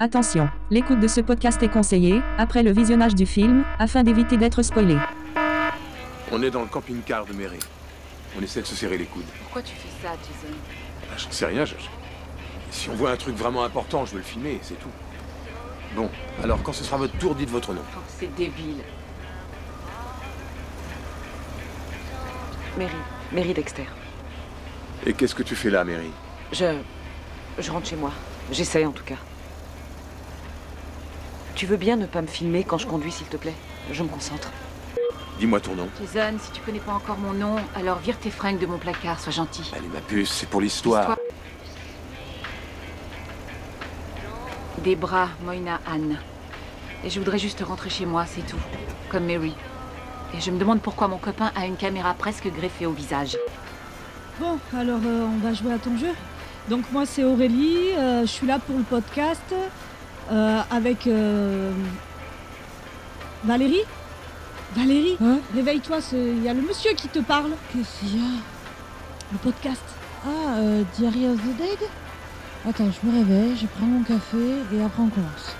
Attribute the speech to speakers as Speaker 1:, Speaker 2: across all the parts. Speaker 1: Attention, l'écoute de ce podcast est conseillée, après le visionnage du film, afin d'éviter d'être spoilé.
Speaker 2: On est dans le camping-car de Mairie. On essaie de se serrer les coudes.
Speaker 3: Pourquoi tu fais ça, Jason
Speaker 2: Ah, J'en sais rien, je... Si on voit un truc vraiment important, je vais le filmer, c'est tout. Bon, alors quand ce sera votre tour, dites votre nom.
Speaker 3: Oh, C'est débile. Mary, Mary Dexter.
Speaker 2: Et qu'est-ce que tu fais là, Mairie
Speaker 3: Je. Je rentre chez moi. J'essaye en tout cas. Tu veux bien ne pas me filmer quand je conduis, s'il te plaît Je me concentre.
Speaker 2: Dis-moi ton nom.
Speaker 4: Jason, si tu connais pas encore mon nom, alors vire tes fringues de mon placard, sois gentil.
Speaker 2: Allez, ma puce, c'est pour l'histoire.
Speaker 4: Des bras, Moina Anne. Et je voudrais juste rentrer chez moi, c'est tout. Comme Mary. Et je me demande pourquoi mon copain a une caméra presque greffée au visage.
Speaker 5: Bon, alors euh, on va jouer à ton jeu. Donc moi c'est Aurélie, euh, je suis là pour le podcast euh, avec euh, Valérie. Valérie,
Speaker 6: Hein
Speaker 5: réveille-toi, c'est- il y a le monsieur qui te parle,
Speaker 6: Qu'est-ce qu'il y a
Speaker 5: le podcast.
Speaker 6: Ah, euh, Diary of the Dead Attends, je me réveille, je prends mon café et après on commence.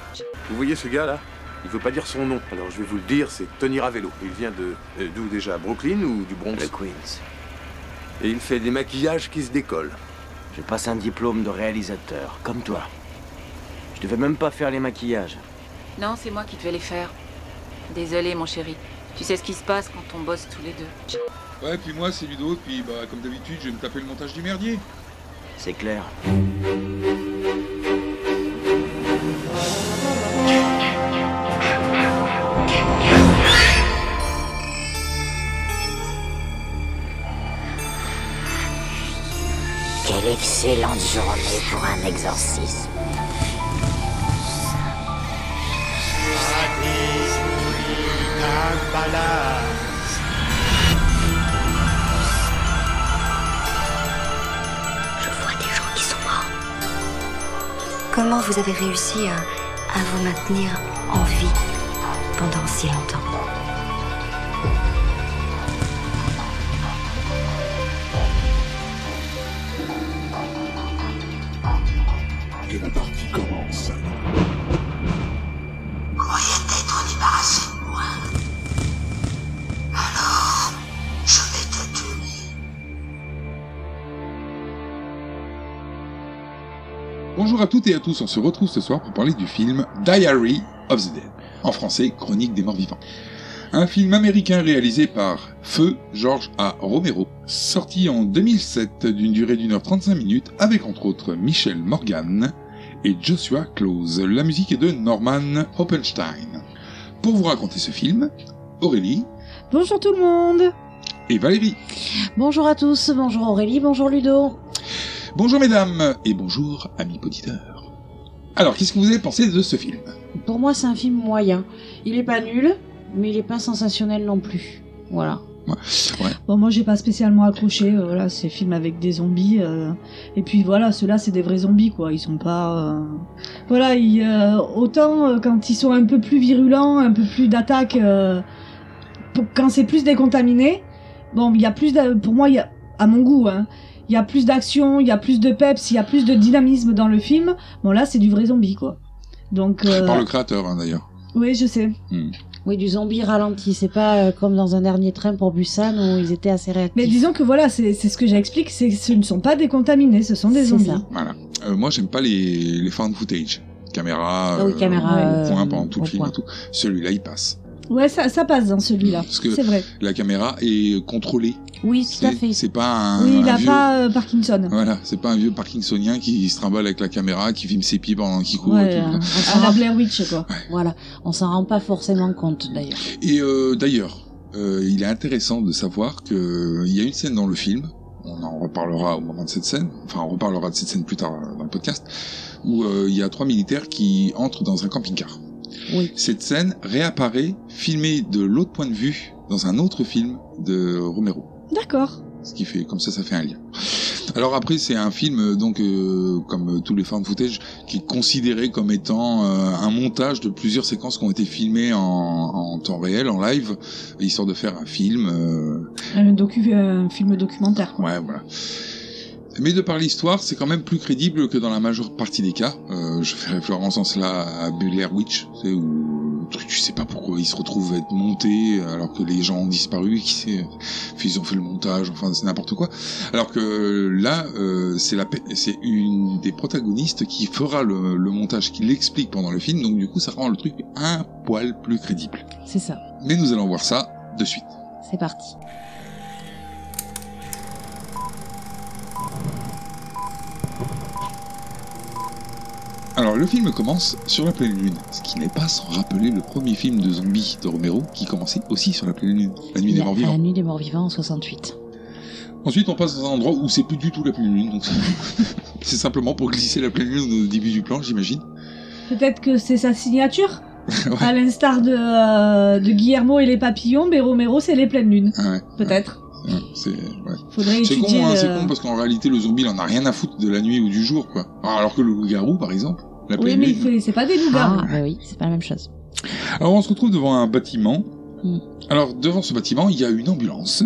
Speaker 2: Vous voyez ce gars là Il veut pas dire son nom. Alors je vais vous le dire, c'est Tony Ravello. Il vient de. euh, d'où déjà Brooklyn ou du Bronx
Speaker 7: Le Queens.
Speaker 2: Et il fait des maquillages qui se décollent.
Speaker 7: Je passe un diplôme de réalisateur, comme toi. Je devais même pas faire les maquillages.
Speaker 4: Non, c'est moi qui devais les faire. Désolé, mon chéri. Tu sais ce qui se passe quand on bosse tous les deux.
Speaker 8: Ouais, puis moi c'est Ludo, puis bah comme d'habitude, je vais me taper le montage du merdier.
Speaker 7: C'est clair.
Speaker 9: Quelle excellente journée pour un exorcisme. Je vois des gens qui sont morts. Comment vous avez réussi à, à vous maintenir en vie pendant si longtemps
Speaker 8: Bonjour à toutes et à tous, on se retrouve ce soir pour parler du film Diary of the Dead, en français Chronique des morts vivants. Un film américain réalisé par Feu George A. Romero, sorti en 2007 d'une durée d'une heure 35 minutes avec entre autres Michel Morgan et Joshua Close. La musique est de Norman Hoppenstein. Pour vous raconter ce film, Aurélie
Speaker 6: Bonjour tout le monde
Speaker 8: et Valérie.
Speaker 6: Bonjour à tous, bonjour Aurélie, bonjour Ludo
Speaker 8: Bonjour mesdames et bonjour amis auditeurs. Alors, qu'est-ce que vous avez pensé de ce film
Speaker 6: Pour moi c'est un film moyen. Il est pas nul, mais il est pas sensationnel non plus. Voilà.
Speaker 8: Ouais.
Speaker 5: Bon moi j'ai pas spécialement accroché, euh, voilà c'est film avec des zombies euh, et puis voilà ceux-là c'est des vrais zombies quoi, ils sont pas euh, voilà ils, euh, autant euh, quand ils sont un peu plus virulents, un peu plus d'attaque, euh, pour- quand c'est plus décontaminé, bon il y a plus d'a- pour moi il y a à mon goût hein, il y a plus d'action, il y a plus de peps, il y a plus de dynamisme dans le film. Bon là c'est du vrai zombie quoi. Donc euh,
Speaker 8: Par le créateur, hein, d'ailleurs.
Speaker 5: oui je sais.
Speaker 6: Oui, du zombie ralenti, c'est pas euh, comme dans un dernier train pour Busan où ils étaient assez réactifs.
Speaker 5: Mais disons que voilà c'est c'est ce que j'explique, c'est que ce ne sont pas décontaminés, ce sont des
Speaker 6: C'est
Speaker 5: zombies.
Speaker 6: ça.
Speaker 8: Voilà. Euh, moi, j'aime pas les, les found footage. Caméra,
Speaker 6: Ah oui, caméra,
Speaker 8: au
Speaker 6: euh,
Speaker 8: point pendant tout
Speaker 6: au
Speaker 8: le film
Speaker 6: point.
Speaker 8: et tout. Celui-là, il passe.
Speaker 5: Ouais, ça, ça passe dans celui-là.
Speaker 8: Parce que-
Speaker 5: C'est vrai.
Speaker 8: La caméra est contrôlée.
Speaker 6: Oui, tout à
Speaker 8: C'est
Speaker 6: fait.
Speaker 8: c'est pas un,
Speaker 5: oui, il
Speaker 8: un
Speaker 5: a
Speaker 8: vieux...
Speaker 5: pas euh, Parkinson.
Speaker 8: Voilà, c'est pas un vieux parkinsonien qui se trimballe avec la caméra, qui filme ses pieds pendant qu'il court.
Speaker 6: Ouais,
Speaker 8: et tout.
Speaker 6: euh, on
Speaker 5: À
Speaker 6: s'en
Speaker 5: Ah, la
Speaker 6: rend-
Speaker 5: Blair Witch, quoi.
Speaker 6: voilà, on s'en rend pas forcément compte d'ailleurs.
Speaker 8: Et euh, d'ailleurs, euh, il est intéressant de savoir que euh, il y a une scène dans le film, on en reparlera au moment de cette scène, enfin on reparlera de cette scène plus tard euh, dans le podcast, où euh, il y a trois militaires qui entrent dans un camping-car.
Speaker 6: Oui.
Speaker 8: Cette scène réapparaît, filmée de l'autre point de vue, dans un autre film de Romero.
Speaker 5: D'accord.
Speaker 8: Ce qui fait, comme ça, ça fait un lien. Alors après, c'est un film, euh, donc, euh, comme euh, tous les fans footage, qui est considéré comme étant euh, un montage de plusieurs séquences qui ont été filmées en, en temps réel, en live, histoire de faire un film. euh,
Speaker 5: Un, docu- un film documentaire, quoi.
Speaker 8: ouais, voilà. Mais de par l'histoire, c'est quand même plus crédible que dans la majeure partie des cas. Euh, je fais référence en cela à Buller Witch, tu sais, où tu, tu sais pas pourquoi ils se retrouvent à être montés alors que les gens ont disparu, qui sait, puis ils ont fait le montage, enfin c'est n'importe quoi. Alors que là, euh, c'est la, pe- c'est une des protagonistes qui fera le, le montage, qui l'explique pendant le film, donc du coup ça rend le truc un poil plus crédible.
Speaker 6: C'est ça.
Speaker 8: Mais nous allons voir ça de suite.
Speaker 6: C'est parti.
Speaker 8: Alors le film commence sur la pleine lune, ce qui n'est pas sans rappeler le premier film de zombie de Romero qui commençait aussi sur la pleine lune, la nuit des
Speaker 6: La,
Speaker 8: morts
Speaker 6: la
Speaker 8: vivants.
Speaker 6: nuit des morts vivants en 68.
Speaker 8: Ensuite on passe dans un endroit où c'est plus du tout la pleine lune, donc c'est simplement pour glisser la pleine lune au début du plan j'imagine.
Speaker 5: Peut-être que c'est sa signature
Speaker 8: Ouais.
Speaker 5: À l'instar de, euh, de Guillermo et les papillons, mais Romero, c'est les pleines lunes.
Speaker 8: Ah ouais,
Speaker 5: Peut-être.
Speaker 8: ouais, c'est ouais.
Speaker 5: Faudrait
Speaker 8: C'est con,
Speaker 5: étudier. euh,
Speaker 8: hein,
Speaker 5: le-
Speaker 8: c'est con parce qu'en réalité le zombie il en a rien à foutre de la nuit ou du jour quoi. Alors que le loup-garou par exemple, la
Speaker 5: Oui,
Speaker 8: pleine
Speaker 5: mais il
Speaker 8: lune.
Speaker 5: fait- c'est pas des loups-garous.
Speaker 6: Ah, bah oui, c'est pas la même chose.
Speaker 8: Alors on se retrouve devant un bâtiment.
Speaker 5: Hmm.
Speaker 6: Mm.
Speaker 8: Alors devant ce bâtiment il y a une ambulance,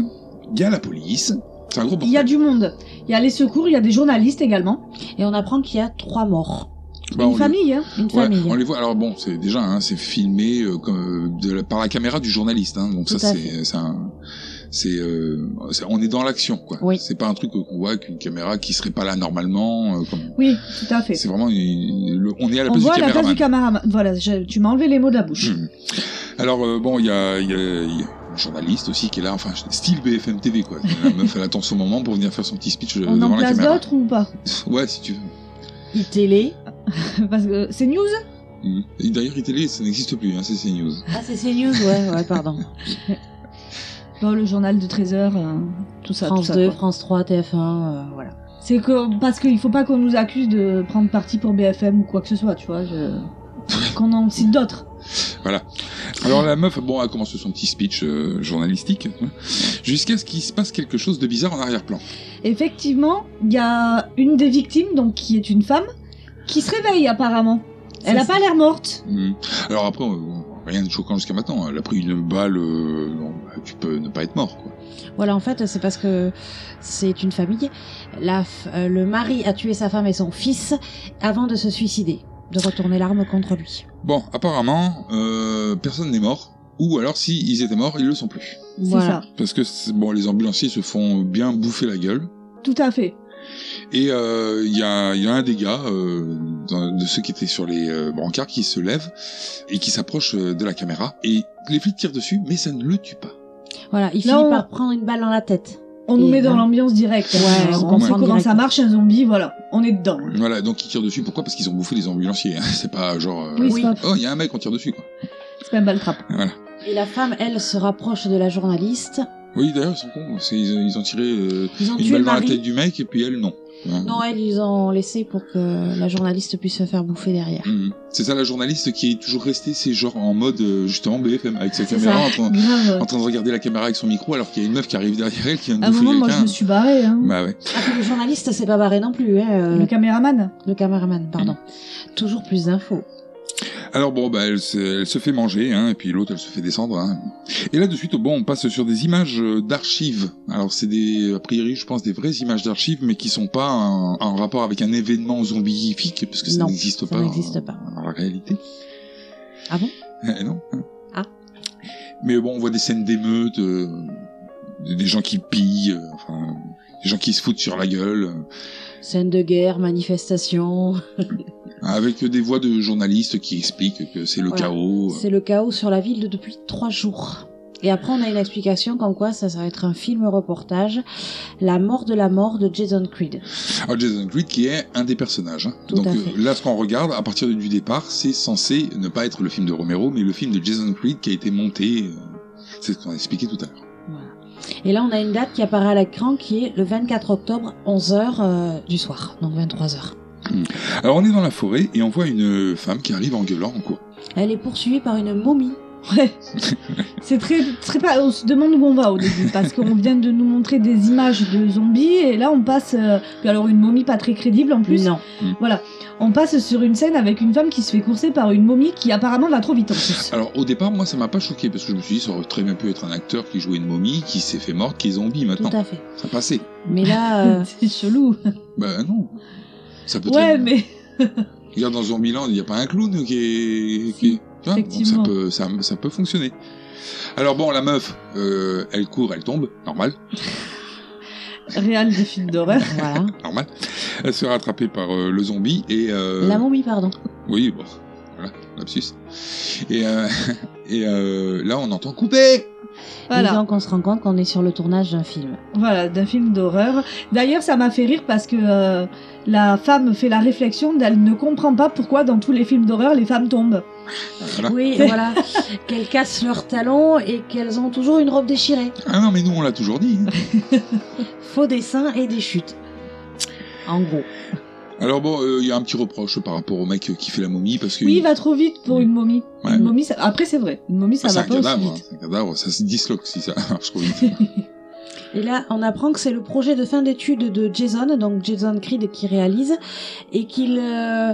Speaker 8: il y a la police, c'est un gros
Speaker 5: Il y a
Speaker 8: bordel.
Speaker 5: du monde. Il y a les secours, il y a des journalistes également.
Speaker 6: Et on apprend qu'il y a trois morts.
Speaker 8: Bah, on
Speaker 5: Une
Speaker 8: les-
Speaker 5: famille, hein.
Speaker 6: Une
Speaker 8: Ouais,
Speaker 6: famille.
Speaker 8: on les voit. Alors bon, c'est déjà, hein, c'est filmé euh, comme, euh, de la- par la caméra du journaliste. Hein, donc
Speaker 6: Tout
Speaker 8: ça,
Speaker 6: à
Speaker 8: c'est, c'est, un- c'est, euh, c'est- on est dans l'action, quoi.
Speaker 6: Oui.
Speaker 8: C'est pas un truc qu'on voit avec une caméra qui serait pas là normalement. euh, comme-
Speaker 5: Oui, tout à fait.
Speaker 8: C'est vraiment, une- le- on est à la
Speaker 5: On
Speaker 8: place
Speaker 5: voit
Speaker 8: du
Speaker 5: la place
Speaker 8: caméraman.
Speaker 5: du caméraman. Voilà, je- tu m'as enlevé les mots de la bouche.
Speaker 8: Mmh. Alors euh, bon, il y a, il y a- il y a un journaliste aussi qui est là, enfin style BFM TV, quoi. La meuf, elle attend son moment pour venir faire son petit speech euh,
Speaker 5: On en
Speaker 8: devant la
Speaker 5: place
Speaker 8: caméra.
Speaker 5: d'autres ou pas
Speaker 8: Ouais, si tu veux.
Speaker 10: E-télé.
Speaker 6: E.
Speaker 5: Parce que c'est news
Speaker 8: Mmh. Et D'ailleurs, télé, ça n'existe plus. Hein, c'est CNews.
Speaker 10: Ah, c'est CNews, ouais, ouais, pardon.
Speaker 5: Bon, le journal de 13h, tout ça,
Speaker 10: France
Speaker 5: tout ça.
Speaker 10: 2,
Speaker 5: quoi.
Speaker 10: France 3, TF1, euh, voilà.
Speaker 5: C'est que, parce qu'il faut pas qu'on nous accuse de prendre parti pour BFM ou quoi que ce soit, tu vois. je- qu'on en cite d'autres.
Speaker 8: Alors la meuf, bon, elle commence son petit speech euh, journalistique, hein, jusqu'à ce qu'il se passe quelque chose de bizarre en arrière-plan.
Speaker 5: Effectivement, il y a une des victimes, donc qui est une femme, qui se réveille apparemment. Elle a
Speaker 10: ça.
Speaker 5: pas l'air morte.
Speaker 8: Hmm. Alors après, euh, rien de choquant jusqu'à maintenant. hein. Elle a pris une balle, euh, non, bah, tu peux ne pas être mort, quoi.
Speaker 10: Voilà, en fait, c'est parce que c'est une famille. La f- euh, le mari a tué sa femme et son fils avant de se suicider, de retourner l'arme contre lui.
Speaker 8: Bon, apparemment, euh, personne n'est mort. Ou alors, si ils étaient morts, ils le sont plus.
Speaker 5: C'est
Speaker 10: Voilà.
Speaker 8: Parce que c'est- bon, les ambulanciers se font bien bouffer la gueule.
Speaker 5: ça, tout à fait.
Speaker 8: Et euh, il y, a, il y a un des gars, euh, d'un- de ceux qui étaient sur les euh, brancards, qui se lève et qui s'approche euh, de la caméra. Et les flics tirent dessus, mais ça ne le tue pas.
Speaker 10: Voilà, il
Speaker 5: Là,
Speaker 10: finit
Speaker 5: on-
Speaker 10: par prendre une balle dans la tête.
Speaker 5: On nous
Speaker 10: Et
Speaker 5: met dans
Speaker 10: voilà.
Speaker 5: l'ambiance directe.
Speaker 10: Ouais, on
Speaker 5: on sait
Speaker 10: comprend
Speaker 5: comment
Speaker 10: direct.
Speaker 5: ça marche un zombie, voilà. On est dedans.
Speaker 8: Voilà, donc ils tirent dessus. Pourquoi Parce qu'ils ont bouffé les ambulanciers. hein. C'est pas genre. euh,
Speaker 5: Oui, c'est pas-
Speaker 8: Oh, il y a un mec, on tire dessus, quoi.
Speaker 5: c'est pas une balle trappe.
Speaker 10: Et la femme, elle, se rapproche de la journaliste.
Speaker 8: Oui, d'ailleurs, ils sont cons. C'est- Ils, ils ont tiré euh,
Speaker 10: Ils ont
Speaker 8: une
Speaker 10: tué
Speaker 8: balle
Speaker 10: le
Speaker 8: dans la
Speaker 10: mari.
Speaker 8: tête du mec, et puis elle, non. Hein.
Speaker 10: Non, elle, ils ont laissé pour que la journaliste puisse se faire bouffer derrière.
Speaker 8: Mhm. C'est ça la journaliste qui est toujours restée, c'est genre en mode euh, justement BFM avec sa
Speaker 10: C'est
Speaker 8: caméra
Speaker 10: ça.
Speaker 8: en train,
Speaker 5: Grave.
Speaker 8: en train de regarder la caméra avec son micro alors qu'il y a une meuf qui arrive derrière elle qui vient de
Speaker 5: À un
Speaker 8: bouffer
Speaker 5: moment, moi, je
Speaker 8: quelqu'un.
Speaker 5: me suis barrée. Hein.
Speaker 8: Bah ouais.
Speaker 10: Ah, puis le journaliste s'est pas barré non plus, hein,
Speaker 6: Bah,
Speaker 10: euh,
Speaker 5: Le caméraman.
Speaker 10: le caméraman, pardon. Toujours plus d'infos.
Speaker 8: Alors bon, bah, elle, se, elle se fait manger, hein, et puis l'autre, elle se fait descendre. Hein. Et là, de suite, bon, on passe sur des images euh, d'archives. Alors c'est des, a priori, je pense, des vraies images d'archives, mais qui sont pas en, en rapport avec un événement zombifique, parce que ça
Speaker 10: Non,
Speaker 8: n'existe
Speaker 10: ça
Speaker 8: pas
Speaker 10: n'existe
Speaker 8: euh,
Speaker 10: pas.
Speaker 8: dans la réalité.
Speaker 10: Ah bon
Speaker 8: Eh non.
Speaker 10: Ah.
Speaker 8: Mais bon, on voit des scènes d'émeutes, euh, des gens qui pillent, euh, enfin, des gens qui se foutent sur la gueule, euh,
Speaker 10: Scène de guerre, manifestation.
Speaker 8: avec des voix de journalistes qui expliquent que c'est le
Speaker 10: Voilà.
Speaker 8: chaos. euh.
Speaker 10: C'est le chaos sur la ville de- depuis trois jours. Et après, on a une explication comme quoi ça, ça va être un film reportage, La mort de la mort de Jason Creed.
Speaker 8: Alors, Jason Creed qui est un des personnages. hein.
Speaker 10: Tout
Speaker 8: Donc
Speaker 10: à
Speaker 8: euh,
Speaker 10: fait.
Speaker 8: là, ce qu'on regarde à partir du départ, c'est censé ne pas être le film de Romero, mais le film de Jason Creed qui a été monté. euh, c'est ce qu'on a expliqué tout à l'heure.
Speaker 10: Et là, on a une date qui apparaît à l'écran qui est le 24 octobre, 11h du soir, donc 23h.
Speaker 8: Alors on est dans la forêt et on voit une femme qui arrive en gueulant en courant.
Speaker 10: Elle est poursuivie par une momie
Speaker 5: Ouais. C'est très, très pas. On se demande où on va au début parce qu'on vient de nous montrer des images de zombies et là on passe. euh, Puis alors une momie pas très crédible en plus.
Speaker 6: Non.
Speaker 5: Voilà. On passe sur une scène avec une femme qui se fait courser par une momie qui apparemment va trop vite en plus.
Speaker 8: Alors au départ, moi ça m'a pas choqué parce que je me suis dit ça aurait très bien pu être un acteur qui jouait une momie, qui s'est fait morte, qui est zombie maintenant.
Speaker 6: Tout à fait.
Speaker 8: Ça passait.
Speaker 6: Mais là, euh,
Speaker 5: C'est chelou.
Speaker 8: Bah non. Ça peut
Speaker 5: Ouais,
Speaker 8: très bien.
Speaker 5: mais
Speaker 8: Regarde dans Zombieland, il n'y a pas un clown qui est. qui est- tu vois, donc ça
Speaker 5: effectivement.
Speaker 8: peut, ça, ça peut fonctionner. Alors bon, la meuf, euh, elle court, elle tombe, normal,
Speaker 5: réel des films d'horreur.
Speaker 6: voilà.
Speaker 8: normal. Elle se fait rattraper par euh, le zombie et. euh,
Speaker 6: La momie, pardon.
Speaker 8: Oui, bon, voilà, lapsus. Et, euh, et euh, là, on entend couper
Speaker 6: Et
Speaker 5: Voilà.
Speaker 6: donc, on se rend compte qu'on est sur le tournage d'un film.
Speaker 5: Voilà, d'un film d'horreur. D'ailleurs, ça m'a fait rire parce que euh, la femme fait la réflexion d'elle ne comprend pas pourquoi dans tous les films d'horreur les femmes tombent.
Speaker 8: Voilà.
Speaker 6: Oui, voilà. qu'elles cassent leurs talons et qu'elles ont toujours une robe déchirée.
Speaker 8: Ah non, mais nous, on l'a toujours dit. hein.
Speaker 6: Faux dessins et des chutes. En gros.
Speaker 8: Alors bon, euh, il y a un petit reproche par rapport au mec qui fait la momie parce que
Speaker 5: Oui, il va trop vite pour une momie.
Speaker 8: Ouais.
Speaker 5: Une momie, ça- après c'est vrai, une momie ça
Speaker 8: Ah, c'est
Speaker 5: va
Speaker 8: un
Speaker 5: pas aussi
Speaker 8: cadavre, hein,
Speaker 5: vite.
Speaker 8: c'est un cadavre, ça se disloque si ça marche trop vite.
Speaker 6: Et là, on apprend que c'est le projet de fin d'études de Jason, donc Jason Creed qui réalise, et qu'il, euh,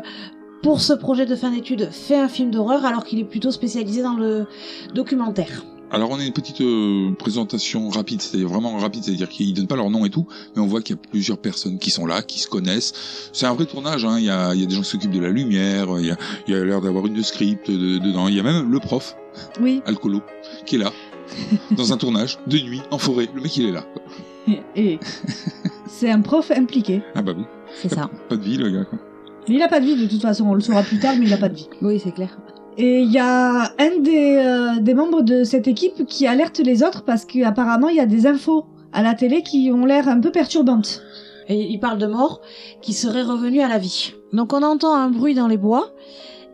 Speaker 6: pour ce projet de fin d'études, fait un film d'horreur alors qu'il est plutôt spécialisé dans le documentaire.
Speaker 8: Alors on a une petite euh, présentation rapide, c'est-à-dire vraiment rapide, c'est-à-dire qu'ils donnent pas leur nom et tout, mais on voit qu'il y a plusieurs personnes qui sont là, qui se connaissent. C'est un vrai tournage, hein, il y, a, il y a des gens qui s'occupent de la lumière, il y a, il y a l'air d'avoir une de script euh, de- dedans, il y a même le prof,
Speaker 5: Oui,
Speaker 8: Alcolo, qui est là, dans un tournage, de nuit, en forêt, le mec il est là.
Speaker 5: et c'est un prof impliqué.
Speaker 8: Ah bah oui,
Speaker 6: C'est ça.
Speaker 8: pas de vie le gars. quoi.
Speaker 5: Mais il a pas de vie de toute façon, on le saura plus tard, mais il a pas de vie.
Speaker 6: Oui, c'est clair.
Speaker 5: Et il y a un des, euh, des membres de cette équipe qui alerte les autres parce qu'apparemment il y a des infos à la télé qui ont l'air un peu perturbantes.
Speaker 6: Et il parle de morts qui seraient revenus à la vie. Donc on entend un bruit dans les bois.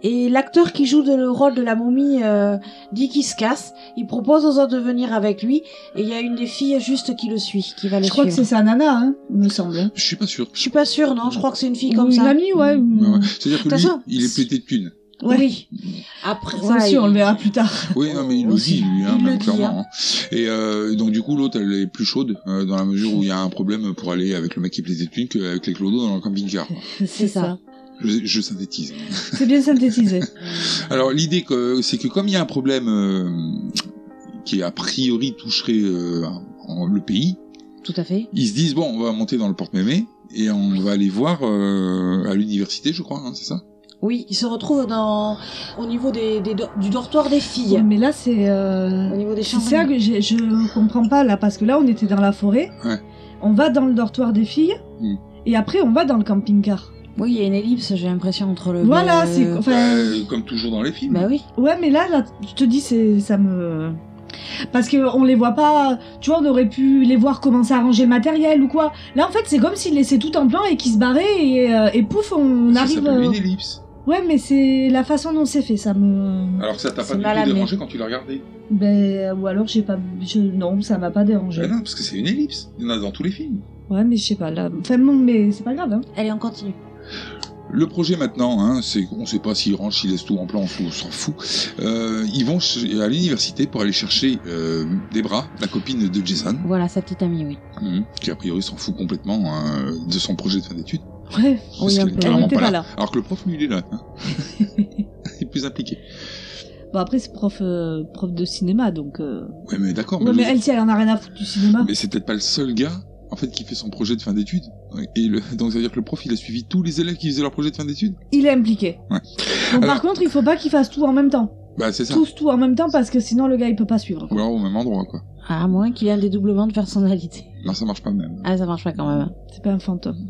Speaker 6: Et l'acteur qui joue de- le rôle de la momie euh, dit qu'il se casse. Il propose aux autres de venir avec lui. Et il y a une des filles juste qui le suit, qui va le
Speaker 5: Je crois que
Speaker 6: suivre.
Speaker 5: c'est sa nana, hein, il me semble.
Speaker 8: Je suis pas sûr.
Speaker 6: Je suis pas sûre, non. Je crois que c'est une fille comme
Speaker 5: Ou
Speaker 6: ça.
Speaker 5: Une amie, ouais. ou-
Speaker 8: Ouais, ouais. C'est-à-dire que
Speaker 6: Hmm. De
Speaker 8: lui,
Speaker 6: toute façon,
Speaker 8: il est pété de thunes.
Speaker 5: Ouais.
Speaker 6: Oui. Après,
Speaker 5: Ça
Speaker 6: voilà,
Speaker 5: aussi,
Speaker 6: il-
Speaker 5: on le verra plus tard.
Speaker 8: Oui, non, mais il le
Speaker 6: Aussi.
Speaker 8: dit, lui, hein,
Speaker 6: Il le
Speaker 8: même
Speaker 6: dit,
Speaker 8: clairement. hein. Et euh, donc, du coup, l'autre, elle est plus chaude, euh, dans la mesure où il y a un problème pour aller avec le mec qui plaît des thunes qu'avec les clodos dans le camping-car.
Speaker 6: C'est ça.
Speaker 8: Je, je synthétise.
Speaker 5: ça. C'est bien synthétisé.
Speaker 8: Alors, l'idée, que, c'est que comme il y a un problème euh, qui, a priori, toucherait euh, en- le pays,
Speaker 6: Tout à fait.
Speaker 8: ils se disent, bon, on va monter dans le porte-mémé et on va aller voir euh, à l'université, je crois, hein, c'est ça
Speaker 6: Oui, il se retrouve dans au niveau des, des do- du dortoir des filles,
Speaker 5: Mais là, c'est. euh,
Speaker 6: au niveau des
Speaker 5: C'est
Speaker 6: chambres.
Speaker 5: ça que j'ai- je comprends pas là, parce que là, on était dans la forêt.
Speaker 8: Ouais.
Speaker 5: On va dans le dortoir des filles.
Speaker 8: Mm.
Speaker 5: Et après, on va dans le camping-car.
Speaker 6: Oui, il y a une ellipse, j'ai l'impression entre le.
Speaker 5: Voilà,
Speaker 6: le-
Speaker 5: c'est. Enfin,
Speaker 8: Euh, Comme toujours dans les films.
Speaker 6: Bah oui.
Speaker 5: ouais, mais là, là, je te dis, c'est, ça me. Parce que on les voit pas. Tu vois, on aurait pu les voir commencer à ranger le matériel ou quoi. Là, en fait, c'est comme s'ils laissaient tout en plan et qu'ils se barraient et, euh, et pouf, on
Speaker 8: ça
Speaker 5: arrive.
Speaker 8: s'appelle
Speaker 5: euh,
Speaker 8: une ellipse.
Speaker 5: Ouais, mais c'est la façon dont c'est fait, ça me.
Speaker 8: Alors que ça t'a
Speaker 6: C'est
Speaker 8: pas du
Speaker 6: mal
Speaker 8: tout
Speaker 6: amené.
Speaker 8: dérangé quand tu l'as regardé.
Speaker 5: Ben, ou alors j'ai pas. Je... Non, ça m'a pas dérangé.
Speaker 8: Ben non, parce que c'est une ellipse. Il y en a dans tous les films.
Speaker 5: Ouais, mais je sais pas, là. Enfin, bon, mais c'est pas grave, hein.
Speaker 6: Allez, on continue.
Speaker 8: Le projet maintenant, hein, c'est on sait pas s'ils rangent, s'ils laissent tout en plan, on s'en- on s'en fout. Euh, ils vont ch- à l'université pour aller chercher euh, Debra, la copine de Jason,
Speaker 6: Voilà, sa petite amie, oui.
Speaker 8: Mhm. qui a priori s'en fout complètement hein, de son projet de fin d'études.
Speaker 5: Ouais,
Speaker 8: Parce
Speaker 6: un
Speaker 8: qu'elle est
Speaker 6: peu.
Speaker 8: clairement
Speaker 5: Elle était
Speaker 8: pas
Speaker 5: pas
Speaker 8: là.
Speaker 5: là.
Speaker 8: Alors que le prof, lui, il est là. hein. il est plus impliqué.
Speaker 5: Bon, après, c'est prof, euh, prof de cinéma, donc. euh,
Speaker 8: Ouais, mais d'accord.
Speaker 5: Ouais,
Speaker 8: mais
Speaker 5: mais
Speaker 8: le-
Speaker 5: elle, si elle en a rien à foutre du cinéma.
Speaker 8: mais c'est peut-être pas le seul gars en fait qui fait son projet de fin d'études. Et le... donc ça veut dire que le prof, il a suivi tous les élèves qui faisaient leur projet de fin d'études.
Speaker 5: Il est impliqué.
Speaker 8: Ouais.
Speaker 5: Donc,
Speaker 8: Alors-
Speaker 5: par contre, il faut pas qu'il fasse tout en même temps.
Speaker 8: Bah c'est ça.
Speaker 5: Tous tout en même temps, parce que sinon, le gars, il peut pas suivre.
Speaker 8: Ou alors au même endroit quoi.
Speaker 6: À moins qu'il y ait un dédoublement de personnalité.
Speaker 8: Non, ça marche pas même.
Speaker 6: Ah, ça marche pas quand même.
Speaker 5: C'est pas un fantôme.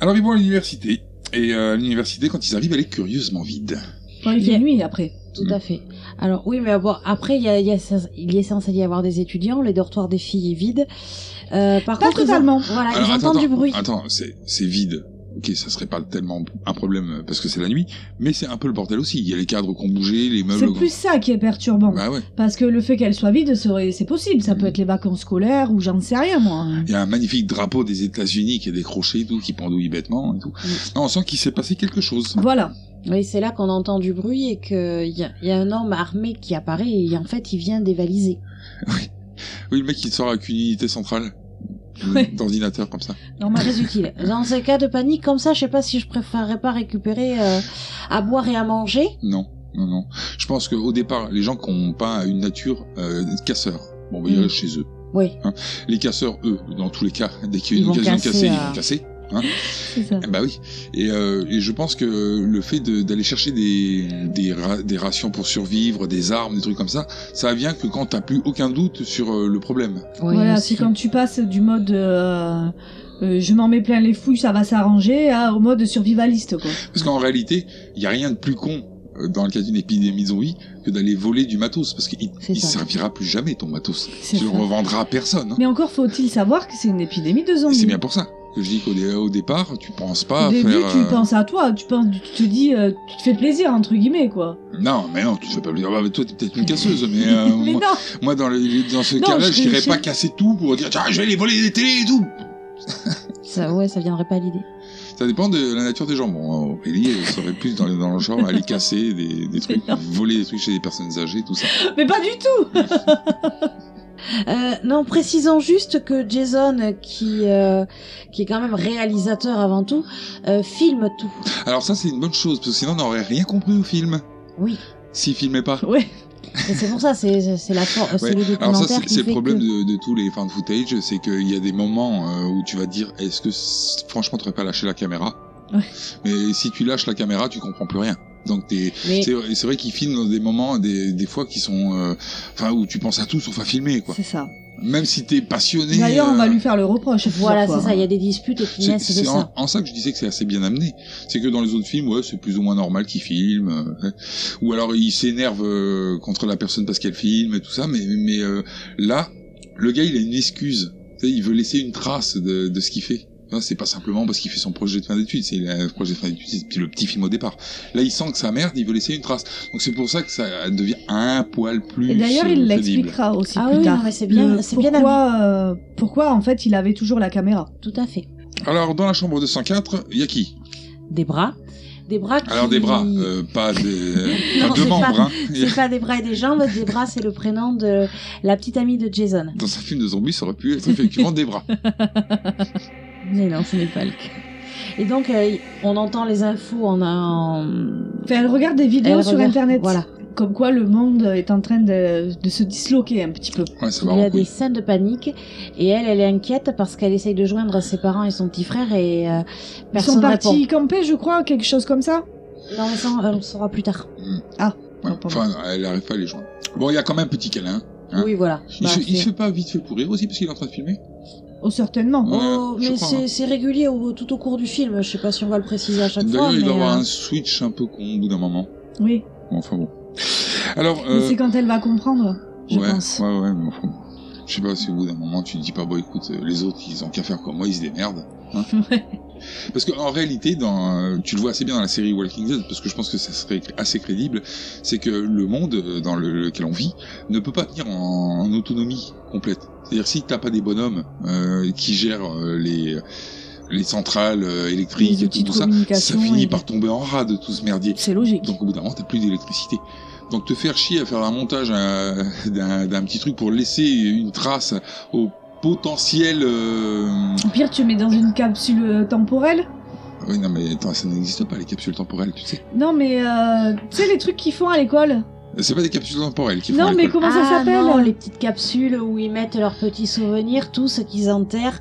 Speaker 8: Alors ils vont à l'université. Et euh, à l'université, quand ils arrivent, elle est curieusement vide.
Speaker 6: Ah,
Speaker 5: Bon, il fait
Speaker 6: Yeah.
Speaker 5: nuit après.
Speaker 6: Tout à fait. Alors oui, mais bon, après, il, y a, il, y a- il est censé y avoir des étudiants, les dortoirs des filles est vide. Euh, par
Speaker 5: Pas
Speaker 6: contre, ils en-
Speaker 5: totalement.
Speaker 6: voilà,
Speaker 8: Alors,
Speaker 6: ils
Speaker 8: attends,
Speaker 6: entendent du
Speaker 8: attends,
Speaker 6: bruit.
Speaker 8: Attends, c'est c'est vide. Ok, ça serait pas tellement un problème euh, parce que c'est la nuit, mais c'est un peu le bordel aussi. Il y a les cadres qui ont bougé, les meubles.
Speaker 5: C'est plus ça qui est perturbant.
Speaker 8: Bah Euh, ouais. Mm.
Speaker 5: Parce que le fait qu'elle soit vide, c'est c'est possible. Ça peut être les vacances scolaires ou j'en sais rien, moi.
Speaker 8: Il y a un magnifique drapeau des États-Unis qui est décroché et tout, qui pendouille bêtement et tout. Non, on sent qu'il s'est passé quelque chose.
Speaker 5: Voilà.
Speaker 6: Oui, c'est là qu'on entend du bruit et qu'il y, a- y a un homme armé qui apparaît et en fait il vient dévaliser.
Speaker 8: Oui, le mec qui sort avec une unité centrale
Speaker 5: Ouais.
Speaker 8: d'ordinateur comme ça.
Speaker 5: Normal.
Speaker 6: Très utile. Dans ces cas de panique comme ça, je sais pas si je préférerais pas récupérer euh, à boire et à manger.
Speaker 8: Non, non, non. Je pense qu'au départ, les gens qui n'ont pas une nature euh, casseurs, bon, bah, ils
Speaker 6: Mm.
Speaker 8: restent chez eux.
Speaker 6: Oui.
Speaker 8: Les casseurs, eux, dans tous les cas, dès qu'il y a
Speaker 6: Ils
Speaker 8: une
Speaker 6: vont
Speaker 8: occasion
Speaker 6: casser,
Speaker 8: de casser, ils
Speaker 6: euh,
Speaker 8: vont casser. Hein
Speaker 5: C'est ça.
Speaker 8: Eh Bah oui. Et, euh, et je pense que le fait de- d'aller chercher des, des, ra- des rations pour survivre, des armes, des trucs comme ça, ça vient que quand t'as plus aucun doute sur euh, le problème.
Speaker 5: voilà, c'est quand tu passes du mode euh, euh, je m'en mets plein les fouilles, ça va s'arranger, à- au mode survivaliste, quoi.
Speaker 8: Parce qu'en réalité, il y a rien de plus con euh, dans le cas d'une épidémie de zombie que d'aller voler du matos parce qu'il
Speaker 6: C'est
Speaker 8: il
Speaker 6: ça.
Speaker 8: servira plus jamais ton matos.
Speaker 5: C'est
Speaker 8: Tu le
Speaker 5: ça.
Speaker 8: revendras à personne. hein.
Speaker 5: Mais encore faut-il savoir que c'est une épidémie de
Speaker 8: Et
Speaker 5: zombies.
Speaker 8: C'est bien pour ça que je dis qu'au dé- au départ, tu penses pas
Speaker 5: Au
Speaker 8: à
Speaker 5: début,
Speaker 8: faire.
Speaker 5: tu
Speaker 8: euh,
Speaker 5: penses à toi, tu penses, tu te dis, euh, tu te fais plaisir entre guillemets, quoi.
Speaker 8: Non, mais non, tu te fais pas plaisir. Ah bah, toi, t'es peut-être une casseuse, mais, euh,
Speaker 5: Mais
Speaker 8: moi,
Speaker 5: non,
Speaker 8: moi, dans, le, dans ce
Speaker 5: Non,
Speaker 8: cas-là,
Speaker 5: je
Speaker 8: je dirais
Speaker 5: réussis.
Speaker 8: pas casser tout pour dire tiens, je vais les voler des télés et tout.
Speaker 6: Ça, ouais, ça viendrait pas à l'idée.
Speaker 8: Ça dépend de la nature des gens. Bon, Aurélie elle serait plus dans, le- dans le genre à aller casser des, des trucs, voler des trucs chez des personnes âgées, tout ça.
Speaker 5: mais pas du tout.
Speaker 6: Euh, non, précisons juste que Jason, euh, qui euh, qui est quand même réalisateur avant tout, euh, filme tout.
Speaker 8: Alors ça, c'est une bonne chose parce que sinon, on n'aurait rien compris au film.
Speaker 6: Oui.
Speaker 8: S'il filmait pas.
Speaker 5: Ouais.
Speaker 6: Et c'est pour ça, c'est c'est la for- euh,
Speaker 8: Ouais.
Speaker 6: c'est le
Speaker 8: Alors ça,
Speaker 6: documentaire
Speaker 8: c'est
Speaker 6: qui
Speaker 8: c'est le
Speaker 6: fait
Speaker 8: problème
Speaker 6: que-
Speaker 8: de, de tous les fan footage, c'est qu'il y a des moments euh, où tu vas te dire, est-ce que c- franchement, tu pas lâché la caméra
Speaker 5: Ouais.
Speaker 8: Mais si tu lâches la caméra, tu comprends plus rien. Donc t'es-
Speaker 6: Mais-
Speaker 8: c'est vrai- c'est vrai qu'ils filment dans des moments, des, des fois qui sont, euh, enfin où tu penses à tout sauf à filmer quoi.
Speaker 5: C'est ça.
Speaker 8: Même si t'es passionné.
Speaker 5: D'ailleurs, on va
Speaker 8: euh,
Speaker 5: lui faire le reproche. plusieurs
Speaker 6: Voilà,
Speaker 5: fois,
Speaker 6: c'est ça.
Speaker 5: hein.
Speaker 6: Il y a des disputes et qui
Speaker 8: c'est
Speaker 6: naissent de
Speaker 8: c'est en,
Speaker 6: ça.
Speaker 8: en ça que je disais que c'est assez bien amené. C'est que dans les autres films, ouais, c'est plus ou moins normal qu'ils filment. euh, ouais. Ou alors ils s'énervent euh, contre la personne parce qu'elle filme et tout ça. Mais, mais euh, là, le gars, il a une excuse. Tu sais, il veut laisser une trace de, de ce qu'il fait. Hein, C'est pas simplement parce qu'il fait son projet de fin d'études. C'est le projet de fin d'études, c'est le petit film au départ. Là, il sent que sa merde, il veut laisser une trace. Donc c'est pour ça que ça devient un poil plus.
Speaker 5: Et d'ailleurs,
Speaker 8: euh,
Speaker 5: il
Speaker 8: crédible.
Speaker 5: l'expliquera aussi
Speaker 6: Ah
Speaker 5: plus
Speaker 6: oui,
Speaker 5: tard.
Speaker 6: non, mais c'est bien,
Speaker 5: Le
Speaker 6: c'est bien amené.
Speaker 5: pourquoi, euh, pourquoi en fait il avait toujours la caméra
Speaker 6: Tout à fait.
Speaker 8: Alors, dans la chambre 204, il y a qui
Speaker 6: Des bras, des bras qui.
Speaker 8: Alors des bras, euh, pas des
Speaker 6: Non,
Speaker 8: pas deux
Speaker 6: c'est
Speaker 8: membres.
Speaker 6: pas-
Speaker 8: Hein.
Speaker 6: C'est pas des bras et des jambes, des bras c'est le prénom de la petite amie de Jason.
Speaker 8: Dans un film de zombies, ça aurait pu être effectivement des bras.
Speaker 6: Mais non, ce n'est pas le cas. Et donc, euh, on entend les infos en un.
Speaker 5: Enfin, elle regarde des vidéos
Speaker 6: Elle
Speaker 5: sur
Speaker 6: regarde-
Speaker 5: internet.
Speaker 6: Voilà.
Speaker 5: Comme quoi le monde est en train de, de se disloquer un petit peu.
Speaker 8: Ouais, ça va
Speaker 6: Il y
Speaker 8: en
Speaker 6: a des
Speaker 8: couille.
Speaker 6: scènes de panique et elle, elle est inquiète parce qu'elle essaye de joindre ses parents et son petit frère et euh,
Speaker 5: Ils sont
Speaker 6: personne ne
Speaker 5: partis
Speaker 6: répond.
Speaker 5: camper, je crois, quelque chose comme ça.
Speaker 6: Non, mais ça, on le saura plus tard.
Speaker 8: Ouais, Enfin, elle arrive pas à les joindre. Bon, il y a quand même un petit câlin. Hein
Speaker 6: oui, voilà.
Speaker 8: Il,
Speaker 6: Bah,
Speaker 8: se, il
Speaker 6: c'est-
Speaker 8: se fait pas vite fait courir aussi parce qu'il est en train de filmer.
Speaker 5: Oh, certainement.
Speaker 8: Ouais,
Speaker 6: Oh,
Speaker 8: je
Speaker 6: mais
Speaker 8: crois,
Speaker 6: c'est
Speaker 8: hein.
Speaker 6: c'est régulier au- tout au cours du film. Je sais pas si on va le préciser à chaque fois.
Speaker 8: D'ailleurs, Bah il
Speaker 6: mais,
Speaker 8: va y avoir
Speaker 6: euh,
Speaker 8: un switch un peu con au bout d'un moment.
Speaker 5: Oui.
Speaker 8: Bon, enfin bon. Alors,
Speaker 5: Mais
Speaker 8: euh,
Speaker 5: c'est quand elle va comprendre, je
Speaker 8: ouais,
Speaker 5: pense.
Speaker 8: ouais, ouais, mais enfin bon. Je sais pas si au bout d'un moment tu te dis pas bon écoute euh, les autres ils ont qu'à faire comme moi ils se démerdent hein. parce que en réalité dans euh, tu le vois assez bien dans la série Walking Dead parce que je pense que ça serait assez crédible c'est que le monde euh, dans le- lequel on vit ne peut pas tenir en, en autonomie complète c'est-à-dire si t'as pas des bonhommes euh, qui gèrent euh, les les centrales euh, électriques
Speaker 5: Les
Speaker 8: et
Speaker 5: outils
Speaker 8: tout,
Speaker 5: de
Speaker 8: tout ça ça
Speaker 5: communication
Speaker 8: finit
Speaker 5: et-
Speaker 8: par tomber en rade tout ce merdier
Speaker 5: C'est logique.
Speaker 8: donc au bout d'un moment, t'as plus d'électricité. Donc te faire chier à faire un montage euh, d'un d'un petit truc pour laisser une trace au potentiel. euh,
Speaker 5: Au pire, tu mets dans une capsule euh, temporelle.
Speaker 8: Ah Oui, non mais attends, ça n'existe pas les capsules temporelles, tu sais. Euh,
Speaker 5: Non, mais euh, tu sais les trucs qu'ils font à l'école.
Speaker 8: C'est pas des capsules temporelles qui font.
Speaker 5: Non, mais
Speaker 8: l'école.
Speaker 5: comment ça
Speaker 6: ah, non,
Speaker 5: s'appelle
Speaker 6: les petites capsules où ils mettent leurs petits souvenirs, tout ce qu'ils enterrent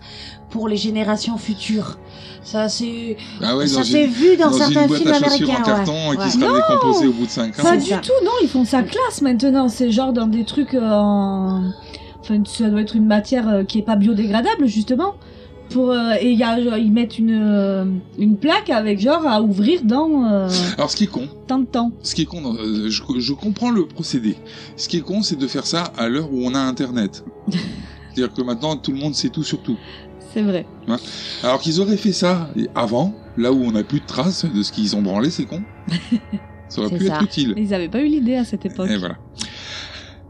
Speaker 6: pour les générations futures. Ça, c'est.
Speaker 8: Ah ouais, dans
Speaker 6: ça s'est
Speaker 8: une,
Speaker 6: vu dans,
Speaker 8: dans une
Speaker 6: certains
Speaker 8: boîte
Speaker 6: films
Speaker 8: à chaussures
Speaker 6: américains.
Speaker 8: en
Speaker 6: ouais.
Speaker 8: carton et qui
Speaker 6: ouais.
Speaker 8: sera décomposée au bout de 5 ans.
Speaker 5: Pas
Speaker 6: C'est
Speaker 5: du
Speaker 6: ça.
Speaker 5: tout, non, ils font ça classe maintenant. C'est genre dans des trucs euh, en. Enfin, ça doit être une matière euh, qui est pas biodégradable, justement. Pour, euh, et il y a, genre, ils mettent une, euh, une plaque avec genre à ouvrir dans euh,
Speaker 8: Alors ce qui est con,
Speaker 5: tant de temps.
Speaker 8: ce qui est con, dans- euh, je, je comprends le procédé. Ce qui est con, c'est de faire ça à l'heure où on a Internet. C'est-à-dire que maintenant tout le monde sait tout sur tout.
Speaker 5: C'est vrai.
Speaker 8: Alors qu'ils auraient fait ça avant, là où on n'a plus de traces de ce qu'ils ont branlé, c'est con. Ça aurait
Speaker 6: C'est
Speaker 8: pu
Speaker 6: ça.
Speaker 8: être utile.
Speaker 5: Mais ils avaient pas eu l'idée à cette époque.
Speaker 8: Et voilà.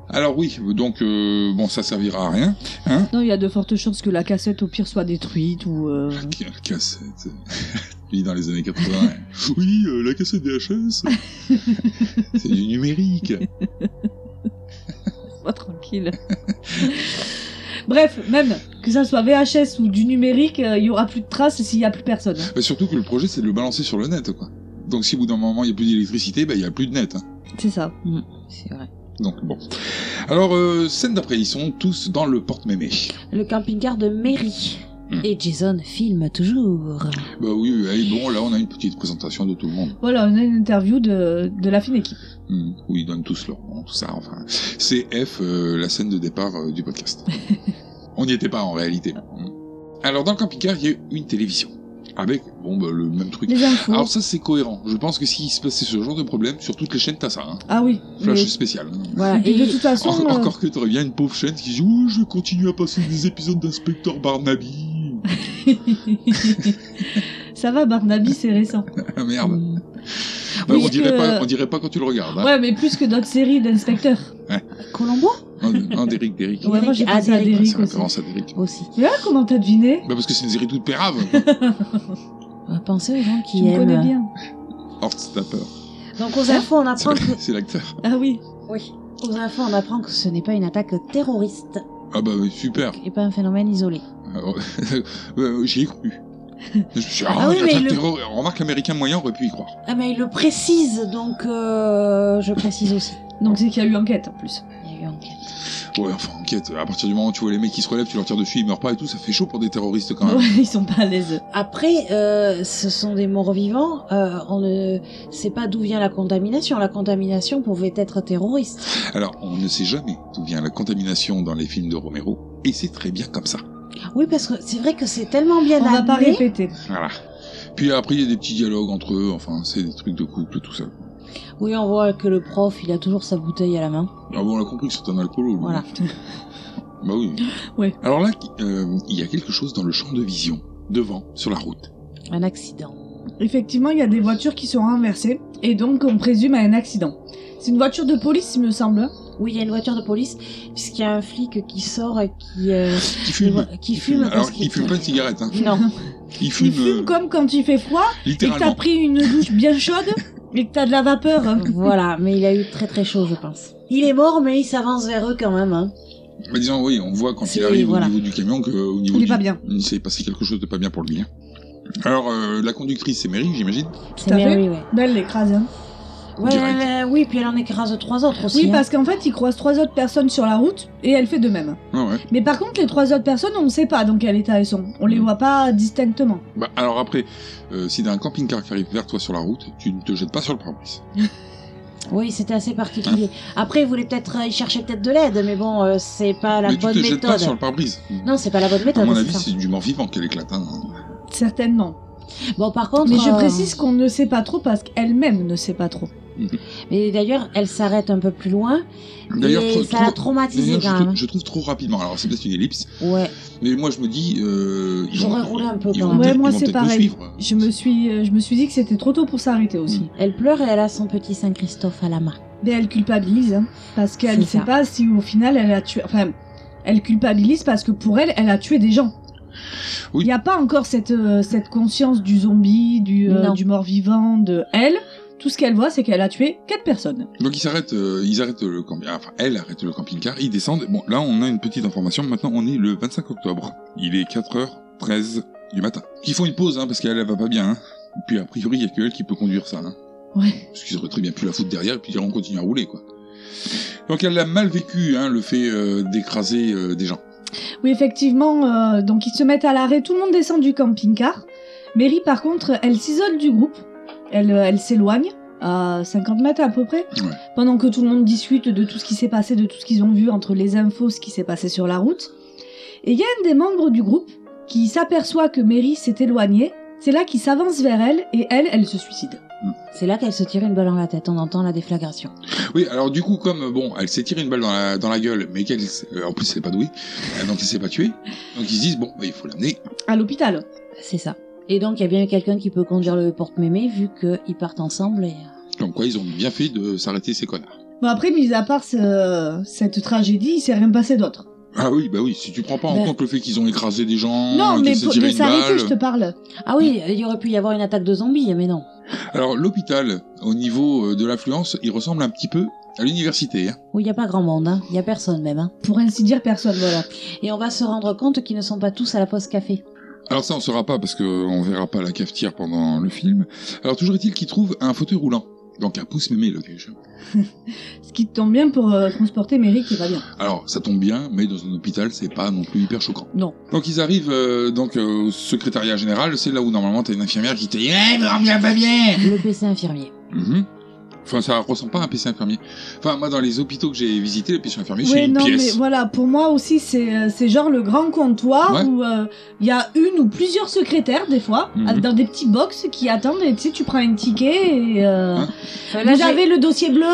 Speaker 8: Alors oui, donc euh, bon, ça servira à rien.
Speaker 5: Non, il y a de fortes chances que la cassette au pire soit détruite ou. euh,
Speaker 8: Quelle cassette. Lui, dans les années 80, euh, oui, euh, la cassette DHS, c'est du numérique.
Speaker 5: Pas tranquille. Bref, même que ça soit VHS ou du numérique, euh, il y aura plus de traces s'il y a plus personne. hein.
Speaker 8: Bah, surtout que le projet, c'est de le balancer sur le net, quoi. Donc, si au bout d'un moment, il n'y a plus d'électricité, bah, il n'y a plus de net. hein.
Speaker 5: C'est ça.
Speaker 10: C'est vrai.
Speaker 8: Donc, bon. Alors, euh, scène d'après, ils sont tous dans le porte-mémé.
Speaker 10: Le camping-car de Mary.
Speaker 8: Hmm.
Speaker 10: Et Jason filme toujours.
Speaker 8: Bah oui, allez, bon, là, on a une petite présentation de tout le monde.
Speaker 5: Voilà, on a une interview de, de la fine équipe.
Speaker 8: Hmm, où ils donnent tous leur nom, tout ça, enfin. C'est F, euh, la scène de départ euh, du podcast. On n'y était pas en réalité. Hmm. Alors dans le camping-car, il y a une télévision. Avec, bon, bah, le même truc.
Speaker 5: Les infos.
Speaker 8: Alors ça, c'est cohérent. Je pense que s'il se passait ce genre de problème, sur toutes les chaînes, t'as ça. Hein.
Speaker 5: Ah oui.
Speaker 8: Flash
Speaker 5: mais-
Speaker 8: spécial. hein.
Speaker 10: Voilà.
Speaker 5: Et de
Speaker 10: Et
Speaker 5: toute façon,
Speaker 8: Or-
Speaker 5: euh,
Speaker 8: Encore que t'aurais bien une pauvre chaîne qui dit « Oh, je continue à passer des épisodes d'Inspecteur Barnaby !»
Speaker 5: ça va, Barnaby, c'est récent.
Speaker 8: Ah merde.
Speaker 10: Hmm.
Speaker 8: Bah, on,
Speaker 5: Puisque-
Speaker 8: dirait pas, on dirait pas quand tu le regardes. Hein.
Speaker 5: Ouais, mais plus que d'autres séries d'inspecteurs.
Speaker 10: Colombo
Speaker 8: Un, un d'Eric, d'Eric.
Speaker 5: Ouais, moi j'ai
Speaker 10: Ah,
Speaker 5: pensé à
Speaker 10: Derrick.
Speaker 5: Derrick
Speaker 8: C'est
Speaker 5: aussi.
Speaker 8: référence à Derrick.
Speaker 10: aussi.
Speaker 5: Mais ah, comment t'as deviné
Speaker 8: Bah parce que c'est une série toute pérave.
Speaker 10: Pensez aux gens qui
Speaker 5: Tu me
Speaker 10: aiment.
Speaker 5: connais bien.
Speaker 8: Horst Tapper.
Speaker 6: euh, Donc aux infos, on apprend que...
Speaker 8: C'est l'acteur.
Speaker 5: Ah oui.
Speaker 6: Oui.
Speaker 10: Aux infos, on apprend que ce n'est pas une attaque terroriste
Speaker 8: Ah bah oui, super.
Speaker 10: et pas un phénomène isolé.
Speaker 8: Alors, euh, J'y ai cru. Je me suis dit,
Speaker 6: Ah oui,
Speaker 8: il
Speaker 6: mais
Speaker 8: attaque
Speaker 6: le-
Speaker 8: terror- Remarque, l'américain moyen aurait pu y croire.
Speaker 6: Ah mais il le précise, donc euh, je précise aussi.
Speaker 5: Donc c'est qu'il y a eu enquête en plus.
Speaker 10: Il y a eu enquête.
Speaker 8: Ouais, enfin, enquête. À partir du moment où tu vois les mecs qui se relèvent, tu leur tires dessus, ils meurent pas et tout, ça fait chaud pour des terroristes quand même.
Speaker 5: Ouais, ils sont pas à l'aise.
Speaker 6: Après, euh, ce sont des morts vivants. euh, on ne sait pas d'où vient la contamination. La contamination pouvait être terroriste.
Speaker 8: Alors, on ne sait jamais d'où vient la contamination dans les films de Romero, et c'est très bien comme ça.
Speaker 6: Oui, parce que c'est vrai que c'est tellement bien
Speaker 5: On va pas
Speaker 6: amené.
Speaker 5: répéter.
Speaker 8: Voilà. Puis après, il y a des petits dialogues entre eux, enfin, c'est des trucs de couple, tout ça.
Speaker 10: Oui, on voit que le prof, il a toujours sa bouteille à la main.
Speaker 8: Ah bon, on l'a compris que c'est un alcoolo, lui.
Speaker 10: Voilà.
Speaker 8: Bah oui.
Speaker 5: Ouais.
Speaker 8: Alors là, euh, il y a quelque chose dans le champ de vision, devant, sur la route.
Speaker 10: Un accident.
Speaker 5: Effectivement, il y a des voitures qui sont renversées et donc on présume un accident. C'est une voiture de police, il me semble.
Speaker 6: Oui, il y a une voiture de police, puisqu'il y a un flic qui sort et qui, euh,
Speaker 8: Qui fume.
Speaker 6: qui fume.
Speaker 8: Alors,
Speaker 6: parce qu'il-
Speaker 8: il fume pas de cigarette, hein.
Speaker 6: Non.
Speaker 8: Il fume,
Speaker 5: Il fume
Speaker 8: euh,
Speaker 5: comme quand il fait froid et que t'as
Speaker 8: littéralement.
Speaker 5: pris une douche bien chaude et que t'as de la vapeur. hein.
Speaker 6: voilà, mais il a eu très très chaud, je pense. Il est mort, mais il s'avance vers eux quand même. Hein.
Speaker 8: Mais Bah, disons, oui, on voit quand
Speaker 6: C'est-
Speaker 8: il arrive
Speaker 6: voilà.
Speaker 8: au niveau du camion que, euh, au niveau
Speaker 5: Il est
Speaker 8: du-
Speaker 5: pas bien.
Speaker 8: Il s'est passé quelque chose de pas bien pour lui. hein. Alors, euh, la conductrice, c'est Mary, j'imagine.
Speaker 10: C'est
Speaker 5: à fait.
Speaker 10: Mary, Eh ouais.
Speaker 5: Ben, elle l'écrase. hein.
Speaker 6: Ouais,
Speaker 8: Direct.
Speaker 6: elle, euh, oui, puis elle en écrase trois autres aussi.
Speaker 5: Oui,
Speaker 6: hein.
Speaker 5: parce qu'en fait, il croise trois autres personnes sur la route et elle fait de même.
Speaker 8: Ouais, ouais.
Speaker 5: Mais par contre, les trois autres personnes, on ne sait pas dans quel état elles sont. On les voit pas distinctement.
Speaker 8: Bah, alors après, euh, si t'as un camping-car qui arrive vers toi sur la route, tu ne te jettes pas sur le pare-brise.
Speaker 6: hein. Oui, c'était assez particulier. Après, il voulait peut-être, il cherchait peut-être de l'aide, mais bon, euh, c'est pas la
Speaker 8: Mais tu
Speaker 6: bonne
Speaker 8: te jettes pas
Speaker 6: méthode.
Speaker 8: sur le pare-brise.
Speaker 6: Non, c'est pas la bonne
Speaker 8: À
Speaker 6: méthode.
Speaker 8: mon
Speaker 6: c'est
Speaker 8: avis,
Speaker 6: ça.
Speaker 8: c'est du mort-vivant qu'elle éclate. hein.
Speaker 5: Certainement.
Speaker 6: Bon, par contre,
Speaker 5: Mais je
Speaker 6: euh,
Speaker 5: précise qu'on ne sait pas trop parce qu'elle-même ne sait pas trop.
Speaker 6: Mais d'ailleurs, elle s'arrête un peu plus loin.
Speaker 8: D'ailleurs,
Speaker 6: et
Speaker 8: trop-
Speaker 6: ça l'a
Speaker 8: trop-
Speaker 6: traumatisée
Speaker 8: d'ailleurs,
Speaker 6: quand
Speaker 8: je, trou-
Speaker 6: même.
Speaker 8: je trouve trop rapidement. Alors, c'est peut-être une ellipse,
Speaker 6: Ouais.
Speaker 8: mais moi, je me dis. Euh, ils
Speaker 6: J'aurais
Speaker 8: vont-
Speaker 6: roulé un peu
Speaker 8: ils
Speaker 6: quand
Speaker 8: vont
Speaker 6: même.
Speaker 8: peut-être-
Speaker 5: Ouais, moi,
Speaker 8: ils vont
Speaker 5: c'est
Speaker 8: peut-être le
Speaker 5: pareil.
Speaker 8: suivre.
Speaker 5: Je me suis, euh, je me suis dit que c'était trop tôt pour s'arrêter aussi.
Speaker 8: Mm.
Speaker 6: Elle pleure et elle a son petit Saint-Christophe à la main.
Speaker 5: Mais elle culpabilise, hein, parce qu'elle
Speaker 6: C'est
Speaker 5: ne sait
Speaker 6: ça.
Speaker 5: pas si au final elle a tué. Enfin, elle culpabilise parce que pour elle, elle a tué des gens. Il
Speaker 8: Oui.
Speaker 5: n'y a pas encore cette, euh, cette conscience du zombie, du, euh,
Speaker 6: Non.
Speaker 5: du mort-vivant, de elle. Tout ce qu'elle voit, c'est qu'elle a tué quatre personnes.
Speaker 8: Donc ils s'arrêtent, euh, ils arrêtent le camping, enfin elle arrête le camping-car, ils descendent. Bon, là on a une petite information. Maintenant on est le 25 octobre. Il est 4h13 du matin. Ils font une pause hein, parce qu'elle elle va pas bien. Hein. Puis a priori il y a que elle qui peut conduire ça. Hein.
Speaker 5: Ouais.
Speaker 8: Parce qu'ils auraient très bien pu la foutre derrière et puis dire, on continue à rouler quoi. Donc elle l'a mal vécu hein, le fait euh, d'écraser euh, des gens.
Speaker 5: Oui, effectivement, euh, donc ils se mettent à l'arrêt, tout le monde descend du camping-car. Mary, par contre, elle s'isole du groupe. Elle, euh, elle s'éloigne à 50 mètres à peu près.
Speaker 8: Ouais.
Speaker 5: Pendant que tout le monde discute de tout ce qui s'est passé, de tout ce qu'ils ont vu entre les infos, ce qui s'est passé sur la route. Et il y a un des membres du groupe qui s'aperçoit que Mary s'est éloignée. C'est là qu'il s'avance vers elle et elle, elle se suicide.
Speaker 10: C'est là qu'elle se tire une balle dans la tête. On entend la déflagration.
Speaker 8: Oui, alors du coup comme euh, bon, elle s'est tirée une balle dans la, dans la gueule, mais qu'elle, s- euh, en plus elle est pas douée, euh, donc elle s'est pas tuée. Donc ils se disent bon, bah, il faut l'amener.
Speaker 5: À l'hôpital.
Speaker 10: C'est ça. Et donc, il y a bien quelqu'un qui peut conduire le porte-mémé vu qu'ils partent ensemble et...
Speaker 6: euh,
Speaker 8: Donc quoi, ils ont bien fait de s'arrêter ces connards.
Speaker 5: Bon, après, mis à part ce- cette tragédie, il s'est rien passé d'autre.
Speaker 8: Ah oui, bah oui, si tu prends pas en
Speaker 6: Ben-
Speaker 8: compte le fait qu'ils ont écrasé des gens,
Speaker 5: Non,
Speaker 8: qu'ils
Speaker 5: mais,
Speaker 8: Mmh, se
Speaker 5: pour-
Speaker 8: tiraient
Speaker 5: mais
Speaker 8: une
Speaker 5: ça arrêtait,
Speaker 8: balle.
Speaker 5: je te parle.
Speaker 6: Ah oui, il y aurait pu y avoir une attaque de zombies, mais non.
Speaker 8: Alors l'hôpital, au niveau euh, de l'affluence, il ressemble un petit peu à l'université. Hein.
Speaker 6: Oui, il n'y a pas grand monde, hein. il n'y a personne même. Hein.
Speaker 5: Pour ainsi dire, personne, voilà.
Speaker 6: Et on va se rendre compte qu'ils ne sont pas tous à la pause café.
Speaker 8: Alors ça, on saura pas parce qu'on verra pas la cafetière pendant le film. Alors toujours est-il qu'ils trouvent un fauteuil roulant. Donc un pouce mémé, le gage.
Speaker 5: Ce qui tombe bien pour euh, transporter Mary qui va bien.
Speaker 8: Alors ça tombe bien, mais dans un hôpital, c'est pas non plus hyper choquant.
Speaker 5: Non.
Speaker 8: Donc ils arrivent euh, donc euh, au secrétariat général, c'est là où normalement t'as une infirmière qui te dit Eh, va bien, va bien
Speaker 6: Le PC infirmier.
Speaker 8: Mhm. Enfin, ça ressemble pas à un PC infirmier. Enfin, moi, dans les hôpitaux que j'ai visités, les PC infirmiers, c'est
Speaker 5: Oui,
Speaker 8: une
Speaker 5: non, mais
Speaker 8: pièce.
Speaker 5: voilà, pour moi aussi, c'est euh, c'est genre le grand comptoir
Speaker 8: Ouais.
Speaker 5: où euh, il y a une ou plusieurs secrétaires, des fois,
Speaker 8: Mhm.
Speaker 5: avec- dans des petits box qui attendent et tu sais, tu prends un ticket et. euh,
Speaker 8: Hein
Speaker 5: Vous avez le dossier bleu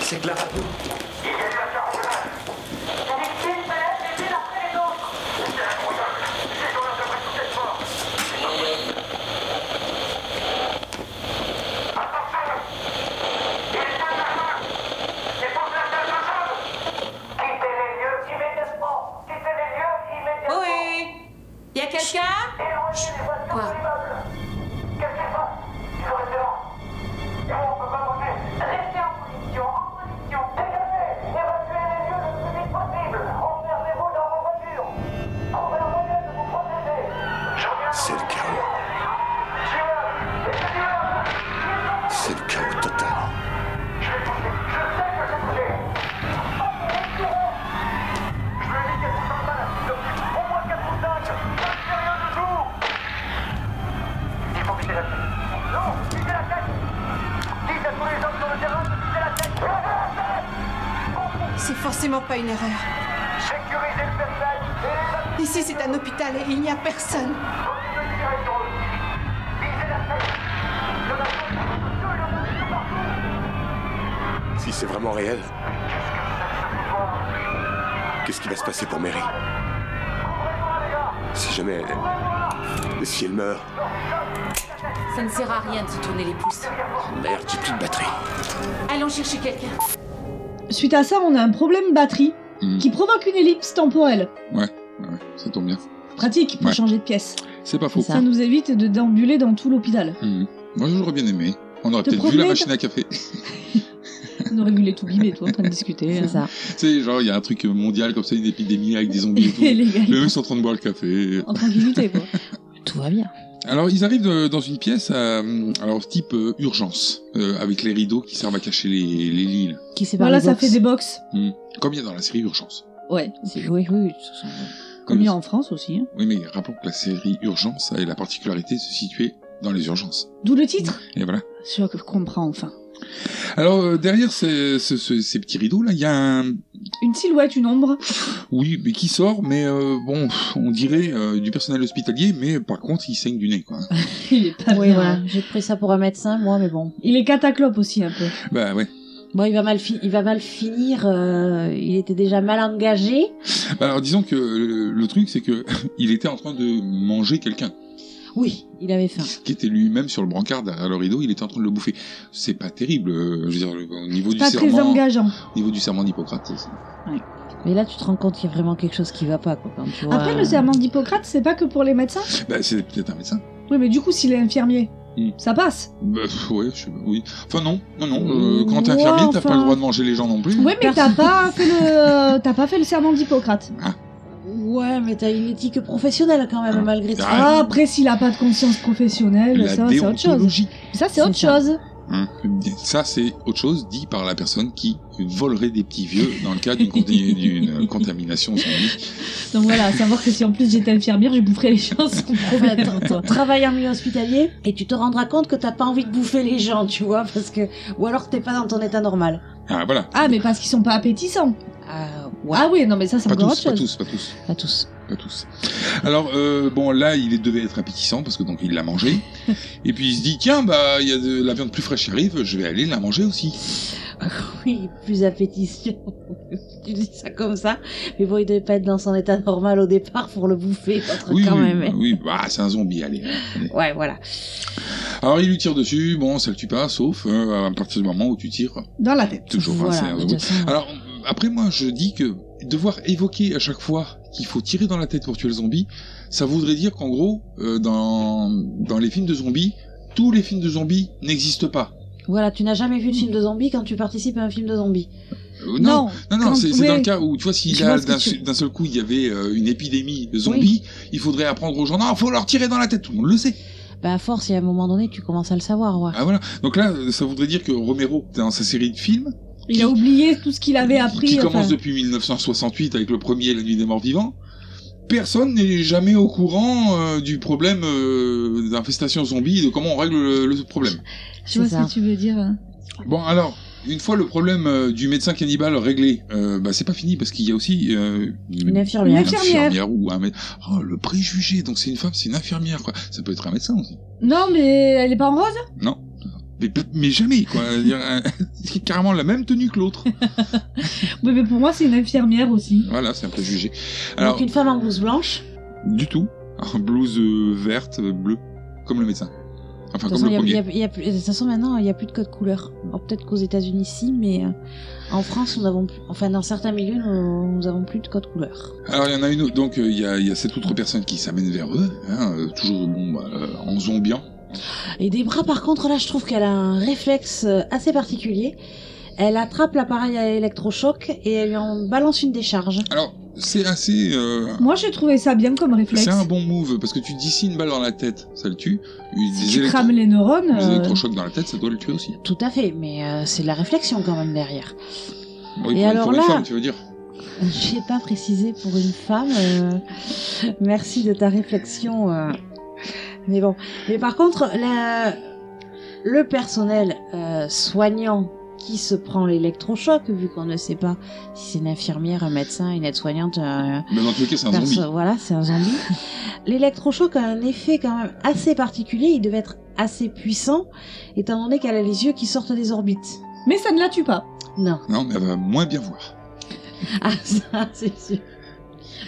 Speaker 11: C'est de la radio.
Speaker 9: Oui Y a quelqu'un Quoi
Speaker 2: C'est le chaos. C'est le chaos total.
Speaker 9: C'est forcément pas une erreur. Ici, c'est un hôpital et il n'y a personne.
Speaker 2: Si c'est vraiment réel, qu'est-ce qui va se passer pour Mary Si jamais elle... Si elle meurt,
Speaker 4: Ça ne sert à rien de se tourner les pouces.
Speaker 2: merde, j'ai plus de batterie.
Speaker 4: Allons chercher quelqu'un.
Speaker 5: Suite à ça, on a un problème batterie
Speaker 8: Mhm.
Speaker 5: qui provoque une ellipse temporelle.
Speaker 8: Ouais, ouais, ouais, ça tombe bien.
Speaker 5: Pratique pour
Speaker 8: Ouais.
Speaker 5: changer de pièce.
Speaker 8: C'est pas faux.
Speaker 5: Ça nous évite de d'ambuler dans tout l'hôpital.
Speaker 8: Mhm. Moi, j'aurais bien aimé. On aurait
Speaker 5: Te
Speaker 8: peut-être vu la
Speaker 5: promener-
Speaker 8: machine à café. tu
Speaker 5: On aurait vu les tout bimés, toi, en train de discuter.
Speaker 6: C'est
Speaker 5: euh.
Speaker 6: ça.
Speaker 8: sais, genre, il y a un truc mondial comme ça, une épidémie avec des zombies et tout.
Speaker 5: Et les gars,
Speaker 8: Les mecs sont en train de boire le café.
Speaker 5: en tranquillité, quoi.
Speaker 6: Tout va bien.
Speaker 8: Alors, ils arrivent euh, dans une pièce, euh, alors type euh, urgence, euh, avec les rideaux qui servent à cacher les, les lits. là.
Speaker 6: Qui sépare
Speaker 5: Voilà,
Speaker 6: les
Speaker 5: ça
Speaker 6: box.
Speaker 5: fait des box.
Speaker 8: Comme il y a dans la série Urgence.
Speaker 5: Ouais.
Speaker 6: C'est- Oui, oui, oui, ce sont-
Speaker 5: Comme il y a
Speaker 8: Euh,
Speaker 5: en France aussi. hein.
Speaker 8: Oui, mais rappelons que la série Urgence a la particularité de se situer dans les urgences.
Speaker 5: D'où le titre
Speaker 8: Et voilà.
Speaker 5: Je comprends enfin.
Speaker 8: Alors euh, derrière ces, ce- ce- ces petits rideaux là, il y a un
Speaker 5: Une silhouette, une ombre.
Speaker 8: oui, mais qui sort, mais euh, bon, pff, on dirait euh, du personnel hospitalier, mais par contre, il saigne du nez quoi.
Speaker 5: Il est pas
Speaker 6: Oui,
Speaker 5: bien.
Speaker 6: voilà. J'ai pris ça pour un médecin, moi, mais bon.
Speaker 5: Il est cataclope aussi un peu.
Speaker 8: bah ouais.
Speaker 6: Bon, il va mal, fi- il va mal finir. euh, Il était déjà mal engagé.
Speaker 8: Bah, Alors disons que euh, le truc c'est que il était en train de manger quelqu'un
Speaker 6: Oui, il avait faim.
Speaker 8: qui était lui-même sur le brancard derrière le rideau, il était en train de le bouffer. C'est pas terrible, euh, je veux dire le- au niveau du
Speaker 5: Pas très
Speaker 8: serment,
Speaker 5: engageant.
Speaker 8: au niveau du serment d'Hippocrate. c'est-
Speaker 6: Mais là, tu te rends compte qu'il y a vraiment quelque chose qui va pas, quoi. Quand tu vois,
Speaker 5: Après,
Speaker 6: euh,
Speaker 5: le serment d'Hippocrate, c'est pas que pour les médecins
Speaker 8: Bah c'est peut-être un médecin.
Speaker 5: Oui, mais du coup, s'il est infirmier,
Speaker 8: Hmm.
Speaker 5: ça passe.
Speaker 8: Bah, pff, ouais, je sais pas, oui. Enfin non, non, non. euh, quand t'es
Speaker 5: Ouais,
Speaker 8: infirmier, t'as
Speaker 5: enfin.
Speaker 8: pas le droit de manger les gens non plus.
Speaker 5: Oui, mais t'as pas fait le, euh, t'as pas fait le serment d'Hippocrate.
Speaker 6: Ouais, mais t'as une éthique professionnelle quand même,
Speaker 8: Ah.
Speaker 6: malgré tout.
Speaker 8: Ah,
Speaker 5: Ah, après, s'il a pas de conscience professionnelle,
Speaker 8: La
Speaker 5: ça, c'est autre chose.
Speaker 8: déontologie.
Speaker 5: Ça, c'est autre
Speaker 6: C'est ça.
Speaker 5: chose.
Speaker 8: Hein. Ça, c'est autre chose dit par la personne qui volerait des petits vieux dans le cas d'une conti- d'une contamination zoonotique.
Speaker 5: Donc voilà, à savoir que si en plus j'étais infirmière, je boufferais les gens sans problème. quoi.
Speaker 6: Travaille en milieu hospitalier et tu te rendras compte que t'as pas envie de bouffer les gens, tu vois, parce que ou alors que t'es pas dans ton état normal.
Speaker 8: Ah, voilà.
Speaker 5: Ah, mais parce qu'ils sont pas appétissants.
Speaker 6: Ah,
Speaker 5: Ah oui, non, mais ça, c'est
Speaker 8: Pas
Speaker 5: encore
Speaker 8: tous,
Speaker 5: autre
Speaker 8: pas
Speaker 5: chose.
Speaker 8: tous, pas tous,
Speaker 6: pas tous.
Speaker 8: pas tous. Alors, euh, bon, là, il devait être appétissant parce que donc il l'a mangé. Et puis il se dit, tiens, bah, il y a de la viande plus fraîche qui arrive, je vais aller la manger aussi.
Speaker 6: Oui, plus appétissant. tu dis ça comme ça, mais bon, il devait pas être dans son état normal au départ pour le bouffer, votre
Speaker 8: Oui,
Speaker 6: Ah, quand
Speaker 8: oui,
Speaker 6: même.
Speaker 8: oui, bah, c'est un zombie, allez.
Speaker 6: Ouais, voilà.
Speaker 8: Alors il lui tire dessus, bon, ça le tue pas, sauf euh, à partir du moment où tu tires.
Speaker 5: Dans la tête.
Speaker 8: Toujours. hein,
Speaker 5: Voilà,
Speaker 8: c'est un
Speaker 5: de
Speaker 8: robot.
Speaker 5: toute façon.
Speaker 8: Alors après moi je dis que devoir évoquer à chaque fois qu'il faut tirer dans la tête pour tuer le zombie, ça voudrait dire qu'en gros euh, dans dans les films de zombies, tous les films de zombies n'existent pas.
Speaker 6: euh, Voilà, tu n'as jamais vu de film de zombie quand tu participes à un film de zombie.
Speaker 8: Euh, non, non, non,
Speaker 6: quand-
Speaker 8: c'est c'est dans
Speaker 6: oui.
Speaker 8: le cas où, tu vois, si
Speaker 6: Je
Speaker 8: là,
Speaker 6: vois ce que
Speaker 8: d'un
Speaker 6: tu-
Speaker 8: se- d'un seul coup, il y avait euh, une épidémie de zombies, il faudrait apprendre aux gens, non, faut leur tirer dans la tête, tout le monde le sait.
Speaker 6: Bah, à force, et à un moment donné, tu commences à le savoir, ouais.
Speaker 8: Ah voilà. Donc là, ça voudrait dire que Romero, dans sa série de films,
Speaker 5: Il a oublié tout ce qu'il avait appris.
Speaker 8: qui
Speaker 5: enfin.
Speaker 8: commence depuis 1968 avec le premier La Nuit des Morts Vivants, personne n'est jamais au courant euh, du problème euh, d'infestation zombie et de comment on règle le, le problème.
Speaker 5: Je vois ce que tu veux dire. hein.
Speaker 8: Bon, alors, une fois le problème euh, du médecin cannibale réglé, euh, bah, c'est pas fini parce qu'il y a aussi euh,
Speaker 6: Une infirmière.
Speaker 8: une
Speaker 6: Une infirmière.
Speaker 8: infirmière ou un mé- Oh, le préjugé. Donc c'est une femme, c'est une infirmière. Quoi. Ça peut être un médecin aussi.
Speaker 5: Non, mais elle est pas en rose hein.
Speaker 8: Non. Mais, mais jamais, quoi. Je veux dire, euh, C'est carrément la même tenue que l'autre.
Speaker 5: Oui, mais pour moi, c'est une infirmière aussi.
Speaker 8: Voilà, c'est un préjugé. Alors,
Speaker 6: Donc, une femme en blouse blanche.
Speaker 8: du tout. Un blouse euh, verte, euh, bleue, comme le médecin. Enfin,
Speaker 6: De toute
Speaker 8: comme
Speaker 6: façon,
Speaker 8: le
Speaker 6: il y a-
Speaker 8: premier.
Speaker 6: il y a- il y a plus- de toute façon, maintenant, il n'y a plus de code couleur. Alors, peut-être qu'aux États-Unis, si, mais euh, en France, nous avons plus... enfin, dans certains milieux, nous, nous avons plus de code couleur.
Speaker 8: Alors, il y en a une autre. Donc, euh, il y a, il y a cette autre personne qui s'amène vers eux, hein, euh, toujours bon, bah, euh, en zombiant.
Speaker 6: Et des bras, par contre, là, je trouve qu'elle a un réflexe euh, assez particulier. Elle attrape l'appareil à électrochoc et elle lui en balance une décharge.
Speaker 8: Alors, c'est assez. euh,
Speaker 5: Moi, j'ai trouvé ça bien comme réflexe.
Speaker 8: c'est un bon move parce que tu dis si une balle dans la tête, ça le tue. Une-
Speaker 5: Tu
Speaker 8: électro-
Speaker 5: crames les neurones.
Speaker 8: des
Speaker 5: euh,
Speaker 8: électrochocs dans la tête, ça doit le tuer aussi.
Speaker 6: Tout à fait, mais euh, c'est de la réflexion quand même derrière.
Speaker 8: Oui,
Speaker 6: Et
Speaker 8: pour,
Speaker 6: alors
Speaker 8: pour
Speaker 6: là-
Speaker 8: une femme, tu veux dire
Speaker 6: J'ai pas précisé pour une femme. euh, Merci de ta réflexion. euh, Mais bon. Mais par contre, la- le personnel euh, soignant qui se prend l'électrochoc, vu qu'on ne sait pas si c'est une infirmière, un médecin, une aide-soignante. euh,
Speaker 8: Mais dans tous les cas, c'est un
Speaker 6: perso-
Speaker 8: zombie.
Speaker 6: Voilà, c'est un zombie. L'électrochoc a un effet quand même assez particulier. Il devait être assez puissant, étant donné qu'elle a les yeux qui sortent des orbites.
Speaker 5: Mais ça ne la tue pas.
Speaker 6: Non.
Speaker 8: Non, mais elle va moins bien voir.
Speaker 6: Ah, ça, c'est sûr.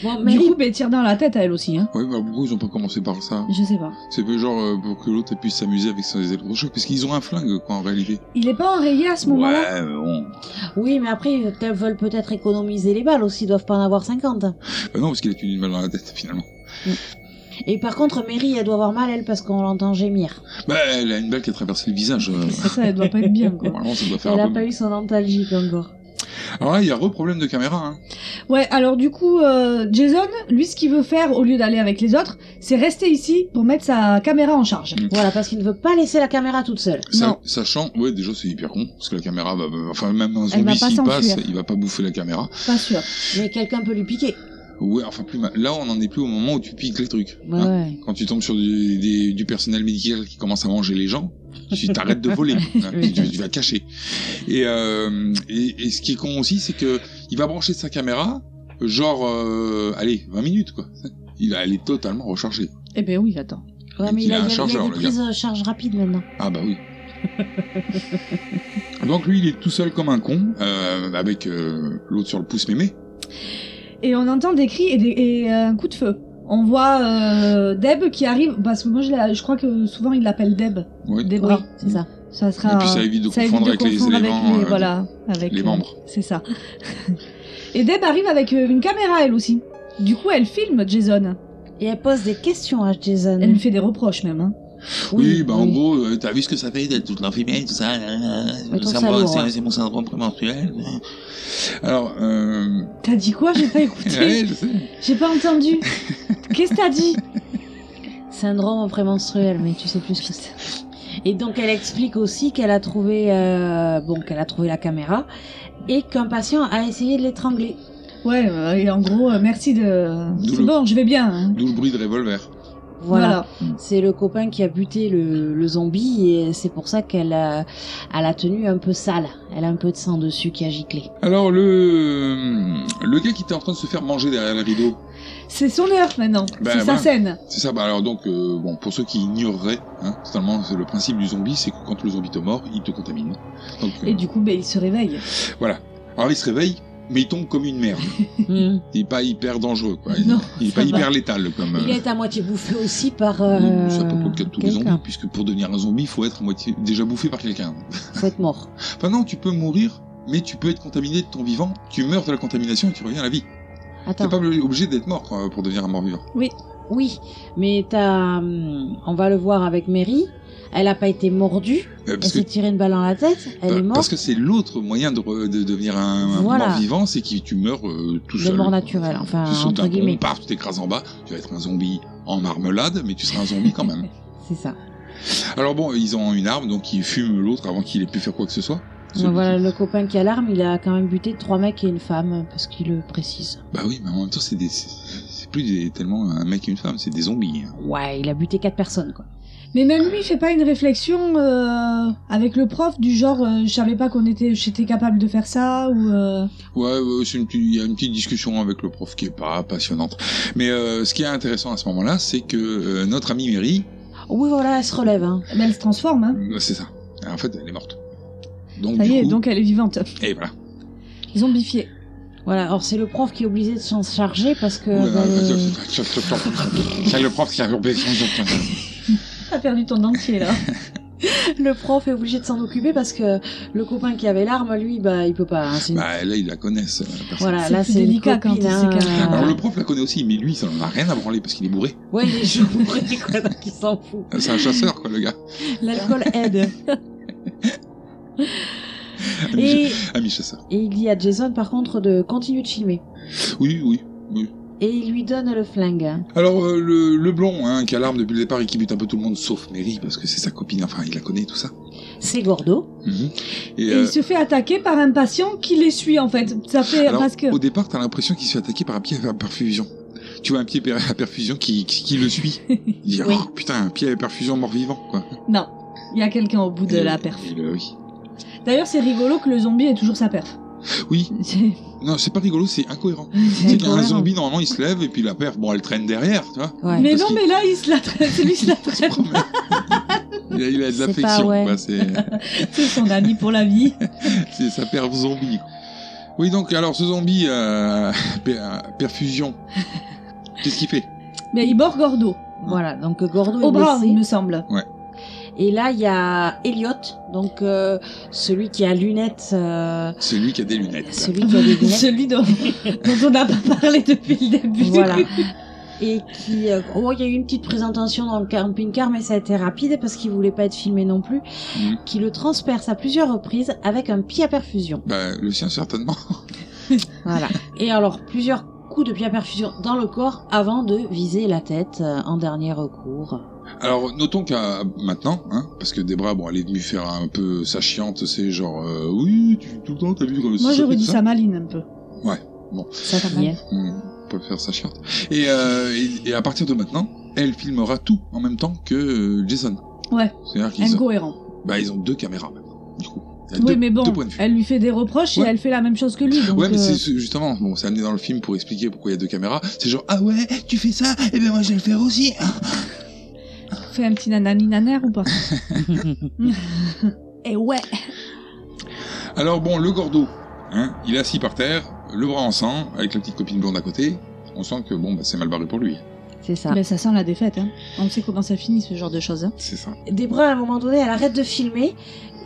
Speaker 6: Bon,
Speaker 5: Du
Speaker 6: Mary-
Speaker 5: coup, mais tire dans la tête à elle aussi. Hein.
Speaker 8: Oui, bah pourquoi ils ont pas commencé par ça
Speaker 5: Je sais pas.
Speaker 8: C'est peu genre euh, pour que l'autre puisse s'amuser avec ses électrochocs, parce qu'ils ont un flingue, quoi, en réalité.
Speaker 5: Il est pas enrayé à ce moment-là
Speaker 8: Ouais, mais bon.
Speaker 6: Oui, mais après, ils veulent peut-être économiser les balles aussi, ils doivent pas en avoir 50.
Speaker 8: Bah non, parce qu'il a tué une balle dans la tête, finalement.
Speaker 6: Et par contre, Mary, elle doit avoir mal, elle, parce qu'on l'entend gémir.
Speaker 8: Bah, elle a une balle qui a traversé le visage. euh.
Speaker 6: ça, elle doit pas être bien, quoi.
Speaker 8: Normalement, ça doit faire
Speaker 6: Elle
Speaker 8: un
Speaker 6: a
Speaker 8: peu
Speaker 6: pas
Speaker 8: mal.
Speaker 6: eu son antalgique encore.
Speaker 8: Alors là, il y a re-problème de caméra, hein.
Speaker 5: Ouais, alors du coup, euh, Jason, lui, ce qu'il veut faire, au lieu d'aller avec les autres, c'est rester ici pour mettre sa caméra en charge.
Speaker 6: Voilà, parce qu'il ne veut pas laisser la caméra toute seule.
Speaker 8: Sa- Sachant, ouais, déjà c'est hyper con, parce que la caméra va, va- enfin même un
Speaker 6: Elle va
Speaker 8: zombie
Speaker 6: pas
Speaker 8: s'il passe,
Speaker 6: s'enfuir.
Speaker 8: il va pas bouffer la caméra.
Speaker 5: Pas sûr.
Speaker 6: Mais quelqu'un peut lui piquer.
Speaker 8: Ouais, enfin plus mal. Là, on en est plus au moment où tu piques les trucs. hein.
Speaker 6: Ouais, ouais.
Speaker 8: Quand tu tombes sur du, des- du personnel médical qui commence à manger les gens, tu t'arrêtes de voler, hein, tu, tu- tu vas cacher. Et, euh, et, et ce qui est con aussi, c'est que il va brancher sa caméra, genre, euh, allez, 20 minutes quoi. Il a, elle est totalement rechargée.
Speaker 5: Eh ben oui, attends.
Speaker 6: Ouais, mais
Speaker 8: Il
Speaker 6: il
Speaker 8: a
Speaker 6: a,
Speaker 8: un
Speaker 6: il a- il a
Speaker 8: chargeur,
Speaker 6: des
Speaker 8: le gars.
Speaker 6: prises euh, charge rapide maintenant.
Speaker 8: Ah bah oui. Donc lui, il est tout seul comme un con, euh, avec euh, l'autre sur le pouce mémé.
Speaker 5: Et on entend des cris et, des- et, euh, un coup de feu. On voit euh, Deb qui arrive, parce que moi je, la- je crois que souvent il l'appelle Deb.
Speaker 8: Oui.
Speaker 5: Deb,
Speaker 8: Oui,
Speaker 6: c'est ça.
Speaker 5: Ça sera.
Speaker 8: Et puis ça évite de confondre avec les éléments, euh,
Speaker 5: voilà, avec
Speaker 8: les
Speaker 5: euh,
Speaker 8: membres.
Speaker 5: c'est ça. et Deb arrive avec euh, une caméra elle aussi. Du coup elle filme Jason.
Speaker 6: Et elle pose des questions à Jason.
Speaker 5: Elle lui fait des reproches même. hein.
Speaker 6: Oui,
Speaker 12: Oui, bah en
Speaker 6: oui.
Speaker 12: gros, euh, t'as vu ce que ça fait d'être toute l'infirmière, tout ça. là, là, là,
Speaker 6: Mais hein. trouve
Speaker 12: c'est
Speaker 6: ça
Speaker 12: moi,
Speaker 6: lourd,
Speaker 12: c'est-
Speaker 6: ouais.
Speaker 12: C'est mon syndrome prémenstruel.
Speaker 8: Alors, euh...
Speaker 5: T'as dit quoi J'ai pas écouté.
Speaker 8: Ouais, je sais.
Speaker 5: J'ai pas entendu. Qu'est-ce que t'as dit
Speaker 6: Syndrome prémenstruel, mais tu sais plus ce que c'est. Et donc elle explique aussi qu'elle a trouvé euh, bon qu'elle a trouvé la caméra et qu'un patient a essayé de l'étrangler.
Speaker 5: Ouais, euh, et en gros, euh, merci de. C'est
Speaker 8: le-
Speaker 5: bon, je vais bien. hein.
Speaker 8: D'où le bruit de revolver.
Speaker 6: Voilà. C'est le copain qui a buté le, le zombie et c'est pour ça qu'elle a, elle a tenue un peu sale. Elle a un peu de sang dessus qui a giclé.
Speaker 8: Alors le le gars qui était en train de se faire manger derrière le rideau.
Speaker 5: C'est son heure maintenant.
Speaker 8: Ben,
Speaker 5: c'est
Speaker 8: voilà.
Speaker 5: sa scène.
Speaker 8: C'est ça. Bah alors donc euh, bon pour ceux qui ignoreraient, hein, totalement c'est le principe du zombie, c'est que quand le zombie te mord, il te contamine. Donc euh,
Speaker 5: Et du coup, ben, il se réveille.
Speaker 8: voilà. Alors il se réveille mais il tombe comme une merde.
Speaker 6: Hmm.
Speaker 8: Il est pas hyper dangereux, quoi. Il,
Speaker 6: Non,
Speaker 8: il est
Speaker 6: ça
Speaker 8: pas
Speaker 6: va.
Speaker 8: hyper létal, comme.
Speaker 6: Il
Speaker 8: euh,
Speaker 6: est à moitié bouffé aussi par. Euh,
Speaker 8: ça peut provoquer tous les
Speaker 6: quelqu'un.
Speaker 8: zombies, puisque pour devenir un zombie, il faut être à moitié déjà bouffé par quelqu'un.
Speaker 6: Faut être mort.
Speaker 8: Enfin non, tu peux mourir, mais tu peux être contaminé de ton vivant, tu meurs de la contamination et tu reviens à la vie. T'es
Speaker 6: Attends.
Speaker 8: pas obligé d'être mort quoi, pour devenir un mort-vivant.
Speaker 6: Oui, oui, mais t'as, hum, on va le voir avec Mary. Elle a pas été mordue.
Speaker 8: Euh,
Speaker 6: elle
Speaker 8: parce
Speaker 6: s'est
Speaker 8: que-
Speaker 6: tirée une balle dans la tête. Elle
Speaker 8: Pa-
Speaker 6: est morte.
Speaker 8: Parce que c'est l'autre moyen de, re- de devenir un, un
Speaker 6: Voilà.
Speaker 8: mort-vivant, c'est que tu meurs euh, tout
Speaker 6: de
Speaker 8: seul.
Speaker 6: mort naturelle, enfin
Speaker 8: Tu sautes
Speaker 6: entre
Speaker 8: d'un pont,
Speaker 6: guillemets.
Speaker 8: paf, tu t'écrases en bas, tu vas être un zombie en marmelade, mais tu seras un zombie quand même.
Speaker 6: C'est ça.
Speaker 8: Alors bon, ils ont une arme, donc ils fument l'autre avant qu'il ait pu faire quoi que ce soit.
Speaker 6: Donc Ben voilà, le copain qui a l'arme, il a quand même buté trois mecs et une femme, parce qu'il le précise.
Speaker 8: Bah oui, mais en même temps, c'est des- c'est- c'est plus des- tellement un mec et une femme, c'est des zombies. hein.
Speaker 6: Ouais, il a buté quatre personnes, quoi.
Speaker 5: Mais même lui, il fait pas une réflexion euh, avec le prof du genre euh, je savais pas qu'on était j'étais capable de faire ça ou euh,
Speaker 8: Ouais, euh, c'est une petite- il y a une petite discussion avec le prof qui est pas passionnante. Mais euh, ce qui est intéressant à ce moment-là, c'est que euh, notre amie Mary,
Speaker 6: Oui, voilà, elle se relève. Hein.
Speaker 5: Mais elle se transforme. Hein.
Speaker 8: euh, c'est ça. En fait, elle est morte. Donc,
Speaker 5: ça
Speaker 8: du
Speaker 5: y est,
Speaker 8: coup-
Speaker 5: donc elle est vivante.
Speaker 8: Et voilà.
Speaker 5: Zombifiée.
Speaker 6: Voilà, or c'est le prof qui est obligé de s'en charger parce que.
Speaker 5: euh,
Speaker 8: Ouais,
Speaker 6: bah,
Speaker 8: ouais,
Speaker 6: le-
Speaker 8: ouais. C'est le prof qui a
Speaker 6: T'as perdu ton dentier là. le prof est obligé de s'en occuper parce que le copain qui avait l'arme, lui, bah il peut pas. hein, c'est une-
Speaker 8: Bah là, ils la connaissent. euh, la personne.
Speaker 6: Voilà, là c'est une copine, hein, euh,
Speaker 8: Alors le prof la connaît aussi, mais lui, ça n'en a rien à branler parce qu'il est bourré.
Speaker 6: Ouais, il est chaud, quoi, donc il s'en fout.
Speaker 8: C'est un chasseur, quoi, le gars.
Speaker 6: L'alcool aide. et,
Speaker 8: Ami chasseur.
Speaker 6: et il dit à Jason par contre de continuer de filmer.
Speaker 8: Oui, oui, oui.
Speaker 6: Et il lui donne le flingue.
Speaker 8: Alors euh, le, le blond, hein, qui a l'arme depuis le départ et qui bute un peu tout le monde, sauf Mary, parce que c'est sa copine, enfin, il la connaît, tout ça.
Speaker 6: C'est Gordo.
Speaker 8: Mhm.
Speaker 5: Et,
Speaker 8: Et, euh,
Speaker 5: il se fait attaquer par un patient qui les suit en fait. Ça fait
Speaker 8: alors,
Speaker 5: parce que
Speaker 8: au départ, t'as l'impression qu'il se fait attaquer par un pied à perfusion. Tu vois un pied à perfusion qui, qui, qui le suit. Il dit,
Speaker 5: Oui.
Speaker 8: oh putain, un pied à perfusion mort-vivant, quoi.
Speaker 5: non, il y a quelqu'un au bout de
Speaker 8: Et- euh,
Speaker 5: la perf.
Speaker 8: et le- oui.
Speaker 5: D'ailleurs, c'est rigolo que le zombie ait toujours sa perf.
Speaker 8: Oui.
Speaker 5: C'est-
Speaker 8: Non, c'est pas rigolo, c'est incohérent.
Speaker 5: C'est
Speaker 8: C'est qu'un
Speaker 5: incohérent.
Speaker 8: zombie, normalement, il se lève et puis la perf, bon, elle traîne derrière, tu vois.
Speaker 5: Mais
Speaker 8: Parce
Speaker 5: non,
Speaker 8: qu'il-
Speaker 5: mais là, il se la traîne. C'est lui qui se la traîne.
Speaker 8: Il a, il a de
Speaker 5: C'est pas
Speaker 8: l'affection,
Speaker 5: ouais.
Speaker 8: quoi, c'est
Speaker 5: C'est son ami pour la vie.
Speaker 8: c'est sa perf zombie. quoi. Oui, donc, alors, ce zombie, euh, per- euh, perfusion, qu'est-ce qu'il fait
Speaker 5: Mais il mord Gordo.
Speaker 6: Voilà, donc Gordo
Speaker 5: Au
Speaker 6: est
Speaker 5: bras,
Speaker 6: blessé.
Speaker 5: il me semble.
Speaker 8: Ouais.
Speaker 6: Et là il y a Elliot, donc euh, celui qui a lunettes. euh,
Speaker 8: Celui qui a des lunettes.
Speaker 6: Celui qui a des lunettes.
Speaker 5: Celui dont, dont on n'a pas parlé depuis le début.
Speaker 6: Voilà. Et qui, euh, oh, il y a eu une petite présentation dans le camping-car, mais ça a été rapide parce qu'il voulait pas être filmé non plus.
Speaker 8: Mhm.
Speaker 6: Qui le transperce à plusieurs reprises avec un pied à perfusion.
Speaker 8: Bah, le sien, certainement.
Speaker 6: Voilà. Et alors plusieurs coups de pied à perfusion dans le corps avant de viser la tête euh, en dernier recours.
Speaker 8: Alors, notons qu'à maintenant, hein, parce que Debra, bon, elle est venue faire un peu sa chiante, c'est genre, euh, oui, tu, tout le temps, t'as vu comme
Speaker 5: Moi,
Speaker 8: ça,
Speaker 5: j'aurais
Speaker 8: tout
Speaker 5: dit ça maline un peu.
Speaker 8: Ouais, bon.
Speaker 6: Ça
Speaker 5: bien.
Speaker 8: On peut faire sa chiante. Et, euh, et, et à partir de maintenant, elle filmera tout en même temps que euh, Jason.
Speaker 5: Ouais.
Speaker 8: C'est-à-dire qu'ils ont,
Speaker 5: Incohérent.
Speaker 8: bah, ils ont deux caméras maintenant, du coup. Il y a
Speaker 5: Oui,
Speaker 8: deux-
Speaker 5: mais bon,
Speaker 8: deux points de vue.
Speaker 5: elle lui fait des reproches et
Speaker 8: Ouais.
Speaker 5: elle fait la même chose que lui. Donc,
Speaker 8: ouais, mais
Speaker 5: euh,
Speaker 8: c'est c'est justement, bon, c'est amené dans le film pour expliquer pourquoi il y a deux caméras. C'est genre, ah ouais, tu fais ça, et ben moi je vais le faire aussi.
Speaker 5: Fais un petit nanani nanère ou pas Et ouais
Speaker 8: Alors bon, le gordo, hein, il est assis par terre, le bras en sang, avec la petite copine blonde à côté. On sent que bon, bah, c'est mal barré pour lui.
Speaker 6: C'est ça.
Speaker 5: Mais ça sent la défaite, hein. On sait comment ça finit, ce genre de choses. hein.
Speaker 8: C'est ça.
Speaker 6: Debra, à un moment donné, elle arrête de filmer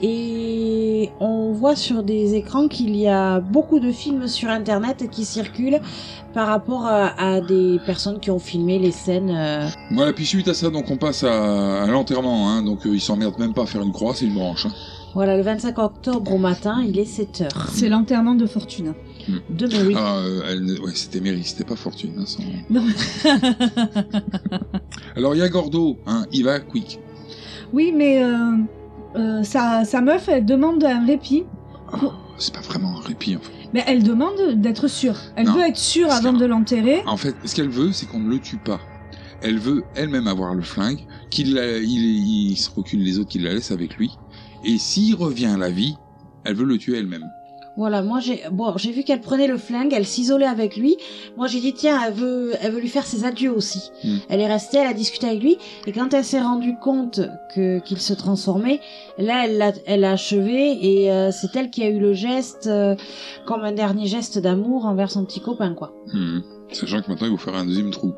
Speaker 6: et on voit sur des écrans qu'il y a beaucoup de films sur Internet qui circulent par rapport à, à des personnes qui ont filmé les scènes. euh,
Speaker 8: Voilà, puis suite à ça, donc on passe à, à l'enterrement. Hein, donc euh, ils s'emmerdent même pas à faire une croix, c'est une branche. hein.
Speaker 6: Voilà, le 25 octobre au matin, il est 7 heures.
Speaker 5: C'est l'enterrement de Fortune.
Speaker 6: De Mary.
Speaker 8: Ah, euh, elle ne- ouais, c'était Mary, c'était pas Fortune. hein, son-
Speaker 5: Non.
Speaker 8: Alors il y a Gordo, hein, il va quick.
Speaker 5: Oui, mais euh, euh, sa, sa meuf, elle demande un répit.
Speaker 8: Oh, C'est pas vraiment un répit. hein, En fait,
Speaker 5: Mais elle demande d'être sûre. Elle
Speaker 8: Non.
Speaker 5: veut être sûre
Speaker 8: Parce
Speaker 5: avant de l'enterrer.
Speaker 8: En fait, ce qu'elle veut, c'est qu'on ne le tue pas. Elle veut elle-même avoir le flingue, qu'il la- il, il se recule les autres, qu'il la laisse avec lui. Et s'il revient à la vie, elle veut le tuer elle-même.
Speaker 6: Voilà, moi j'ai bon, j'ai vu qu'elle prenait le flingue, elle s'isolait avec lui. Moi j'ai dit tiens, elle veut elle veut lui faire ses adieux aussi.
Speaker 8: Hmm.
Speaker 6: Elle est restée, elle a discuté avec lui et quand elle s'est rendue compte que qu'il se transformait, là elle l'a elle a achevé et euh, c'est elle qui a eu le geste euh, comme un dernier geste d'amour envers son petit copain quoi.
Speaker 8: Hmm. Sachant que maintenant, il vous faire un deuxième trou.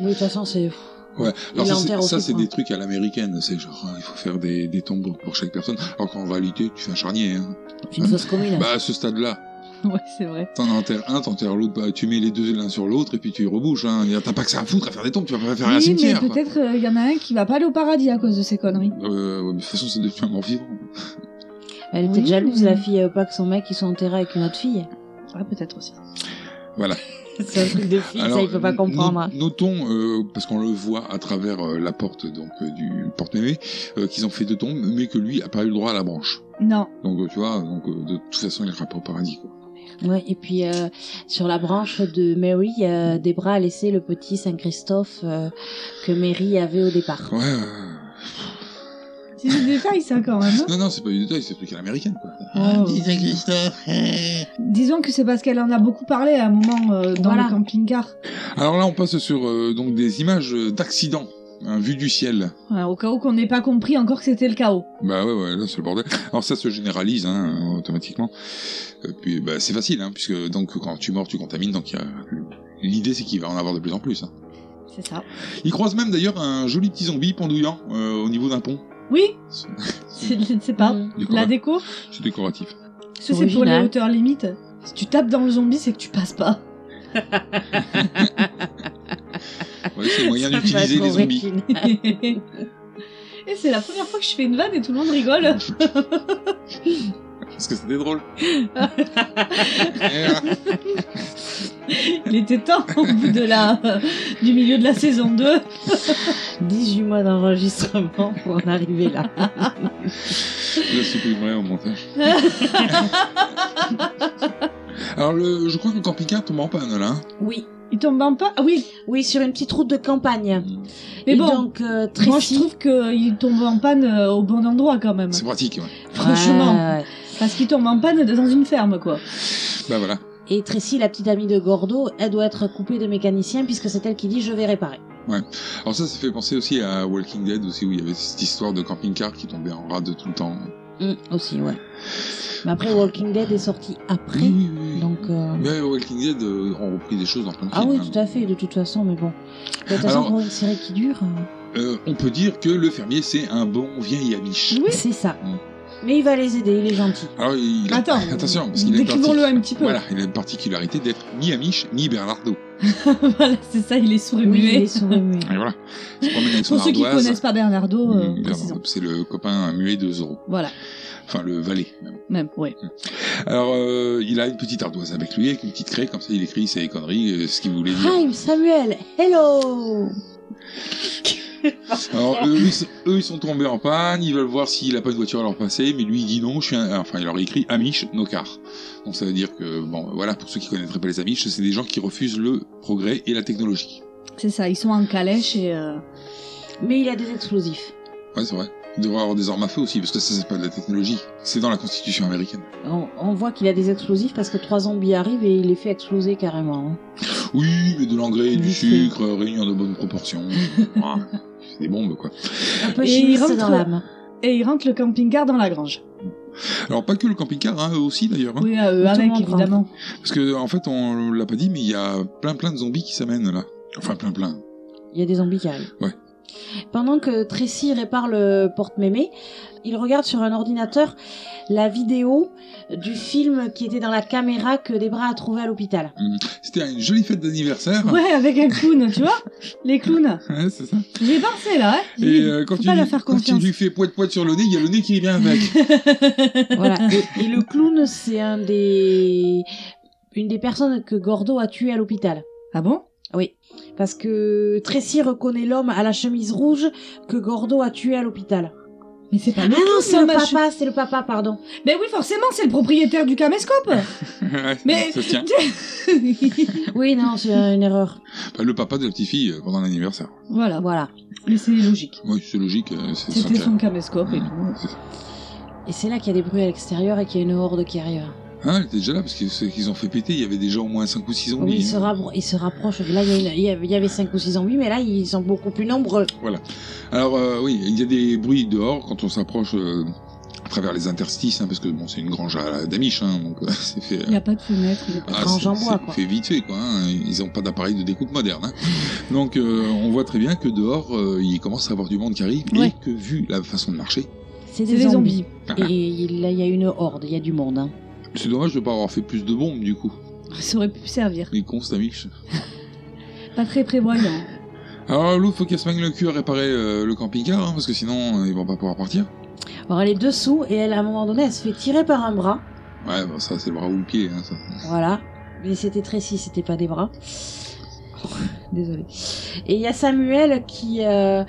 Speaker 6: Mais de toute façon, c'est
Speaker 8: Ouais. Alors
Speaker 6: Il
Speaker 8: ça, c'est-
Speaker 6: l'enterre au
Speaker 8: ça, c'est
Speaker 6: pied-point.
Speaker 8: des trucs à l'américaine. C'est genre, ah, il faut faire des, des tombeaux pour chaque personne. Alors qu'en réalité, tu fais un charnier. Hein.
Speaker 6: C'est une fosse commune.
Speaker 8: Bah, à ce stade-là,
Speaker 5: Ouais, c'est vrai.
Speaker 8: t'en enterres un, t'enterres l'autre. Bah, tu mets les deux l'un sur l'autre et puis tu rebouches. Hein. Et T'as pas que ça à foutre à faire des tombes. Tu vas pas faire un
Speaker 5: oui, mais
Speaker 8: cimetière. quoi.
Speaker 5: peut-être euh, il y en a un qui va pas aller au paradis à cause de ces conneries.
Speaker 8: Euh, ouais, mais de toute façon, c'est devenu un mort vivant.
Speaker 6: elle était jalouse la fille, elle veut pas que son mec il soit enterré avec une autre fille.
Speaker 5: Ah peut-être aussi.
Speaker 8: Voilà.
Speaker 6: C'est un truc de fille, ça il peut pas
Speaker 8: no-
Speaker 6: comprendre. hein.
Speaker 8: Notons, euh, parce qu'on le voit à travers euh, la porte donc euh, du porte-mémé, euh, qu'ils ont fait deux tombes, mais que lui a pas eu le droit à la branche.
Speaker 5: Non.
Speaker 8: Donc euh, tu vois, donc euh, de toute façon, il ira pas au paradis. Quoi.
Speaker 6: Ouais, et puis euh, sur la branche de Mary, euh, Debra a laissé le petit Saint-Christophe euh, que Mary avait au départ.
Speaker 8: Ouais, ouais.
Speaker 5: C'est du détail ça quand même. hein.
Speaker 8: Non, non, c'est pas du détail, c'est le truc à l'américaine, quoi.
Speaker 5: Oh.
Speaker 13: Christophe.
Speaker 5: Disons que c'est parce qu'elle en a beaucoup parlé à un moment euh, dans
Speaker 6: Voilà.
Speaker 5: le camping-car.
Speaker 8: Alors là, on passe sur euh, donc des images euh, d'accidents, hein, vues du ciel.
Speaker 5: Ouais, au cas où qu'on n'ait pas compris encore que c'était le chaos.
Speaker 8: Bah ouais, ouais, là c'est le bordel. Alors ça se généralise hein, automatiquement. Euh, puis bah, c'est facile, hein, puisque donc quand tu mords, tu contamines. Donc il y a- l'idée c'est qu'il va en avoir de plus en plus. Hein.
Speaker 5: C'est ça.
Speaker 8: Il croise même d'ailleurs un joli petit zombie pendouillant euh, au niveau d'un pont.
Speaker 5: Oui,
Speaker 8: C'est
Speaker 5: c'est c'est pas
Speaker 6: Mm.
Speaker 8: Du coup,
Speaker 5: la
Speaker 8: ouais.
Speaker 5: déco.
Speaker 8: c'est décoratif.
Speaker 5: Ça Euh, c'est pour les
Speaker 6: original.
Speaker 5: hauteurs limites. Si tu tapes dans le zombie, c'est que tu passes pas.
Speaker 8: Ouais, c'est le moyen
Speaker 6: Ça va
Speaker 8: d'utiliser
Speaker 6: être
Speaker 8: les zombies.
Speaker 6: original.
Speaker 5: Et c'est la première fois que je fais une vanne et tout le monde rigole.
Speaker 8: Parce que c'était drôle.
Speaker 5: Il était temps au bout de la, du milieu de la saison 2.
Speaker 6: 18 mois d'enregistrement pour en arriver là.
Speaker 8: Je supprimerai au montage. Alors le, je crois que le camping-car tombe en panne là. hein.
Speaker 6: oui.
Speaker 5: Il tombe en pas Ah oui,
Speaker 6: Oui, sur une petite route de campagne.
Speaker 5: mais
Speaker 6: Et
Speaker 5: bon,
Speaker 6: donc, euh,
Speaker 5: moi je
Speaker 6: Tracy-
Speaker 5: trouve qu'il tombe en panne euh, au bon endroit quand même.
Speaker 8: C'est pratique. Ouais.
Speaker 5: Franchement.
Speaker 6: Ouais, ouais.
Speaker 5: Parce qu'il tombe en panne dans une ferme quoi.
Speaker 8: Bah voilà.
Speaker 6: Et Tracy, la petite amie de Gordo, elle doit être coupée de mécanicien puisque c'est elle qui dit je vais réparer.
Speaker 8: Ouais. Alors ça, ça fait penser aussi à Walking Dead aussi où il y avait cette histoire de camping-car qui tombait en rade tout le temps.
Speaker 6: Hum, aussi, ouais. Mais après, Walking Dead est sorti après.
Speaker 8: Oui, oui, oui.
Speaker 6: Donc, euh,
Speaker 8: Mais Walking Dead euh, ont repris des choses dans plein de
Speaker 6: Ah
Speaker 8: films,
Speaker 6: oui,
Speaker 8: hein.
Speaker 6: tout à fait, de toute façon, mais bon. De toute façon,
Speaker 8: Alors-
Speaker 6: pour une série qui dure, euh,
Speaker 8: Euh, on peut dire que le fermier c'est un bon vieil Amish.
Speaker 6: c'est ça.
Speaker 8: Mm.
Speaker 6: Mais il va les aider, il est gentil.
Speaker 8: Alors il a-
Speaker 5: Attends,
Speaker 8: attention parce qu'il a une
Speaker 5: décrivons-le
Speaker 8: partic-
Speaker 5: un petit peu.
Speaker 8: Voilà, il a une particularité d'être ni Amish ni Bernardo.
Speaker 5: voilà, c'est ça, il est sourd et
Speaker 6: Oui, il
Speaker 5: muet.
Speaker 6: est sourd et muet.
Speaker 8: Et voilà. Il se promène avec son
Speaker 5: Pour ceux qui
Speaker 8: ardoise. Mm,
Speaker 5: connaissent pas Bernardo, euh,
Speaker 8: Bernardo,
Speaker 5: précisons.
Speaker 8: c'est le copain muet de Zorro.
Speaker 5: Voilà,
Speaker 8: Enfin le valet. même.
Speaker 5: même, ouais.
Speaker 8: Alors euh, il a une petite ardoise avec lui avec une petite craie comme ça il écrit ses conneries euh, ce qu'il voulait
Speaker 5: Ah,
Speaker 8: dire.
Speaker 6: Hi, Samuel, hello
Speaker 8: Alors eux ils, sont- eux, ils sont tombés en panne, ils veulent voir s'il a pas une voiture à leur passer, mais lui il dit non, je suis un... ah, enfin il leur écrit Amish no car. Donc ça veut dire que bon voilà pour ceux qui connaîtraient pas les Amish, c'est des gens qui refusent le progrès et la technologie.
Speaker 5: C'est ça, ils sont en calèche et. euh,
Speaker 6: Mais il a des explosifs.
Speaker 8: Ouais c'est vrai. Il devrait avoir des armes à feu aussi parce que ça c'est pas de la technologie, c'est dans la Constitution américaine.
Speaker 6: On, on voit qu'il a des explosifs parce que trois zombies arrivent et il les fait exploser carrément. hein.
Speaker 8: Oui mais de l'engrais et du
Speaker 6: Oui, c'est-
Speaker 8: sucre euh, réunis en de bonnes proportions, Ah, c'est des bombes quoi.
Speaker 6: Un peu
Speaker 5: Et il
Speaker 6: chimiste
Speaker 5: rentre-
Speaker 6: dans l'âme.
Speaker 5: Et ils rentrent le camping-car dans la grange.
Speaker 8: Alors pas que le camping-car hein, eux aussi d'ailleurs. hein.
Speaker 5: Oui, euh,
Speaker 6: le
Speaker 5: avec
Speaker 6: monde
Speaker 5: évidemment.
Speaker 8: Parce que en fait on l'a pas dit mais il y a plein plein de zombies qui s'amènent là. Enfin plein plein.
Speaker 6: Il y a des zombies qui arrivent.
Speaker 8: Ouais.
Speaker 6: Pendant que Tracy répare le porte-mémé, il regarde sur un ordinateur la vidéo du film qui était dans la caméra que Debra a trouvé à l'hôpital.
Speaker 8: C'était une jolie fête d'anniversaire.
Speaker 5: Ouais, avec un clown, tu vois Les clowns.
Speaker 8: Ouais, c'est ça.
Speaker 5: J'ai pensé là, hein.
Speaker 8: Et euh, quand,
Speaker 5: Faut
Speaker 8: tu
Speaker 5: pas
Speaker 8: lui,
Speaker 5: la faire
Speaker 8: quand tu
Speaker 5: confiance.
Speaker 8: lui fais poète poète sur le nez, il y a le nez qui vient avec.
Speaker 6: Voilà. Et, et le clown, c'est un des... une des personnes que Gordo a tué à l'hôpital.
Speaker 5: Ah bon
Speaker 6: Parce que Tracy reconnaît l'homme à la chemise rouge que Gordo a tué à l'hôpital.
Speaker 5: Mais c'est pas
Speaker 6: Ah
Speaker 5: le
Speaker 6: non,
Speaker 5: clown,
Speaker 6: c'est le
Speaker 5: la mach-
Speaker 6: papa, c'est le papa, pardon.
Speaker 5: Mais oui, forcément, c'est le propriétaire du caméscope
Speaker 8: Ouais,
Speaker 5: Mais-
Speaker 8: ça se tient.
Speaker 6: Oui, non, c'est une erreur.
Speaker 8: Bah, le papa de la petite fille euh, pendant l'anniversaire.
Speaker 5: Voilà,
Speaker 6: Voilà.
Speaker 5: mais c'est logique.
Speaker 8: Oui, c'est logique. euh, c'est
Speaker 5: C'était
Speaker 8: son
Speaker 5: son caméscope et tout.
Speaker 8: C'est ça.
Speaker 6: Et c'est là qu'il y a des bruits à l'extérieur et qu'il y a une horde qui arrive.
Speaker 8: Hein, elle était déjà là parce que ceux qu'ils ont fait péter, il y avait déjà au moins 5 ou 6 zombies.
Speaker 6: Oui, ils
Speaker 8: hein.
Speaker 6: se, rappro- ils se rapprochent. Là, il y, a une- il y avait- il y avait 5 ou 6 zombies, mais là, ils sont beaucoup plus nombreux.
Speaker 8: Voilà. Alors euh, oui, il y a des bruits dehors quand on s'approche euh, à travers les interstices, hein, parce que bon, c'est une grange à la d'Amish, hein, donc euh, c'est fait.
Speaker 5: Il n'y a pas de fenêtre, il n'y a pas de
Speaker 8: Ah,
Speaker 5: grange
Speaker 8: c'est-
Speaker 5: en bois,
Speaker 8: c'est
Speaker 5: quoi.
Speaker 8: fait vite fait, quoi. hein. Ils n'ont pas d'appareil de découpe moderne. hein. Donc, euh, on voit très bien que dehors, euh, il commence à avoir du monde qui arrive
Speaker 6: Ouais.
Speaker 8: et que, vu la façon de marcher,
Speaker 6: C'est
Speaker 5: C'est
Speaker 6: des,
Speaker 5: des
Speaker 6: zombies.
Speaker 8: zombies.
Speaker 6: Et, et là, il y a une horde, il y a du monde. hein.
Speaker 8: c'est dommage de ne pas avoir fait plus de bombes, du coup.
Speaker 5: Ah, Ça aurait pu servir.
Speaker 8: Les cons, Amish.
Speaker 5: Pas très prévoyant.
Speaker 8: Alors, Lou, faut qu'elle se mangue le cul à réparer euh, le camping-car, hein, parce que sinon, euh, ils vont pas pouvoir partir.
Speaker 6: Alors, elle est dessous et elle, à un moment donné, elle se fait tirer par un bras.
Speaker 8: Ouais, bon, ça, c'est le bras ou le pied, hein, ça.
Speaker 6: Voilà. Mais c'était Tracy, c'était pas des bras. Désolée. Et il y a Samuel qui, euh,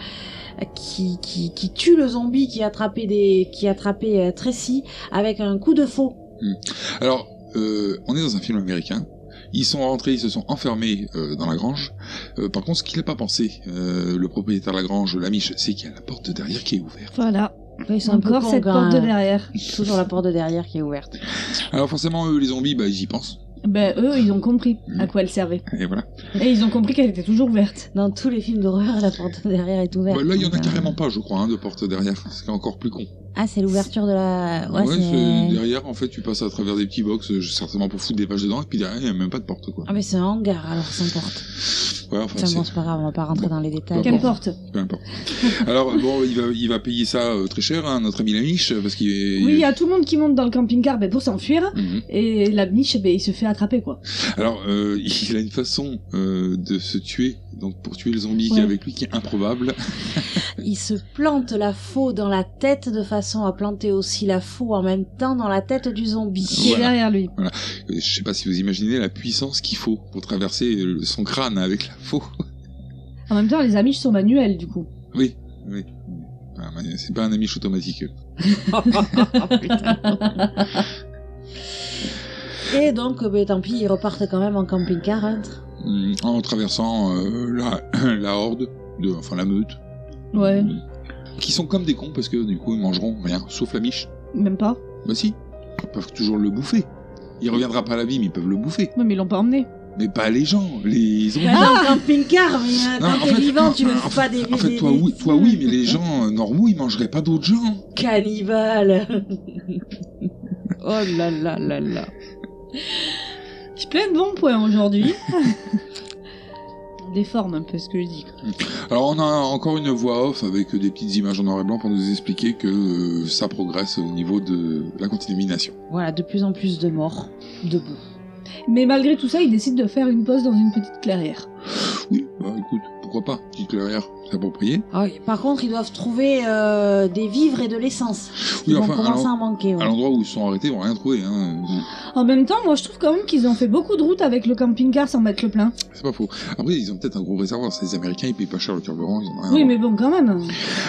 Speaker 6: qui, qui, qui tue le zombie qui attrapait des, qui attrapait euh, Tracy avec un coup de faux.
Speaker 8: Hmm. Alors, euh, on est dans un film américain. Ils sont rentrés, ils se sont enfermés euh, dans la grange. Euh, par contre, ce qu'il n'a pas pensé, euh, le propriétaire de la grange, l'amiche, c'est qu'il y a la porte de derrière qui est ouverte.
Speaker 5: Voilà.
Speaker 6: Bah, Ils sont
Speaker 5: Encore
Speaker 6: un peu cons,
Speaker 5: cette
Speaker 6: quand
Speaker 5: porte de
Speaker 6: même.
Speaker 5: derrière.
Speaker 6: Toujours la porte de derrière qui est ouverte.
Speaker 8: Alors forcément, eux, les zombies, bah, ils y pensent.
Speaker 5: Ben, eux, ils ont compris à quoi elle servait.
Speaker 8: Et voilà.
Speaker 5: Et ils ont compris qu'elle était toujours ouverte.
Speaker 6: Dans tous les films d'horreur, la porte de derrière est ouverte.
Speaker 8: Bah, là, il y en a carrément pas, je crois, hein, de porte derrière. C'est encore plus con.
Speaker 6: Ah, c'est l'ouverture de la. Ouais,
Speaker 8: Ouais,
Speaker 6: c'est-
Speaker 8: c'est- derrière, en fait, tu passes à travers des petits box, euh, certainement pour foutre des vaches dedans, et puis derrière, il n'y a même pas de porte, quoi.
Speaker 6: Ah, mais c'est un hangar alors, sans porte.
Speaker 8: Ouais, enfin,
Speaker 6: Enfin,
Speaker 8: c'est-
Speaker 6: bon, c'est pas grave, on va pas rentrer dans les détails.
Speaker 8: Quelle
Speaker 5: porte
Speaker 8: peu importe. Alors, bon, il va, il va payer ça euh, très cher, hein, notre ami l'amiche, parce qu'il est...
Speaker 5: Oui, il y
Speaker 6: ah.
Speaker 5: a tout le monde qui monte dans le camping-car ben, pour s'enfuir.
Speaker 8: Mhm.
Speaker 5: Et la miche, ben, il se fait attraper, quoi.
Speaker 8: Alors, euh, il a une façon euh, de se tuer, donc pour tuer le zombie qui
Speaker 6: Ouais.
Speaker 8: est avec lui, qui est improbable.
Speaker 6: Il se plante la faux dans la tête de façon à planter aussi la faux en même temps dans la tête du zombie.
Speaker 8: Qui est Voilà. derrière
Speaker 5: lui.
Speaker 8: Voilà. Euh, Je sais pas si vous imaginez la puissance qu'il faut pour traverser euh, son crâne avec la faux.
Speaker 5: En même temps, les amiches sont manuels, du coup.
Speaker 8: Oui, oui. Ah, mais C'est pas un amiche automatique.
Speaker 6: Et donc, euh, ben, tant pis, ils repartent quand même en camping-car. hein.
Speaker 8: Hum, En traversant euh, la, la horde, de, enfin la meute,
Speaker 5: Ouais,
Speaker 8: qui sont comme des cons parce que du coup ils mangeront rien, sauf la miche.
Speaker 5: même pas.
Speaker 8: Bah si, ils peuvent toujours le bouffer. Il reviendra pas à la vie, mais ils peuvent le bouffer.
Speaker 5: Ouais, mais ils l'ont pas emmené.
Speaker 8: Mais pas les gens, les zombies.
Speaker 6: Bah non, camping-car, mais
Speaker 8: Non,
Speaker 6: euh,
Speaker 8: Ah
Speaker 6: quand
Speaker 8: en
Speaker 6: t'es
Speaker 8: fait-
Speaker 6: vivant, tu me fous pas des,
Speaker 8: En fait,
Speaker 6: des-
Speaker 8: toi
Speaker 6: des
Speaker 8: oui, toi oui, mais les gens euh, normaux, ils mangeraient pas d'autres gens.
Speaker 6: cannibales. oh là là là là.
Speaker 5: J'ai plein de bons points aujourd'hui. On déforme un peu ce que je dis.
Speaker 8: Alors on a encore une voix off avec des petites images en noir et blanc pour nous expliquer que euh, ça progresse au niveau de la contamination.
Speaker 6: Voilà, de plus en plus de morts debout.
Speaker 5: Mais malgré tout ça, ils décident de faire une pause dans une petite clairière.
Speaker 8: Oui, bah écoute, pourquoi pas, petite clairière, c'est approprié.
Speaker 6: Ah oui, Par contre, ils doivent trouver euh, des vivres et de l'essence. Ils
Speaker 8: Oui,
Speaker 6: vont
Speaker 8: enfin,
Speaker 6: commencer
Speaker 8: alors-
Speaker 6: à en manquer. ouais.
Speaker 8: À l'endroit où ils sont arrêtés, ils vont rien trouver. Hein.
Speaker 5: En même temps, moi je trouve quand même qu'ils ont fait beaucoup de route avec le camping-car sans mettre le plein.
Speaker 8: C'est pas faux. Après, ils ont peut-être un gros réservoir. C'est les Américains, ils payent pas cher le carburant. Ils ont rien à
Speaker 5: oui,
Speaker 8: voir.
Speaker 5: mais Ah bon, quand même.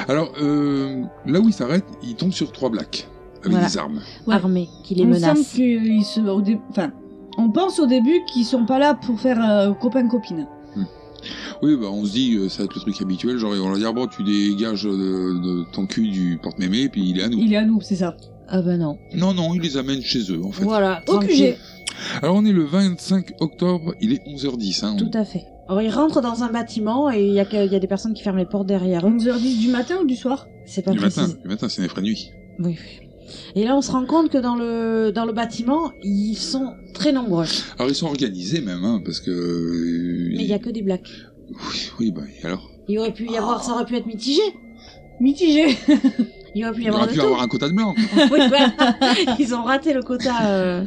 Speaker 8: Alors, euh, là où ils s'arrêtent, ils tombent sur trois blacks avec
Speaker 5: Voilà.
Speaker 8: des armes.
Speaker 6: Armés, qui les
Speaker 5: Il me semble
Speaker 6: menacent.
Speaker 5: qu'ils se. au dé- Enfin, on pense au début qu'ils sont pas là pour faire euh, copain-copine.
Speaker 8: Oui, bah on se dit, euh, ça va être le truc habituel. Genre, ils vont leur dire, bon, tu dégages euh, de, ton cul du porte-mémé, puis il est à nous.
Speaker 5: Il est à nous, c'est ça.
Speaker 6: Ah bah non.
Speaker 8: Non, non, ils les amènent chez eux, en fait.
Speaker 6: Voilà,
Speaker 5: Au
Speaker 6: tranquille.
Speaker 5: QG.
Speaker 8: Alors, on est le 25 octobre, il est 11h10. Hein,
Speaker 6: Tout à fait. Alors ils rentrent dans un bâtiment et il y, a que- il y a des personnes qui ferment les portes derrière eux.
Speaker 5: 11h10 du matin ou du soir
Speaker 6: C'est pas
Speaker 8: Du
Speaker 6: précis.
Speaker 8: matin, du matin, c'est des frais de nuit.
Speaker 6: Oui. Et là on se rend compte que dans le dans le bâtiment ils sont très nombreux.
Speaker 8: Alors, ils sont organisés même, hein, parce que. euh,
Speaker 6: Mais il y a que des blacks.
Speaker 8: Oui, bah, et alors
Speaker 6: Il aurait pu y avoir, ça aurait pu être mitigé.
Speaker 5: Mitigé.
Speaker 6: Il aurait pu y
Speaker 8: Il
Speaker 6: avoir
Speaker 8: aurait
Speaker 6: de
Speaker 8: pu
Speaker 6: tout.
Speaker 8: avoir un quota de blanc.
Speaker 6: Oui, voilà. Ils ont raté le quota. euh.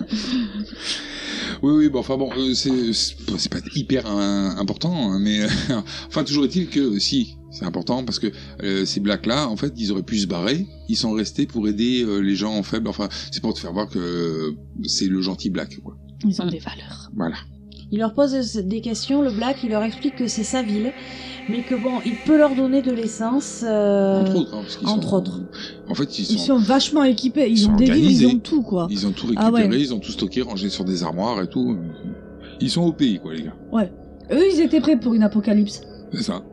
Speaker 8: Oui, oui, bon, enfin bon, euh, c'est c'est- bon, c'est pas hyper hein, important, hein, mais euh, enfin toujours est-il que euh, si, c'est important parce que euh, ces blacks là, en fait, ils auraient pu se barrer, ils sont restés pour aider euh, les gens en faible. Enfin, c'est pour te faire voir que euh, c'est le gentil black, quoi.
Speaker 5: Ils ont des valeurs.
Speaker 8: Voilà.
Speaker 6: Il leur pose des questions, le black, il leur explique que c'est sa ville, mais que bon, il peut leur donner de l'essence. euh,
Speaker 8: Entre autres, hein, parce qu'ils
Speaker 6: entre
Speaker 8: sont-
Speaker 6: autres.
Speaker 8: En fait, ils sont,
Speaker 5: Ils sont vachement équipés. Ils, ont des villes, ils ont tout quoi.
Speaker 8: Ils ont tout récupéré,
Speaker 5: Ah ouais.
Speaker 8: ils ont tout stocké, rangé sur des armoires et tout. Ils sont au pays, quoi, les gars.
Speaker 5: Ouais. Eux, ils étaient prêts pour une apocalypse.
Speaker 8: C'est ça.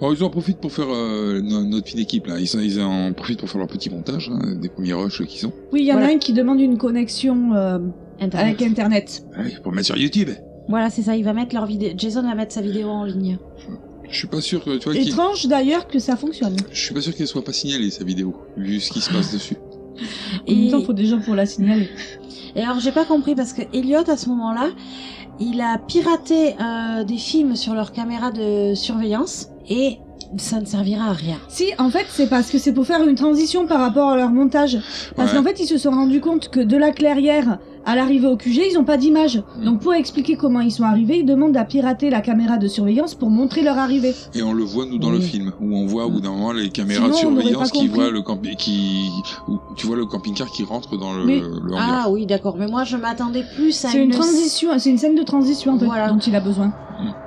Speaker 8: Alors, ils en profitent pour faire euh, no- notre fine équipe, là. Ils, en- ils en profitent pour faire leur petit montage, hein, des premiers rushs qu'ils ont.
Speaker 5: Oui, il y en a
Speaker 8: Voilà.
Speaker 5: un qui demande une connexion euh, avec Internet.
Speaker 8: Ouais, Ah pour mettre sur YouTube.
Speaker 6: Voilà, c'est ça, il va mettre leur vidéo. Jason va mettre sa vidéo en ligne.
Speaker 8: Je suis pas sûr que, tu vois, qu'il-
Speaker 5: Étrange d'ailleurs que ça fonctionne.
Speaker 8: Je suis pas sûr qu'elle soit pas signalée, sa vidéo, vu ce qui se
Speaker 5: Ah.
Speaker 8: passe dessus.
Speaker 5: En même temps, faut déjà pour la signaler.
Speaker 6: Et alors, j'ai pas compris parce que Elliot, à ce moment-là, il a piraté euh, des films sur leur caméra de surveillance et ça ne servira à rien.
Speaker 5: Si, en fait, c'est parce que c'est pour faire une transition par rapport à leur montage. Parce
Speaker 6: Ouais.
Speaker 5: qu'en fait, ils se sont rendus compte que de la clairière à l'arrivée au QG, ils n'ont pas d'image. Donc, pour expliquer comment ils sont arrivés, ils demandent à pirater la caméra de surveillance pour montrer leur arrivée.
Speaker 8: Et on le voit, nous, dans le film, où on voit au bout d'un moment les caméras de
Speaker 5: Mm. Sinon, on n'aurait
Speaker 8: surveillance
Speaker 5: pas
Speaker 8: qui
Speaker 5: compris.
Speaker 8: voient le camp... qui... où tu vois le camping-car qui rentre dans le,
Speaker 6: Mais-
Speaker 8: le hangar.
Speaker 6: Ah oui, d'accord. Mais moi, je m'attendais plus à
Speaker 5: C'est une transition, c'est une scène de transition en fait, dont il a besoin.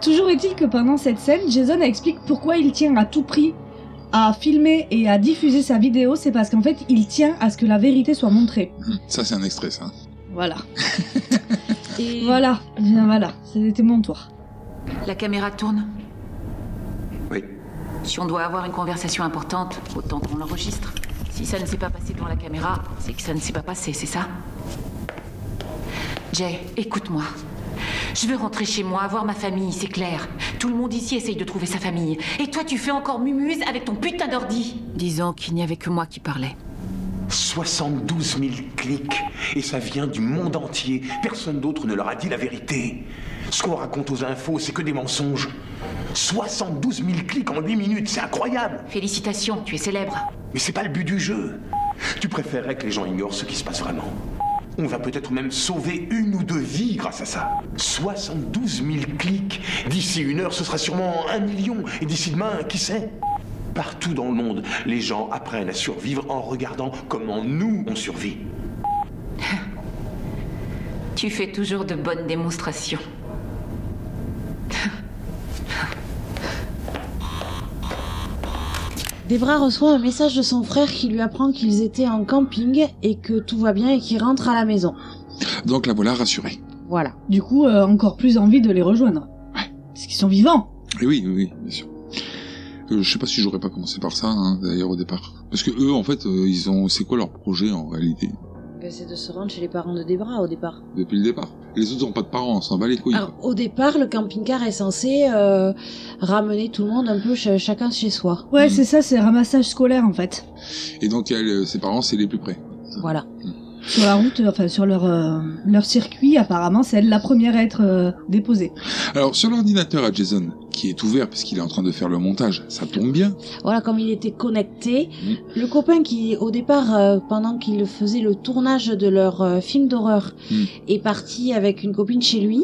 Speaker 5: Toujours est-il que pendant cette scène, Jason explique pourquoi il tient à tout prix à filmer et à diffuser sa vidéo, c'est parce qu'en fait, il tient à ce que la vérité soit montrée.
Speaker 8: Hmm, Ça, c'est un extrait, ça.
Speaker 5: Voilà. Voilà, bien voilà, c'était mon tour.
Speaker 4: La caméra tourne
Speaker 2: Oui.
Speaker 4: Si on doit avoir une conversation importante, autant qu'on l'enregistre. Si ça ne s'est pas passé devant la caméra, c'est que ça ne s'est pas passé, c'est ça Jay, écoute-moi. Je veux rentrer chez moi, voir ma famille, c'est clair. Tout le monde ici essaye de trouver sa famille. Et toi, tu fais encore mumuse avec ton putain d'ordi Disons qu'il n'y avait que moi qui parlais.
Speaker 2: 72 000 clics, et ça vient du monde entier. Personne d'autre ne leur a dit la vérité. Ce qu'on raconte aux infos, c'est que des mensonges. 72 000 clics en 8 minutes, c'est incroyable
Speaker 4: Félicitations, tu es célèbre.
Speaker 2: Mais c'est pas le but du jeu. Tu préférerais que les gens ignorent ce qui se passe vraiment. On va peut-être même sauver une ou deux vies grâce à ça. 72 000 clics. D'ici une heure, ce sera sûrement un million. Et d'ici demain, qui sait Partout dans le monde, les gens apprennent à survivre en regardant comment nous on survit.
Speaker 4: Tu fais toujours de bonnes démonstrations.
Speaker 6: Debra reçoit un message de son frère qui lui apprend qu'ils étaient en camping et que tout va bien et qu'ils rentrent à la maison.
Speaker 8: Donc la voilà rassurée.
Speaker 6: Voilà.
Speaker 5: Du coup, euh, encore plus envie de les rejoindre. Parce qu'ils sont vivants.
Speaker 8: Et oui, oui, oui, bien sûr. Euh, je sais pas si j'aurais pas commencé par ça, hein, d'ailleurs, au départ. Parce que eux, en fait, euh, ils ont... C'est quoi leur projet, en réalité,
Speaker 6: Ben, c'est de se rendre chez les parents de Debra au départ.
Speaker 8: depuis le départ Les autres ont pas de parents, on s'en bat les couilles.
Speaker 5: Ah.
Speaker 6: Alors, au départ, le camping-car est censé euh, ramener tout le monde un peu ch- chacun chez soi.
Speaker 5: Ouais, c'est ça, c'est ramassage scolaire en fait.
Speaker 8: Et donc, elle, euh, ses parents, c'est les plus près.
Speaker 6: Voilà.
Speaker 5: Sur la route, euh, enfin sur leur, euh, leur circuit, apparemment, c'est elle la première à être euh, déposée.
Speaker 8: Alors, sur l'ordinateur à Jason, qui est ouvert parce qu'il est en train de faire le montage, ça tombe bien.
Speaker 6: Voilà, comme il était connecté, le copain qui, au départ, euh, pendant qu'il faisait le tournage de leur euh, film d'horreur,
Speaker 8: Hmm.
Speaker 6: est parti avec une copine chez lui,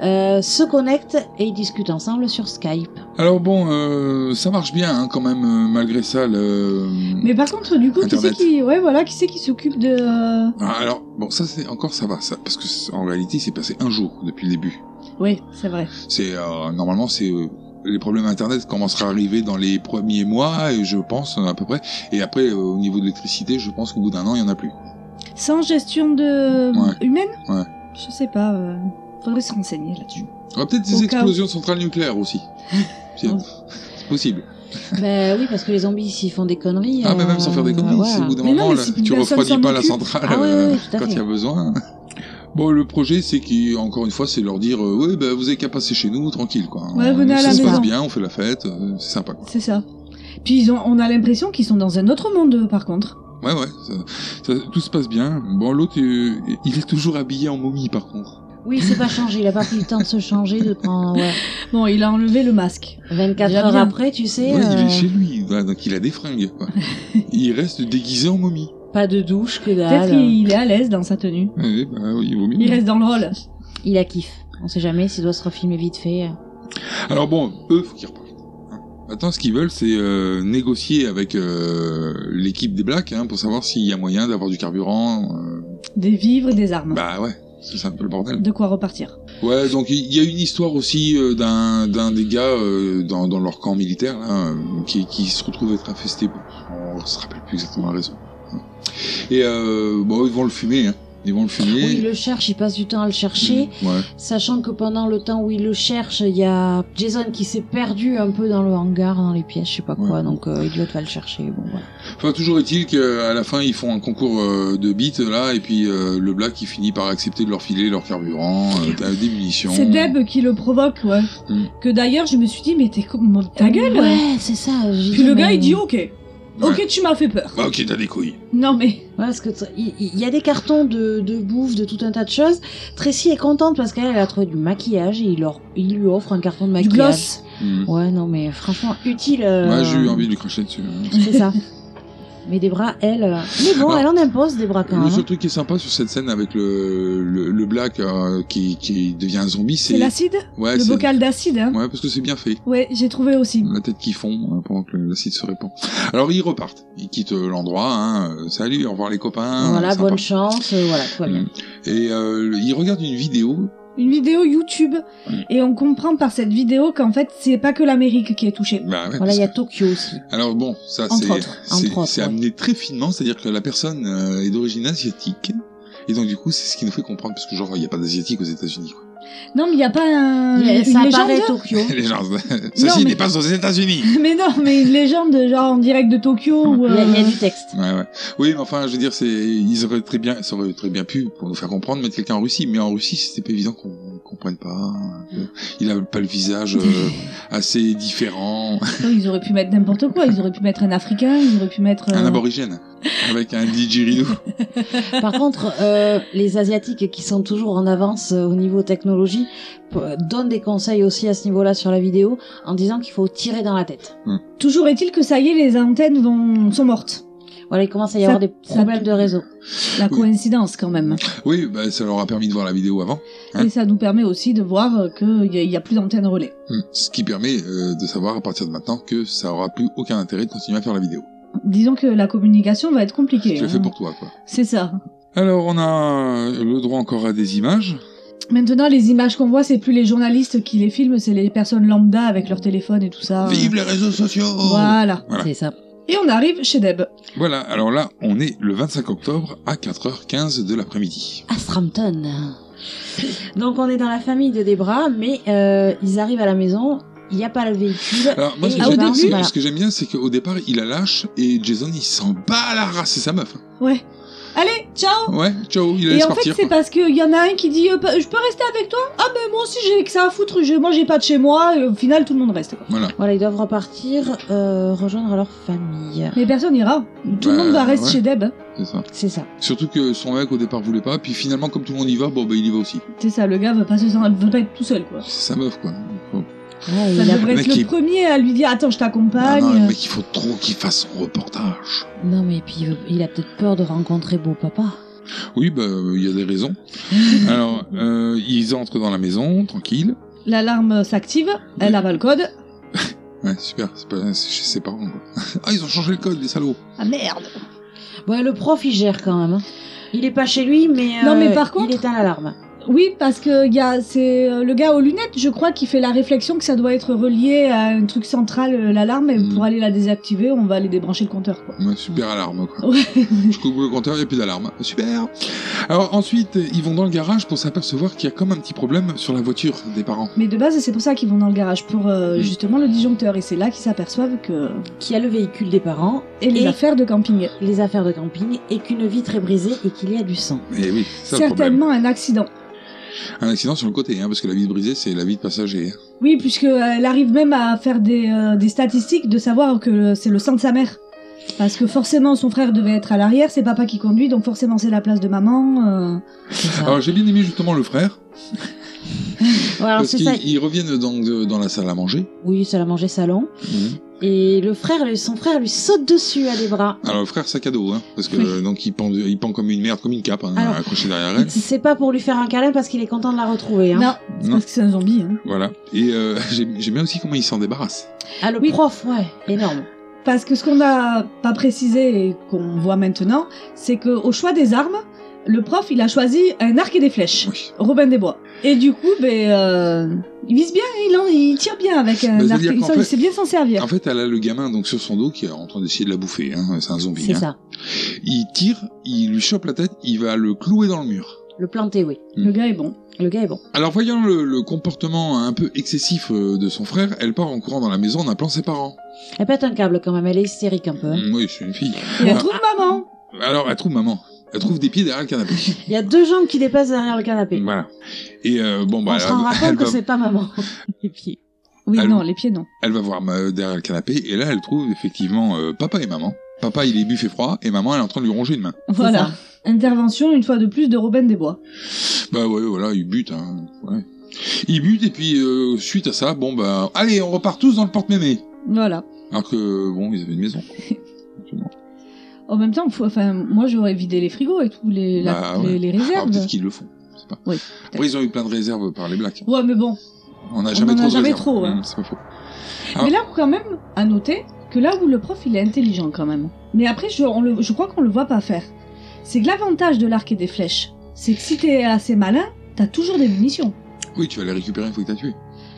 Speaker 6: euh, se connecte et ils discutent ensemble sur Skype.
Speaker 8: Alors bon, euh, ça marche bien hein, quand même, euh, malgré ça. Le...
Speaker 5: Mais par contre, du coup,
Speaker 8: Internet.
Speaker 5: qui c'est qui, ouais, voilà, qui c'est qui s'occupe de, euh,
Speaker 8: Ah, Alors, bon, ça c'est encore ça va, ça, parce que c'est- en réalité, il s'est passé un jour depuis le début.
Speaker 5: Oui, c'est vrai.
Speaker 8: C'est euh, normalement, c'est euh, les problèmes Internet commenceraient à arriver dans les premiers mois, et je pense euh, à peu près. Et après, euh, au niveau de l'électricité, je pense qu'au bout d'un an, il y en a plus.
Speaker 5: Sans gestion de
Speaker 8: Ouais.
Speaker 5: humaine
Speaker 8: Ouais.
Speaker 5: Je sais pas. euh, Faudrait se renseigner là-dessus.
Speaker 8: On peut-être
Speaker 5: Au
Speaker 8: des
Speaker 5: cas
Speaker 8: explosions de centrales nucléaires aussi. C'est c'est possible.
Speaker 6: ben oui, parce que les zombies, s'ils font des conneries. euh,
Speaker 8: Ah, mais même sans faire des conneries,
Speaker 6: bah voilà.
Speaker 8: si au bout d'un moment, là, tu refroidis pas la centrale
Speaker 6: Ah oui,
Speaker 8: euh,
Speaker 6: oui, tout à
Speaker 8: quand
Speaker 6: fait.
Speaker 8: il y a besoin. Bon, le projet, c'est qu'encore une fois, c'est leur dire euh, Ouais, bah, vous avez qu'à passer chez nous, tranquille, quoi.
Speaker 5: Ouais, venez à
Speaker 8: ça
Speaker 5: la
Speaker 8: se passe
Speaker 5: maison.
Speaker 8: bien, on fait la fête, euh, c'est sympa, quoi.
Speaker 5: C'est ça. Puis ils ont, on a l'impression qu'ils sont dans un autre monde, eux, par contre.
Speaker 8: Ouais, ouais, ça- ça- tout se passe bien. Bon, l'autre, euh, il est toujours habillé en momie, par contre.
Speaker 6: Oui, c'est pas changé, il a pas pris le temps de se changer, de prendre. ouais.
Speaker 5: Bon, il a enlevé le masque.
Speaker 6: 24
Speaker 5: Déjà
Speaker 6: heures
Speaker 5: bien.
Speaker 6: après, tu sais.
Speaker 8: Ouais, il
Speaker 6: euh,
Speaker 8: est chez lui, ouais, donc il a des fringues, quoi. il reste déguisé en momie.
Speaker 6: Pas de douche, que
Speaker 5: Peut-être
Speaker 6: dalle.
Speaker 5: qu'il est à l'aise dans sa tenue.
Speaker 8: Ouais, bah, oui, il vaut
Speaker 6: Hmm.
Speaker 8: mieux.
Speaker 5: Il reste dans le rôle.
Speaker 6: Il a kiff. On sait jamais s'il doit se refilmer vite fait.
Speaker 8: Alors bon, eux, faut qu'ils repartent. hein. Maintenant, ce qu'ils veulent, c'est euh, négocier avec euh, l'équipe des Blacks hein, pour savoir s'il y a moyen d'avoir du carburant. euh,
Speaker 5: Des vivres, des armes.
Speaker 8: bah ouais, c'est un peu le bordel.
Speaker 5: De quoi repartir.
Speaker 8: Ouais, donc il y a une histoire aussi euh, d'un d'un des gars euh, dans, dans leur camp militaire là, euh, qui, qui se retrouve être infesté. Bon, on se rappelle plus exactement la raison. Et euh, bon, ils vont le fumer. Hein. Ils vont le fumer.
Speaker 6: Oui, il le cherche, il passe du temps à le chercher.
Speaker 8: Ouais.
Speaker 6: Sachant que pendant le temps où il le cherche, il y a Jason qui s'est perdu un peu dans le hangar, dans les pièces, je sais pas quoi. Donc euh, Elliot va le chercher. Bon, voilà.
Speaker 8: Enfin, toujours est-il qu'à la fin, ils font un concours euh, de beats, là, et puis euh, le Black, il finit par accepter de leur filer leur carburant, euh, des munitions.
Speaker 5: C'est Deb qui le provoque, ouais.
Speaker 8: Mm.
Speaker 5: Que d'ailleurs, je me suis dit, mais t'es comment ta gueule
Speaker 6: Ouais,
Speaker 5: hein.
Speaker 6: c'est ça. j'ai
Speaker 5: Puis
Speaker 6: dit,
Speaker 5: le
Speaker 6: mais-
Speaker 5: gars, il dit, ok. Ok, tu m'as fait peur.
Speaker 8: Bah, ok, t'as des couilles.
Speaker 5: Non, mais.
Speaker 6: Ouais, parce que t- il il y, a des cartons de, de bouffe, de tout un tas de choses. Tracy est contente parce qu'elle elle a trouvé du maquillage et il, leur, il lui offre un carton de maquillage.
Speaker 5: gloss.
Speaker 8: Mm.
Speaker 6: Ouais, non, mais franchement, utile. euh,
Speaker 8: Ouais, j'ai eu envie de lui cracher dessus. hein.
Speaker 6: C'est ça. mais des bras, elle. euh, Mais bon,
Speaker 8: Alors,
Speaker 6: elle en impose des bras quand
Speaker 8: Le
Speaker 6: même. hein.
Speaker 8: seul truc qui est sympa sur cette scène avec le, le, le Black euh, qui, qui devient un zombie, c'est...
Speaker 5: C'est l'acide
Speaker 8: Ouais,
Speaker 5: Le
Speaker 8: c'est-
Speaker 5: bocal d'acide, hein.
Speaker 8: Ouais, Hmm. parce que c'est bien fait.
Speaker 5: Ouais, j'ai trouvé aussi.
Speaker 8: La tête qui fond euh, pendant que l'acide se répand. Alors ils repartent, ils quittent euh, l'endroit. Hein. euh, Salut, au revoir les copains.
Speaker 6: Voilà,
Speaker 8: sympa. Mm.
Speaker 6: bonne chance, euh, voilà, tout va bien.
Speaker 8: Et euh, ils regardent une vidéo.
Speaker 5: Une vidéo YouTube.
Speaker 8: Hmm.
Speaker 5: Et on comprend par cette vidéo qu'en fait, c'est pas que l'Amérique qui est touchée.
Speaker 8: Bah ouais,
Speaker 6: Voilà,
Speaker 8: parce
Speaker 6: il y a
Speaker 8: que-
Speaker 6: Tokyo aussi.
Speaker 8: Alors bon, ça
Speaker 5: Entre
Speaker 8: c'est
Speaker 5: autres,
Speaker 8: c'est-
Speaker 6: entre autres,
Speaker 8: c'est
Speaker 6: ouais.
Speaker 8: amené très finement, c'est-à-dire que la personne euh, est d'origine asiatique. Et donc du coup, c'est ce qui nous fait comprendre, parce que genre il n'y a pas d'asiatique aux États-Unis. quoi.
Speaker 5: Non, mais il y a pas un.
Speaker 6: Il y a-
Speaker 5: Mm. une
Speaker 6: ça
Speaker 5: légende
Speaker 6: apparaît Tokyo.
Speaker 8: Les gens, ceci
Speaker 5: mais-
Speaker 8: n'est pas aux États-Unis.
Speaker 5: Mais non, mais une légende, genre en direct de Tokyo.
Speaker 8: Hmm.
Speaker 5: ou,
Speaker 6: Il y, a- il y a
Speaker 5: euh,
Speaker 6: du texte.
Speaker 8: Ouais, ouais. Oui, mais enfin, je veux dire, c'est, ils auraient très bien, ça aurait très bien pu, pour nous faire comprendre, mettre quelqu'un en Russie. Mais en Russie, c'était pas évident qu'on comprenne pas. que Il a pas le visage euh, assez différent.
Speaker 5: Non, ils auraient pu mettre n'importe quoi. Ils auraient pu mettre un Africain, ils auraient pu mettre.
Speaker 8: Un
Speaker 5: euh,
Speaker 8: aborigène. Avec un didgeridoo.
Speaker 6: Par contre, euh, les Asiatiques qui sont toujours en avance euh, au niveau technologie p- euh, donnent des conseils aussi à ce niveau-là sur la vidéo en disant qu'il faut tirer dans la tête.
Speaker 5: Toujours est-il que ça y est, les antennes vont... sont mortes.
Speaker 6: Voilà, il commence à y avoir des problèmes de réseau.
Speaker 5: La coïncidence, quand même.
Speaker 8: Oui, bah, ça leur a permis de voir la vidéo avant. hein.
Speaker 5: Et ça nous permet aussi de voir qu'il n'y a, y a plus d'antenne relais.
Speaker 8: Mm. Ce qui permet euh, de savoir à partir de maintenant que ça aura plus aucun intérêt de continuer à faire la vidéo.
Speaker 5: Disons que la communication va être compliquée.
Speaker 8: Tu l'as
Speaker 5: hein.
Speaker 8: fait pour toi, quoi.
Speaker 5: C'est ça.
Speaker 8: Alors, on a euh, le droit encore à des images.
Speaker 5: Maintenant, les images qu'on voit, c'est plus les journalistes qui les filment, c'est les personnes lambda avec leur téléphone et tout ça.
Speaker 8: Vive les réseaux sociaux
Speaker 5: Ah. Voilà.
Speaker 8: Voilà. C'est
Speaker 6: ça.
Speaker 5: Et on arrive chez Deb.
Speaker 8: Voilà, alors là, on est le 25 octobre à 4h15 de l'après-midi.
Speaker 6: Strampton. Donc on est dans la famille de Debra, mais euh, ils arrivent à la maison, il n'y a pas le véhicule.
Speaker 8: Alors, moi, ce
Speaker 6: et
Speaker 5: Ah,
Speaker 8: que
Speaker 6: ils
Speaker 8: j'aime-
Speaker 6: partent,
Speaker 8: ce que-
Speaker 6: voilà.
Speaker 8: ce que j'aime bien, c'est qu'au départ, il la lâche et Jason, il s'en bat la race, c'est sa meuf. hein.
Speaker 5: Ouais. Allez, ciao
Speaker 8: Ouais, ciao, il la
Speaker 5: Et
Speaker 8: laisse
Speaker 5: en fait,
Speaker 8: partir.
Speaker 5: c'est parce qu'il y en a un qui dit euh, pa- Je peux rester avec toi Ah, ben moi aussi, j'ai que ça à foutre, je, moi j'ai pas de chez moi, et au final, tout le monde reste. quoi.
Speaker 8: Voilà.
Speaker 6: Voilà, ils doivent repartir, euh, rejoindre leur famille.
Speaker 5: Mais personne n'ira. Tout le
Speaker 8: Bah,
Speaker 5: monde va rester
Speaker 8: ouais.
Speaker 5: chez Deb. hein.
Speaker 8: C'est ça.
Speaker 6: C'est ça.
Speaker 8: Surtout que son mec, au départ, voulait pas, puis finalement, comme tout le monde y va, bon, bah, il y va aussi.
Speaker 5: C'est ça, le gars veut pas, se sentir- veut pas être tout seul, quoi.
Speaker 8: C'est sa meuf, quoi. euh, Bon.
Speaker 6: Ah,
Speaker 5: Ça
Speaker 8: il a-
Speaker 5: devrait
Speaker 8: Le
Speaker 5: être
Speaker 8: mec
Speaker 5: le
Speaker 8: qui-
Speaker 5: premier à lui dire Attends, je
Speaker 8: Ah
Speaker 5: t'accompagne.
Speaker 8: non, mais qu'il faut trop qu'il fasse son reportage.
Speaker 6: Non mais puis il veut- il a peut-être peur de rencontrer beau papa.
Speaker 8: Oui, bah, euh, il y a des raisons. Alors, euh, ils entrent dans la maison, tranquille.
Speaker 5: L'alarme s'active, elle a le code.
Speaker 8: Ouais, super, c'est pas c'est chez ses parents, quoi. ah, ils ont changé le code, les salauds.
Speaker 5: Ah merde
Speaker 6: Ouais, le prof il gère quand même. hein. Il est pas chez lui, mais,
Speaker 5: Non,
Speaker 6: euh,
Speaker 5: mais par contre-
Speaker 6: il éteint l'alarme.
Speaker 5: Oui, parce que il y a, c'est euh, le gars aux lunettes, je crois, qui fait la réflexion que ça doit être relié à un truc central, euh, l'alarme,
Speaker 8: Hmm.
Speaker 5: et pour aller la désactiver, on va aller débrancher le compteur, quoi.
Speaker 8: Ouais, super alarme, quoi. Jusqu'au bout du compteur, il n'y a plus d'alarme. Super Alors ensuite, ils vont dans le garage pour s'apercevoir qu'il y a comme un petit problème sur la voiture des parents.
Speaker 5: Mais de base, c'est pour ça qu'ils vont dans le garage, pour euh,
Speaker 8: Mm.
Speaker 5: justement le disjoncteur, et c'est là qu'ils s'aperçoivent que...
Speaker 6: Qui a le véhicule des parents
Speaker 5: Et les affaires de camping.
Speaker 6: Les affaires de camping et qu'une vitre est brisée et qu'il y a du sang.
Speaker 8: Et Eh oui, c'est ça le problème.
Speaker 5: Certainement un accident.
Speaker 8: Un accident sur le côté, hein, parce que la vitre brisée, c'est la vie de passager. hein.
Speaker 5: Oui, puisqu'elle arrive même à faire des, euh, des statistiques de savoir que le- c'est le sang de sa mère. Parce que forcément, son frère devait être à l'arrière, c'est papa qui conduit, donc forcément, c'est la place de maman. euh.
Speaker 6: Ah.
Speaker 8: Alors j'ai bien aimé justement le frère,
Speaker 6: Voilà,
Speaker 8: parce
Speaker 6: c'est
Speaker 8: qu'ils
Speaker 6: ça.
Speaker 8: ils reviennent donc de- dans la salle à manger.
Speaker 6: Oui, ça l'a mangé salon.
Speaker 8: Mhm.
Speaker 6: Et le frère, lui- son frère lui saute dessus à des bras.
Speaker 8: Alors Ah, le frère sac à dos, hein, parce que euh, donc il pend, il pend comme une merde, comme une cape, hein,
Speaker 6: Alors-
Speaker 8: accroché derrière elle.
Speaker 6: C'est pas pour lui faire un câlin parce qu'il est content de la retrouver. Hein.
Speaker 5: Non,
Speaker 8: Non.
Speaker 5: parce que c'est un zombie. Hein.
Speaker 8: Voilà. Et euh, j'ai- j'aime bien aussi comment il s'en débarrasse.
Speaker 6: Ah, le prof, ouais, énorme.
Speaker 5: Parce que ce qu'on n'a pas précisé et qu'on voit maintenant, c'est que au choix des armes, le prof, il a choisi un arc et des flèches. Robin des Bois. Et du coup, ben, euh, il vise bien, il, en- il tire bien avec un
Speaker 8: Bah,
Speaker 5: arc
Speaker 8: c'est-à-dire
Speaker 5: et une
Speaker 8: qu'en
Speaker 5: flèche, il
Speaker 8: fait- Ah,
Speaker 5: sait bien s'en servir.
Speaker 8: En fait, elle a le gamin donc sur son dos qui est en train d'essayer de la bouffer. Hein. C'est un zombie.
Speaker 6: C'est
Speaker 8: hein.
Speaker 6: ça.
Speaker 8: Il tire, il lui chope la tête, il va le clouer dans le mur.
Speaker 6: Le planter, oui.
Speaker 5: Le gars est bon.
Speaker 6: Le gars est bon.
Speaker 8: Alors voyant le, le comportement un peu excessif euh, de son frère, elle part en courant dans la maison en appelant ses parents.
Speaker 6: Elle pète un câble quand même, elle est hystérique un peu. hein.
Speaker 8: Mm, Oui, c'est une fille.
Speaker 6: Et elle
Speaker 8: Ah,
Speaker 6: trouve
Speaker 5: maman
Speaker 8: Alors elle trouve maman. Elle trouve des pieds derrière le canapé.
Speaker 6: Il y a deux jambes qui dépassent derrière le canapé.
Speaker 8: voilà. Et euh, bon Mm. bah
Speaker 6: On
Speaker 8: elle,
Speaker 6: se rend
Speaker 8: elle
Speaker 6: compte que
Speaker 8: va,
Speaker 6: c'est pas maman.
Speaker 5: Les pieds. Oui,
Speaker 8: Elle-
Speaker 5: non, les pieds, non.
Speaker 8: elle va voir ma- euh, derrière le canapé et là elle trouve effectivement euh, papa et maman. Papa il est buff et froid et maman elle est en train de lui ronger une main.
Speaker 5: Voilà. Intervention, une fois de plus, de Robin des Bois.
Speaker 8: Bah ouais, voilà, il bute, hein. Ouais. Il bute et puis euh, suite à ça, bon bah, allez, on repart tous dans le porte-mémé.
Speaker 5: Voilà.
Speaker 8: Alors que bon, ils avaient une maison.
Speaker 5: En même temps, faut- enfin, moi, j'aurais vidé les frigos et tous les, la-
Speaker 8: Bah,
Speaker 5: les,
Speaker 8: ouais.
Speaker 5: les
Speaker 8: Alors,
Speaker 5: réserves.
Speaker 8: peut-être qu'ils le font. je sais Pas.
Speaker 5: Oui.
Speaker 8: Après, ils ont eu plein de réserves par les blacks.
Speaker 5: Ouais, mais bon.
Speaker 8: On n'a
Speaker 5: On
Speaker 8: jamais
Speaker 5: en a
Speaker 8: trop de
Speaker 5: jamais
Speaker 8: réserves.
Speaker 5: trop, hein. ouais.
Speaker 8: Hum, c'est pas faux. Ah.
Speaker 5: Mais là, quand même, à noter que là où le prof, il est intelligent quand même. Mais après, je, on le- je crois qu'on le voit pas faire. C'est que l'avantage de l'arc et des flèches, c'est que si t'es assez malin, t'as toujours des munitions.
Speaker 8: Oui, tu vas les récupérer une fois que t'as tué.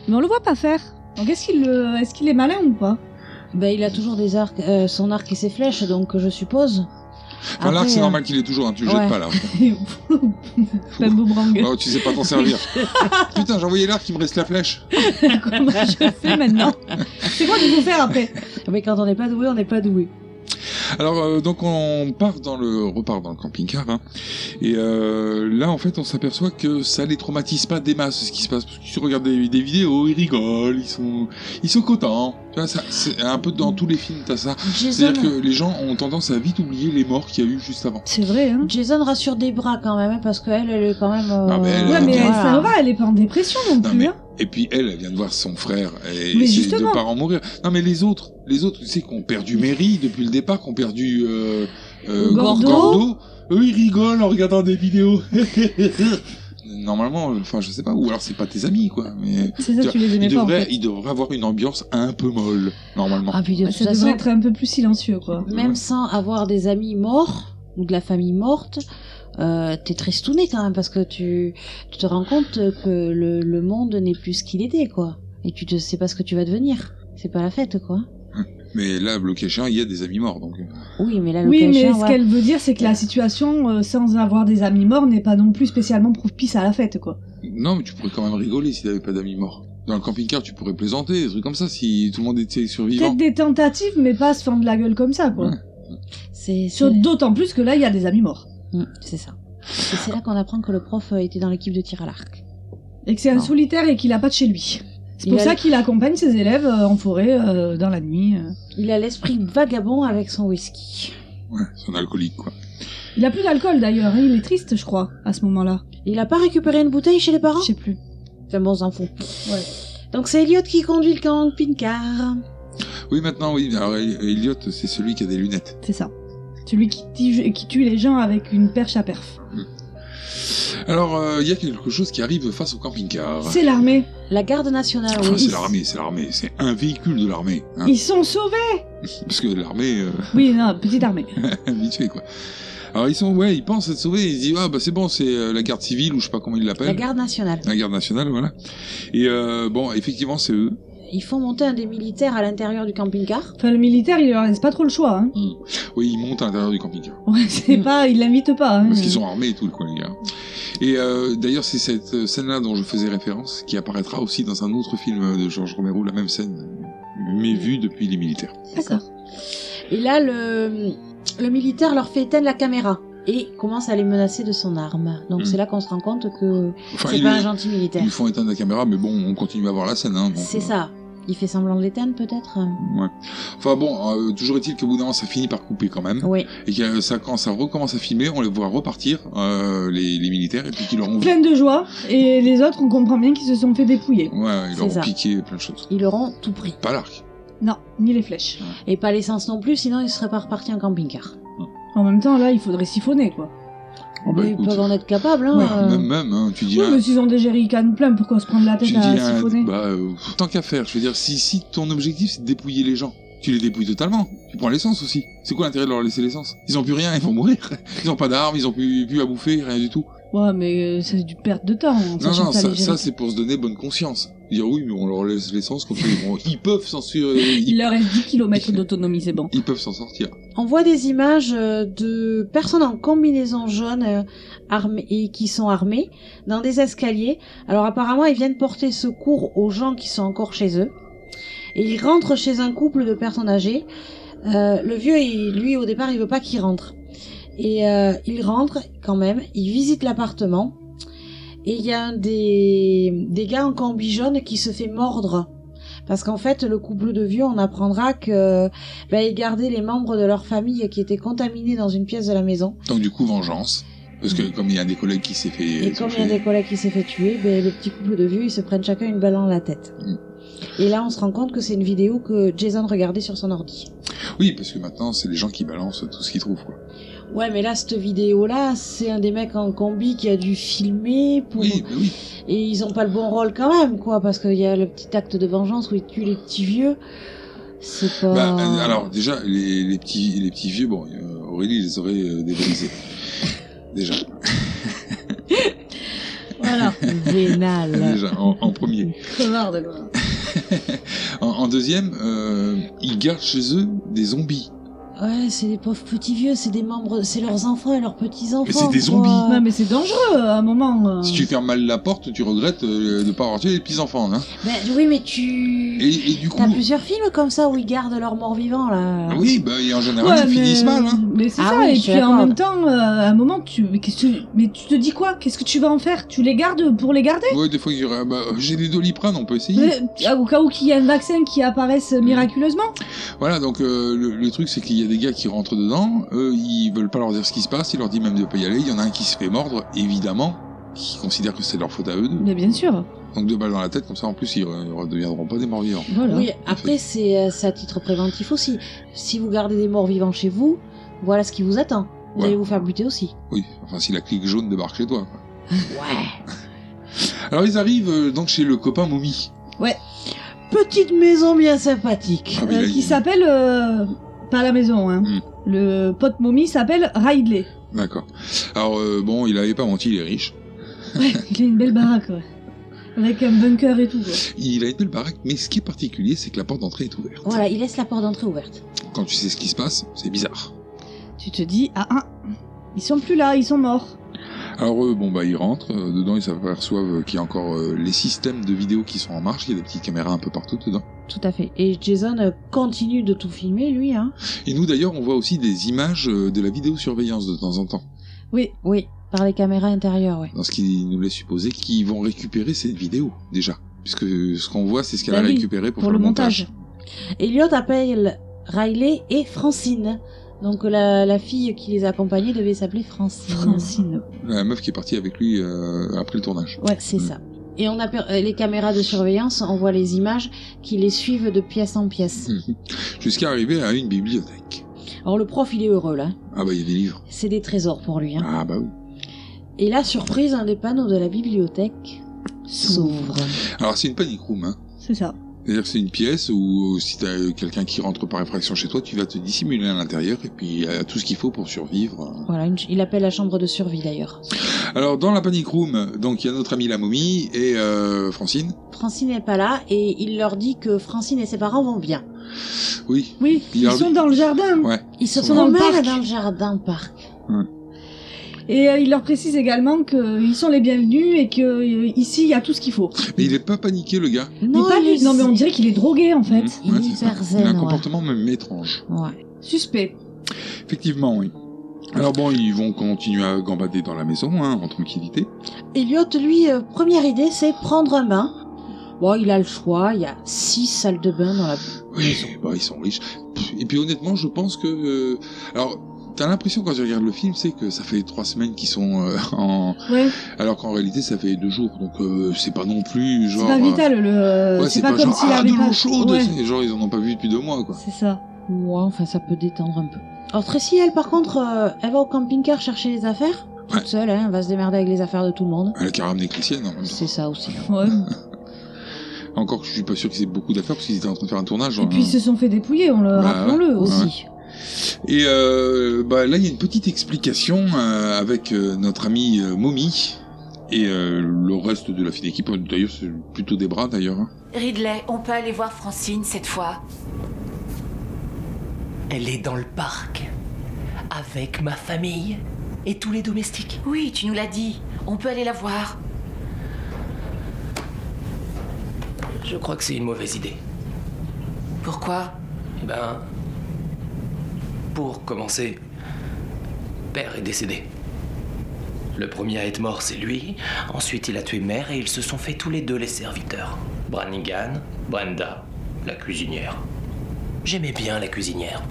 Speaker 5: Mais on le voit pas faire. Donc est-ce qu'il le- est-ce qu'il est malin ou pas
Speaker 6: Ben, il a toujours des arcs, euh, son arc et ses flèches, donc je suppose.
Speaker 8: Enfin, l'arc,
Speaker 6: Après,
Speaker 8: c'est
Speaker 6: euh,
Speaker 8: normal qu'il est toujours, hein, tu le jettes
Speaker 6: ouais.
Speaker 8: pas là.
Speaker 5: Pas de boomerang.
Speaker 8: Oh, tu sais pas t'en servir. Putain, j'ai envoyé l'arc, il me reste la flèche.
Speaker 5: Comment je fais maintenant C'est quoi qu'il faut faire après
Speaker 6: Mais quand on n'est pas doué, on n'est pas doué.
Speaker 8: Alors euh, donc on part dans le repart dans le camping-car hein. et euh, là en fait on s'aperçoit que ça les traumatise pas des masses ce qui se passe parce que tu regardes des, des vidéos ils rigolent ils sont ils sont contents tu vois ça c'est un peu dans tous les films t'as ça
Speaker 6: Jason-
Speaker 8: Mm. c'est à dire que les gens ont tendance à vite oublier les morts qu'il y a eu juste avant
Speaker 5: C'est vrai, hein.
Speaker 6: Jason rassure des bras quand même, hein, parce qu'elle, elle est quand même. euh,
Speaker 8: Ah, mais elle,
Speaker 5: Ouais,
Speaker 8: elle
Speaker 5: mais
Speaker 8: vient-
Speaker 5: ça va, elle est pas en dépression non plus. hein.
Speaker 8: et puis elle, elle vient de voir son frère et
Speaker 5: Mais
Speaker 8: ses
Speaker 5: justement.
Speaker 8: deux parents mourir. Non mais les autres, les autres, tu sais qu'on perdu Mary depuis le départ, qu'on perdu euh, euh,
Speaker 5: Gordo.
Speaker 8: Eux ils rigolent en regardant des vidéos. Normalement, euh, enfin je sais pas, ou alors c'est pas tes amis quoi. Mais
Speaker 5: C'est ça, tu les aimais
Speaker 8: ils
Speaker 5: pas, en
Speaker 8: devraient,
Speaker 5: fait.
Speaker 8: ils devraient avoir une ambiance un peu molle normalement.
Speaker 6: Ah, puis de
Speaker 5: Ouais,
Speaker 6: toute
Speaker 5: ça
Speaker 6: façon-
Speaker 5: devrait être un peu plus silencieux, quoi.
Speaker 6: Même sans avoir des amis morts, ou de la famille morte, euh, t'es tristouné quand même, parce que tu, tu te rends compte que le, le monde n'est plus ce qu'il était, quoi. Et tu ne sais pas ce que tu vas devenir. C'est pas la fête, quoi.
Speaker 8: Mais là, bloqué chien, il y a des amis morts donc. euh,
Speaker 6: Oui, mais là, le
Speaker 5: Oui, mais
Speaker 6: Kaiser,
Speaker 5: ce
Speaker 6: ouais.
Speaker 5: qu'elle veut dire, c'est que la situation, euh, sans avoir des amis morts, n'est pas non plus spécialement propice à la fête, quoi.
Speaker 8: Non mais tu pourrais quand même rigoler si t'avais pas d'amis morts. Dans le camping-car, tu pourrais plaisanter, des trucs comme ça, si tout le monde était survivant.
Speaker 5: Peut-être des tentatives, mais pas se fendre la gueule comme ça, quoi.
Speaker 6: C'est
Speaker 5: Sur- D'autant plus que là, il y a des amis morts.
Speaker 6: Mm, C'est ça. Et c'est là qu'on apprend que le prof euh, était dans l'équipe de tir à l'arc.
Speaker 5: Et que c'est un
Speaker 6: Non.
Speaker 5: solitaire et qu'il a pas de chez lui. C'est
Speaker 6: Il
Speaker 5: pour
Speaker 6: a-
Speaker 5: ça qu'il accompagne ses élèves euh, en forêt, euh, dans la nuit. euh.
Speaker 6: Il a l'esprit vagabond avec son whisky.
Speaker 8: Ouais, c'est un alcoolique quoi.
Speaker 5: Il a plus d'alcool, d'ailleurs. hein, Il est triste, je crois, à ce moment-là.
Speaker 6: Il a pas récupéré une bouteille chez les parents
Speaker 5: Je sais plus.
Speaker 6: Enfin bon, on s'en fout. Donc c'est Elliot qui conduit le camping-car.
Speaker 8: Oui, maintenant, oui. Alors, Elliot, c'est celui qui a des lunettes.
Speaker 5: C'est ça. Celui qui tue, qui tue les gens avec une perche à perf.
Speaker 8: Alors, euh, il y a quelque chose qui arrive face au camping-car.
Speaker 5: C'est l'armée.
Speaker 6: La garde nationale,
Speaker 8: Ah, c'est l'armée, c'est l'armée. C'est un véhicule de l'armée. hein.
Speaker 5: Ils sont sauvés
Speaker 8: Parce que l'armée, euh,
Speaker 5: Oui, non, petite armée.
Speaker 8: habituée, quoi. Alors, ils sont, ouais, ils pensent être sauvés. Ils se disent, ah, bah, c'est bon, c'est euh, la garde civile, ou je sais pas comment ils l'appellent.
Speaker 6: La garde nationale.
Speaker 8: La garde nationale, voilà. Et, euh, bon, effectivement, c'est eux.
Speaker 6: Ils font monter un des militaires à l'intérieur du camping-car.
Speaker 5: Enfin, le militaire, il leur laisse pas trop le choix. Hein.
Speaker 8: Oui, ils montent à l'intérieur du camping-car.
Speaker 5: Ouais, c'est pas, il l'invite pas. Hein.
Speaker 8: Mm. Parce qu'ils sont armés et tout, quoi, les gars. Et euh, d'ailleurs, c'est cette euh, scène-là dont je faisais référence qui apparaîtra aussi dans un autre film euh, de Georges Romero, la même scène, mais vue depuis les militaires.
Speaker 5: D'accord.
Speaker 6: Et là, le, le militaire leur fait éteindre la caméra et commence à les menacer de son arme. Donc
Speaker 8: Mm.
Speaker 6: c'est là qu'on se rend compte que
Speaker 8: Enfin,
Speaker 6: c'est
Speaker 8: il
Speaker 6: pas
Speaker 8: est-
Speaker 6: un gentil militaire.
Speaker 8: Ils font éteindre la caméra, mais bon, on continue à voir la scène. Hein, donc,
Speaker 6: C'est
Speaker 8: euh,
Speaker 6: ça. Il fait semblant de l'éteindre peut-être.
Speaker 8: ouais. Enfin bon, euh, toujours est-il qu'au bout d'un moment, ça finit par couper quand même.
Speaker 6: Oui.
Speaker 8: Et que euh, ça, quand ça recommence à filmer, on les voit repartir, euh, les, les militaires, et puis qu'ils leur ont...
Speaker 5: Pleine de joie, et les autres, on comprend bien qu'ils se sont fait dépouiller.
Speaker 8: Ouais, ils leur
Speaker 6: C'est
Speaker 8: ont
Speaker 6: ça.
Speaker 8: piqué plein de choses.
Speaker 6: Ils leur ont tout pris.
Speaker 8: Pas l'arc.
Speaker 5: Non, ni les flèches.
Speaker 6: Et pas l'essence non plus, sinon ils seraient pas repartis en camping-car.
Speaker 5: En même temps, là, il faudrait siphonner, quoi.
Speaker 8: Oh, bah,
Speaker 6: Mais
Speaker 8: écoute.
Speaker 6: ils peuvent en être capables, hein.
Speaker 8: Ouais,
Speaker 6: euh.
Speaker 8: Même, même, hein, tu dis...
Speaker 5: Oui,
Speaker 8: ah,
Speaker 5: mais s'ils ont déjà ricanes plein, pourquoi se prendre la tête
Speaker 8: Tu
Speaker 5: à
Speaker 8: dis, hein,
Speaker 5: siphonner
Speaker 8: bah, euh, tant qu'à faire, je veux dire, si, si ton objectif c'est de dépouiller les gens, Tu les dépouilles totalement. Tu prends l'essence aussi. C'est quoi l'intérêt de leur laisser l'essence Ils ont plus rien, ils vont mourir. Ils ont pas d'armes, ils ont plus, plus à bouffer, rien du tout.
Speaker 5: Ouais, mais euh, c'est du perte de temps.
Speaker 8: Non, non, ça, ça, c'est pour se donner bonne conscience. Dire oui, mais on leur laisse l'essence, comme ça ils, vont- ils peuvent s'en sur- euh,
Speaker 5: Il
Speaker 8: ils,
Speaker 5: leur reste 10 km d'autonomie, c'est bon.
Speaker 8: ils peuvent s'en sortir.
Speaker 6: On voit des images euh, de personnes en combinaison jaune euh, armées et qui sont armées dans des escaliers. Alors apparemment, ils viennent porter secours aux gens qui sont encore chez eux. Et ils rentrent chez un couple de personnes âgées. Euh, le vieux, il- lui, au départ, il veut pas qu'ils rentrent. Et euh, il rentre quand même. Il visite l'appartement. Et il y a un des, des gars en combi jaune qui se fait mordre. Parce qu'en fait, le couple de vieux, on apprendra que bah, ils gardaient les membres de leur famille qui étaient contaminés dans une pièce de la maison.
Speaker 8: Donc du coup, vengeance. Parce que comme il y a un des collègues qui s'est fait...
Speaker 6: Et comme il y a
Speaker 8: toucher-
Speaker 6: des collègues qui s'est fait tuer, ben, le petit couple de vieux, ils se prennent chacun une balle dans la tête. Et là, on se rend compte que c'est une vidéo que Jason regardait sur son ordi.
Speaker 8: Oui, parce que maintenant, c'est les gens qui balancent tout ce qu'ils trouvent, quoi.
Speaker 6: Ouais, mais là, cette vidéo-là, c'est un des mecs en combi qui a dû filmer pour...
Speaker 8: bah
Speaker 6: Et ils ont pas le bon rôle quand même, quoi, parce qu'il y a le petit acte de vengeance où ils tuent les petits vieux. C'est pas...
Speaker 8: Bah,
Speaker 5: Oh.
Speaker 8: euh, alors déjà, les, les petits, les petits vieux, bon, euh, Aurélie les aurait euh, dévalisés. Déjà.
Speaker 6: Voilà. Vénal.
Speaker 8: déjà, en, en premier.
Speaker 6: Connard, quoi.
Speaker 8: En, en deuxième, euh, ils gardent chez eux des zombies.
Speaker 6: Ouais, c'est des pauvres petits vieux, c'est des membres, c'est leurs enfants et leurs petits-enfants.
Speaker 8: Mais c'est des
Speaker 6: quoi.
Speaker 8: zombies.
Speaker 5: Non, mais c'est dangereux à un moment. euh.
Speaker 8: Si tu fermes mal la porte, tu regrettes euh, de ne pas avoir tué les petits-enfants. Hein.
Speaker 6: Bah, oui, mais tu.
Speaker 8: Et, et du
Speaker 6: T'as
Speaker 8: coup...
Speaker 6: plusieurs films comme ça où ils gardent leurs morts vivants, là.
Speaker 8: Oui, bah, et en général,
Speaker 5: Ouais,
Speaker 8: ils finissent mal. Hein.
Speaker 5: Mais c'est
Speaker 6: Ah
Speaker 5: ça,
Speaker 6: oui, je
Speaker 5: et
Speaker 6: suis
Speaker 5: puis en
Speaker 6: d'accord.
Speaker 5: même temps, euh, à un moment, tu... Mais, qu'est-ce que tu... mais tu te dis quoi Qu'est-ce que tu vas en faire Tu les gardes pour les garder
Speaker 8: Ouais, des fois, ils diraient, ah, bah, j'ai des doliprane, on peut essayer.
Speaker 5: Mais, euh, Au cas où qu'il y a un vaccin qui apparaisse
Speaker 8: Mm.
Speaker 5: miraculeusement
Speaker 8: Voilà, donc euh, le, le truc, c'est qu'il y a des gars qui rentrent dedans, eux, ils veulent pas leur dire ce qui se passe, ils leur disent même de pas y aller, il y en a un qui se fait mordre, évidemment, qui considère que c'est leur faute à eux deux.
Speaker 5: Mais bien sûr.
Speaker 8: Donc deux balles dans la tête, comme ça, en plus, ils re- ils redeviendront pas des morts-vivants.
Speaker 6: Oui, après, c'est euh, c'est à titre préventif aussi. Si vous gardez des morts vivants chez vous, voilà ce qui vous attend. Vous
Speaker 8: Ouais.
Speaker 6: allez vous faire buter aussi.
Speaker 8: Oui, enfin, si la clique jaune débarque chez toi. Quoi. Alors, ils arrivent euh, donc chez le copain Mommy.
Speaker 5: Ouais.
Speaker 6: Petite maison bien sympathique.
Speaker 8: Ah oui, Mm. là,
Speaker 5: Euh, qui
Speaker 8: il-
Speaker 5: s'appelle... euh, Pas la maison, hein. Le pote momie s'appelle Ridley.
Speaker 8: D'accord. Alors, euh, bon, il avait pas menti, il est riche.
Speaker 5: Ouais, il a une belle baraque, ouais. Avec un bunker et tout, quoi.
Speaker 8: Il a une belle baraque, mais ce qui est particulier, c'est que la porte d'entrée est ouverte.
Speaker 6: Voilà, il laisse la porte d'entrée ouverte.
Speaker 8: Quand tu sais ce qui se passe, c'est bizarre.
Speaker 5: Tu te dis, ah, ah, ils sont plus là, ils sont morts.
Speaker 8: Alors euh, bon bah ils rentrent, euh, dedans ils s'aperçoivent euh, qu'il y a encore euh, les systèmes de vidéo qui sont en marche, il y a des petites caméras un peu partout dedans.
Speaker 6: Tout à fait. Et Jason euh, continue de tout filmer, lui, hein.
Speaker 8: Et nous d'ailleurs on voit aussi des images euh, de la vidéosurveillance de temps en temps,
Speaker 6: Oui. Oui, par les caméras intérieures, ouais.
Speaker 8: dans ce qui nous laisse supposer qu'ils vont récupérer cette vidéo déjà, puisque ce qu'on voit c'est ce qu'elle
Speaker 6: Bah
Speaker 8: a
Speaker 6: oui,
Speaker 8: récupéré pour, faire le montage.
Speaker 6: Elliot appelle Riley et Francine. Donc la, la fille qui les accompagnait devait s'appeler Francine.
Speaker 5: Francine.
Speaker 8: La meuf qui est partie avec lui euh, après le tournage.
Speaker 6: Ouais, c'est ça. Et on a euh, les caméras de surveillance, on voit les images qui les suivent de pièce en pièce.
Speaker 8: Jusqu'à arriver à une bibliothèque.
Speaker 6: Alors le prof, il est heureux là.
Speaker 8: Ah bah il y a des livres.
Speaker 6: C'est des trésors pour lui. hein.
Speaker 8: Ah bah oui.
Speaker 6: Et là, surprise, un des panneaux de la bibliothèque s'ouvre.
Speaker 8: Alors c'est une panic room hein.
Speaker 5: C'est ça.
Speaker 8: C'est-à-dire que c'est une pièce où euh, si t'as euh, quelqu'un qui rentre par effraction chez toi, tu vas te dissimuler à l'intérieur et puis il y a tout ce qu'il faut pour survivre.
Speaker 6: Voilà, une ch- il appelle la chambre de survie d'ailleurs.
Speaker 8: Alors dans la panic room, donc il y a notre amie la momie et euh, Francine.
Speaker 6: Francine n'est pas là et il leur dit que Francine et ses parents vont bien.
Speaker 8: Oui.
Speaker 5: Oui,
Speaker 8: Il y a-
Speaker 5: ils sont dans le jardin.
Speaker 8: Ouais.
Speaker 6: Ils se
Speaker 5: Ils sont dans le
Speaker 6: promènent
Speaker 5: parc.
Speaker 6: dans le jardin parc.
Speaker 5: Et euh, il leur précise également qu'ils sont les bienvenus et que euh, ici il y a tout ce qu'il faut.
Speaker 8: Mais il est pas paniqué le gars.
Speaker 5: Il est pas
Speaker 6: il
Speaker 5: lui-
Speaker 6: est-
Speaker 5: non mais on dirait qu'il est drogué en fait.
Speaker 8: Mmh. Ouais, c'est ça. il
Speaker 6: hyper
Speaker 8: a un
Speaker 6: zen, ouais.
Speaker 8: comportement même étrange.
Speaker 6: Ouais.
Speaker 5: Suspect.
Speaker 8: Effectivement, oui. Alors bon, ils vont continuer à gambader dans la maison, hein, en tranquillité.
Speaker 6: Elliot, lui, euh, première idée, c'est prendre un bain. Bon, il a le choix, il y a six salles de bain dans la...
Speaker 8: Oui, bah, ils sont riches. Pff, Et puis honnêtement, je pense que... euh, Alors, t'as l'impression quand tu regardes le film, c'est que ça fait trois semaines qu'ils sont euh, en...
Speaker 5: Ouais.
Speaker 8: Alors qu'en réalité, ça fait deux jours, donc euh, c'est pas non plus
Speaker 5: C'est
Speaker 8: genre...
Speaker 5: pas vital le.
Speaker 8: euh,
Speaker 5: euh,
Speaker 8: ouais,
Speaker 5: c'est pas, comme
Speaker 8: genre,
Speaker 5: s'il
Speaker 8: ah,
Speaker 5: avait
Speaker 8: de
Speaker 5: pas.
Speaker 8: l'eau chaude
Speaker 5: Ouais,
Speaker 8: c'est- Genre, ils en ont pas vu depuis deux mois, quoi.
Speaker 5: c'est ça.
Speaker 6: Ouais, enfin, ça peut détendre un peu. Alors Tracy, elle, par contre, euh, elle va au camping-car chercher les affaires. Toute seule, hein, elle va se démerder avec les affaires de tout le monde.
Speaker 8: Elle a qu'à ramener Christiane, en même temps.
Speaker 6: C'est ça aussi.
Speaker 5: Ouais.
Speaker 8: Encore que je suis pas sûr que c'est beaucoup d'acteurs parce qu'ils étaient en train de faire un tournage.
Speaker 5: Et puis ils
Speaker 8: hein.
Speaker 5: se sont fait dépouiller, on le
Speaker 8: Bah,
Speaker 5: rappelons-le
Speaker 8: ouais,
Speaker 5: aussi.
Speaker 8: ouais. Et euh, bah, là, il y a une petite explication euh, avec euh, notre ami euh, Mommy et euh, le reste de la fine équipe. D'ailleurs, c'est plutôt des bras d'ailleurs. hein.
Speaker 4: Ridley, on peut aller voir Francine cette fois.
Speaker 7: Elle est dans le parc. Avec ma famille.
Speaker 4: Et tous les domestiques Oui, tu nous l'as dit. On peut aller la voir.
Speaker 7: Je crois que c'est une mauvaise idée.
Speaker 4: Pourquoi
Speaker 7: Eh ben. Pour commencer, père est décédé. Le premier à être mort, c'est lui. Ensuite, il a tué mère et ils se sont fait tous les deux les serviteurs. Brannigan, Brenda, la cuisinière. J'aimais bien la cuisinière.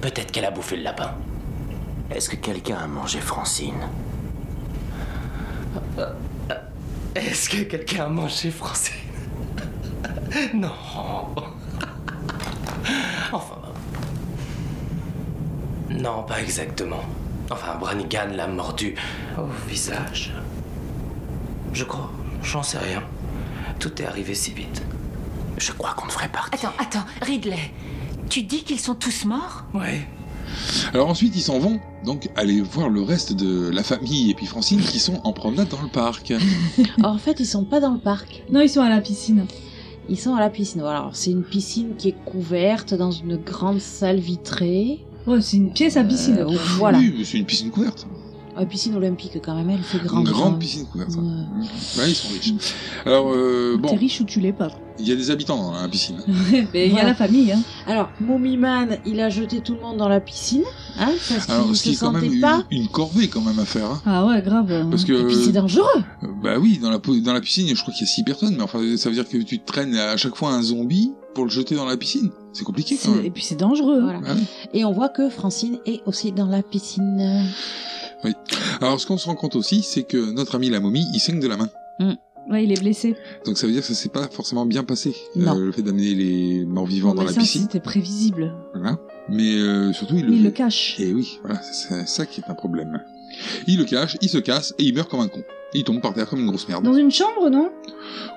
Speaker 7: Peut-être qu'elle a bouffé le lapin.
Speaker 14: Est-ce que quelqu'un a mangé Francine
Speaker 7: Euh, Est-ce que quelqu'un a mangé français Non. Enfin. Non, pas exactement. Enfin, Branigan l'a mordu au visage. Je crois, j'en sais rien. Tout est arrivé si vite. Je crois qu'on devrait partir.
Speaker 4: Attends, attends, Ridley. Tu dis qu'ils sont tous morts
Speaker 7: Ouais.
Speaker 8: Alors ensuite, ils s'en vont. Donc, allez voir le reste de la famille et puis Francine qui sont en promenade dans le parc.
Speaker 6: Alors, en fait, ils sont pas dans le parc.
Speaker 5: Non, ils sont à la piscine.
Speaker 6: Ils sont à la piscine. Voilà, Alors, c'est une piscine qui est couverte dans une grande salle vitrée. Euh,
Speaker 5: Ouais, c'est une pièce à
Speaker 8: Euh,
Speaker 5: piscine.
Speaker 6: voilà.
Speaker 8: Oui, mais c'est une piscine couverte.
Speaker 6: Ouais, piscine olympique quand même, elle fait grand.
Speaker 8: Une grande
Speaker 6: hein.
Speaker 8: piscine couverte. Ouais, ils sont riches. Alors, euh,
Speaker 5: T'es
Speaker 8: bon,
Speaker 5: riche ou tu l'es pas.
Speaker 8: il y a des habitants dans la piscine. hein.
Speaker 5: Mais il y a
Speaker 6: Voilà.
Speaker 5: la famille, hein.
Speaker 6: Alors, Mommy Man, il a jeté tout le monde dans la piscine, hein, parce qu'il ne
Speaker 8: Alors, ce qui
Speaker 6: se
Speaker 8: est quand même
Speaker 6: sentait
Speaker 8: une,
Speaker 6: pas.
Speaker 8: une corvée quand même à faire. hein.
Speaker 5: Ah ouais, grave. hein.
Speaker 8: Parce que,
Speaker 6: Et puis c'est dangereux.
Speaker 8: euh, Bah oui, dans la, po- dans la piscine, je crois qu'il y a six personnes, mais enfin, ça veut dire que tu traînes à chaque fois un zombie pour le jeter dans la piscine. C'est compliqué quand
Speaker 6: C'est-
Speaker 8: même.
Speaker 5: puis c'est dangereux.
Speaker 6: Voilà.
Speaker 8: Ah oui.
Speaker 6: Et on voit que Francine est aussi dans la piscine.
Speaker 8: Oui. Alors, ce qu'on se rend compte aussi, c'est que notre ami la momie, il saigne de la main.
Speaker 5: Ouais, il est blessé.
Speaker 8: Donc ça veut dire que ça s'est pas forcément bien passé, euh,
Speaker 5: Non.
Speaker 8: le fait d'amener les morts vivants dans
Speaker 5: Mais
Speaker 8: la
Speaker 5: ça,
Speaker 8: piscine.
Speaker 5: c'était prévisible.
Speaker 8: Voilà. Mais euh, surtout, il le,
Speaker 5: Il le cache.
Speaker 8: Et oui, voilà, c'est c'est ça qui est un problème. Il le cache, il se casse et il meurt comme un con. Il tombe par terre comme une grosse merde.
Speaker 5: Dans une chambre, non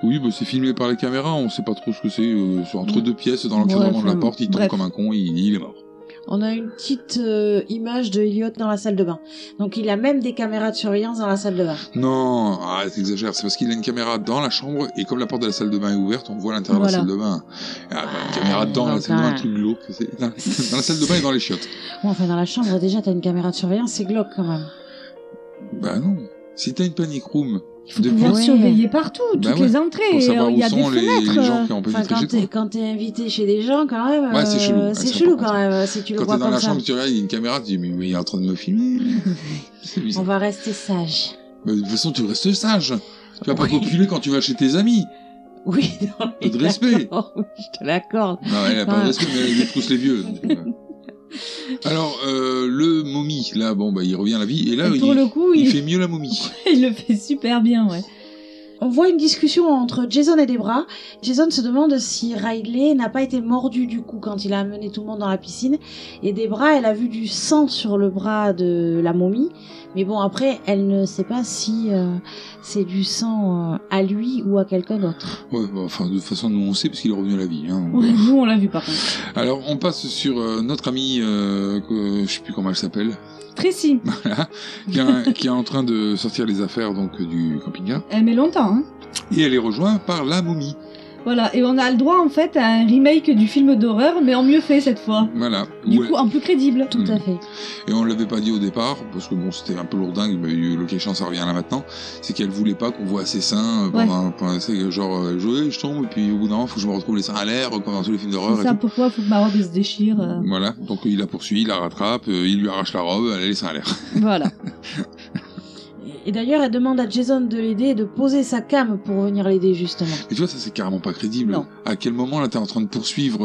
Speaker 8: Oui, bah, c'est filmé par la caméra, on sait pas trop ce que c'est. euh, c'est entre deux pièces, dans
Speaker 6: Ouais,
Speaker 8: l'encadrement de la
Speaker 6: enfin,
Speaker 8: porte, il tombe
Speaker 6: bref.
Speaker 8: comme un con, il, il est mort.
Speaker 6: On a une petite euh, image de Elliot dans la salle de bain. Donc il a même des caméras de surveillance dans la salle de bain.
Speaker 8: Non, ah, t'exagères, c'est parce qu'il a une caméra dans la chambre et comme la porte de la salle de bain est ouverte, on voit l'intérieur de la
Speaker 6: Voilà.
Speaker 8: salle de bain. Ah, bah, une caméra dans la
Speaker 6: donc,
Speaker 8: salle de bain,
Speaker 6: hein.
Speaker 8: un truc glauque. c'est- Dans, dans la salle de bain et dans les chiottes.
Speaker 6: Bon, enfin dans la chambre déjà t'as une caméra de surveillance, c'est glauque quand même.
Speaker 8: Bah non, si t'as une panic room. Il
Speaker 5: faut pouvoir surveiller partout, toutes
Speaker 8: Bah ouais.
Speaker 5: les entrées. Euh,
Speaker 8: Faut savoir
Speaker 5: Il y a
Speaker 8: où
Speaker 5: des
Speaker 8: sont les- les
Speaker 5: fenêtres. euh,
Speaker 8: gens qui ont envie
Speaker 6: Enfin,
Speaker 8: de tricher,
Speaker 6: quand t'es- quand t'es invité chez des gens quand même,
Speaker 8: Ouais, c'est
Speaker 6: euh,
Speaker 8: chelou. Ouais,
Speaker 6: c'est
Speaker 8: c'est
Speaker 6: chelou
Speaker 8: important,
Speaker 6: quand même euh, si tu le
Speaker 8: Quand
Speaker 6: vois
Speaker 8: t'es dans
Speaker 6: comme
Speaker 8: la
Speaker 6: ça.
Speaker 8: chambre, tu regardes, il y a une caméra, tu dis, mais, mais il est en train de me filmer. C'est
Speaker 6: On
Speaker 8: bizarre.
Speaker 6: va rester sage.
Speaker 8: Bah, de toute façon, tu restes sage. Tu vas pas copuler quand tu vas chez tes amis.
Speaker 6: Oui,
Speaker 8: Peu de respect.
Speaker 6: d'accord, oui, je te l'accorde.
Speaker 8: Non, elle a pas
Speaker 6: Enfin,
Speaker 8: de respect, bah, mais elle détrousse les vieux. donc, euh. Alors, euh, le momie, là, bon, bah, il revient à la vie. Et là,
Speaker 5: Et
Speaker 8: il,
Speaker 5: pour le coup,
Speaker 8: il
Speaker 5: il-
Speaker 8: fait mieux la momie.
Speaker 5: Il le fait super bien, ouais.
Speaker 6: On voit une discussion entre Jason et Debra. Jason se demande si Riley n'a pas été mordu du coup quand il a amené tout le monde dans la piscine. Et Debra, elle a vu du sang sur le bras de la momie. Mais bon, après, elle ne sait pas si euh, c'est du sang euh, à lui ou à quelqu'un d'autre.
Speaker 8: Ouais, bah, enfin, de toute façon, nous, on sait parce qu'il est revenu à la vie. Hein,
Speaker 5: Ouais, nous, on l'a vu par contre.
Speaker 8: Alors, on passe sur euh, notre amie, euh, que- je sais plus comment elle s'appelle,
Speaker 5: Tracy,
Speaker 8: voilà, qui, est- qui est en train de sortir les affaires donc du camping-car.
Speaker 5: elle met longtemps, hein.
Speaker 8: Et elle est rejointe par la momie.
Speaker 5: Voilà, et on a le droit en fait à un remake du film d'horreur, mais en mieux fait cette fois.
Speaker 8: Voilà.
Speaker 5: Du
Speaker 8: Ouais.
Speaker 5: coup, en plus crédible.
Speaker 6: Tout à fait.
Speaker 8: Et on l'avait pas dit au départ, parce que bon, c'était un peu lourdingue, mais euh, Location, ça revient là maintenant. C'est qu'elle voulait pas qu'on voit ses seins euh,
Speaker 5: Ouais.
Speaker 8: pendant, pendant- c'est genre, euh, je, ouais, je tombe, et puis au bout d'un moment, faut que je me retrouve les seins à l'air, comme dans tous les films d'horreur
Speaker 5: C'est
Speaker 8: et
Speaker 5: ça,
Speaker 8: tout.
Speaker 5: pourquoi faut que ma robe elle se déchire. euh.
Speaker 8: Voilà. Donc il la poursuit, il la rattrape, euh, il lui arrache la robe, elle a les seins à l'air.
Speaker 5: Voilà.
Speaker 6: Et d'ailleurs, elle demande à Jason de l'aider et de poser sa cam pour venir l'aider justement.
Speaker 8: Et tu vois, ça c'est carrément pas crédible.
Speaker 6: Non.
Speaker 8: À quel moment là t'es en train de poursuivre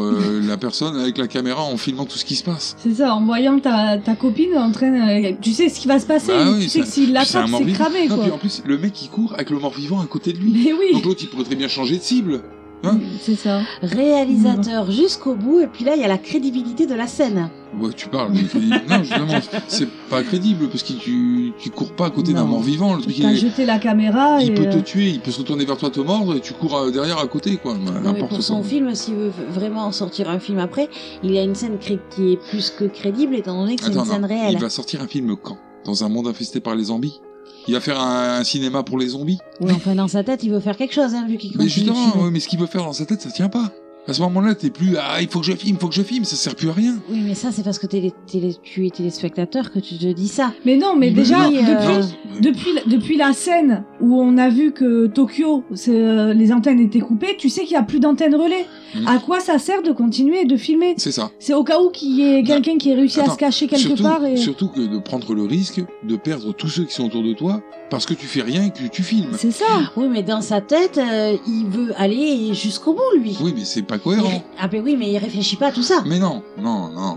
Speaker 8: euh, la personne avec la caméra en filmant tout ce qui se passe
Speaker 5: C'est ça, en voyant ta, ta copine en train. euh, Tu sais ce qui va se passer.
Speaker 8: Bah oui,
Speaker 5: tu sais
Speaker 8: ça-
Speaker 5: que s'il
Speaker 8: puis un
Speaker 5: l'attrape, c'est
Speaker 8: mort-vivant.
Speaker 5: cramé
Speaker 8: Non,
Speaker 5: quoi.
Speaker 8: puis en plus, le mec il court avec le mort-vivant à côté de lui.
Speaker 5: Mais oui.
Speaker 8: Donc l'autre il pourrait très bien changer de cible.
Speaker 5: C'est ça.
Speaker 6: Réalisateur jusqu'au bout, et puis là, il y a la crédibilité de la scène.
Speaker 8: Ouais, tu parles. mais tu dis- non, justement, c'est pas crédible parce que tu, tu cours pas à côté d'un mort-vivant. Le truc, il,
Speaker 5: T'as
Speaker 8: est-
Speaker 5: jeté la caméra
Speaker 8: il
Speaker 5: et.
Speaker 8: peut te
Speaker 5: euh,
Speaker 8: tuer, il peut se retourner vers toi, te mordre, et tu cours euh, derrière à côté, quoi.
Speaker 6: Non, mais
Speaker 8: N'importe
Speaker 6: pour
Speaker 8: quoi.
Speaker 6: son film, s'il veut v- vraiment sortir un film après, il y a une scène cré- qui est plus que crédible, étant donné que c'est une
Speaker 8: Attends,
Speaker 6: scène
Speaker 8: non,
Speaker 6: réelle.
Speaker 8: il va sortir un film quand Dans un monde infesté par les zombies Il va faire un, un cinéma pour les zombies
Speaker 6: Oui, enfin, dans sa tête, il veut faire quelque chose, hein, vu qu'il
Speaker 8: Mais
Speaker 6: continue le
Speaker 8: justement,
Speaker 6: film.
Speaker 8: ouais, mais ce qu'il veut faire dans sa tête, ça tient pas. À ce moment-là, t'es plus ah il faut que je filme, faut que je filme, ça sert plus à rien.
Speaker 6: Oui, mais ça, c'est parce que t'es les- t'es les- tu es téléspectateur que tu te dis ça.
Speaker 5: Mais non, mais
Speaker 6: Oui,
Speaker 5: déjà,
Speaker 6: oui, euh,
Speaker 5: depuis, depuis, la- depuis la scène où on a vu que Tokyo, c'est, euh, les antennes étaient coupées, tu sais qu'il n'y a plus d'antenne relais.
Speaker 8: Mm.
Speaker 5: À quoi ça sert de continuer et de filmer
Speaker 8: C'est ça.
Speaker 5: C'est au cas où qu'il y ait quelqu'un qui ait réussi à
Speaker 8: Attends,
Speaker 5: se cacher quelque
Speaker 8: surtout,
Speaker 5: part et.
Speaker 8: surtout que de prendre le risque de perdre tous ceux qui sont autour de toi parce que tu fais rien et que tu filmes.
Speaker 5: C'est ça.
Speaker 6: Oui, mais dans sa tête, euh, il veut aller jusqu'au bout, lui.
Speaker 8: Oui, mais c'est pas cohérent.
Speaker 6: Ah, ben oui, mais il réfléchit pas à tout ça.
Speaker 8: Mais non, non, non,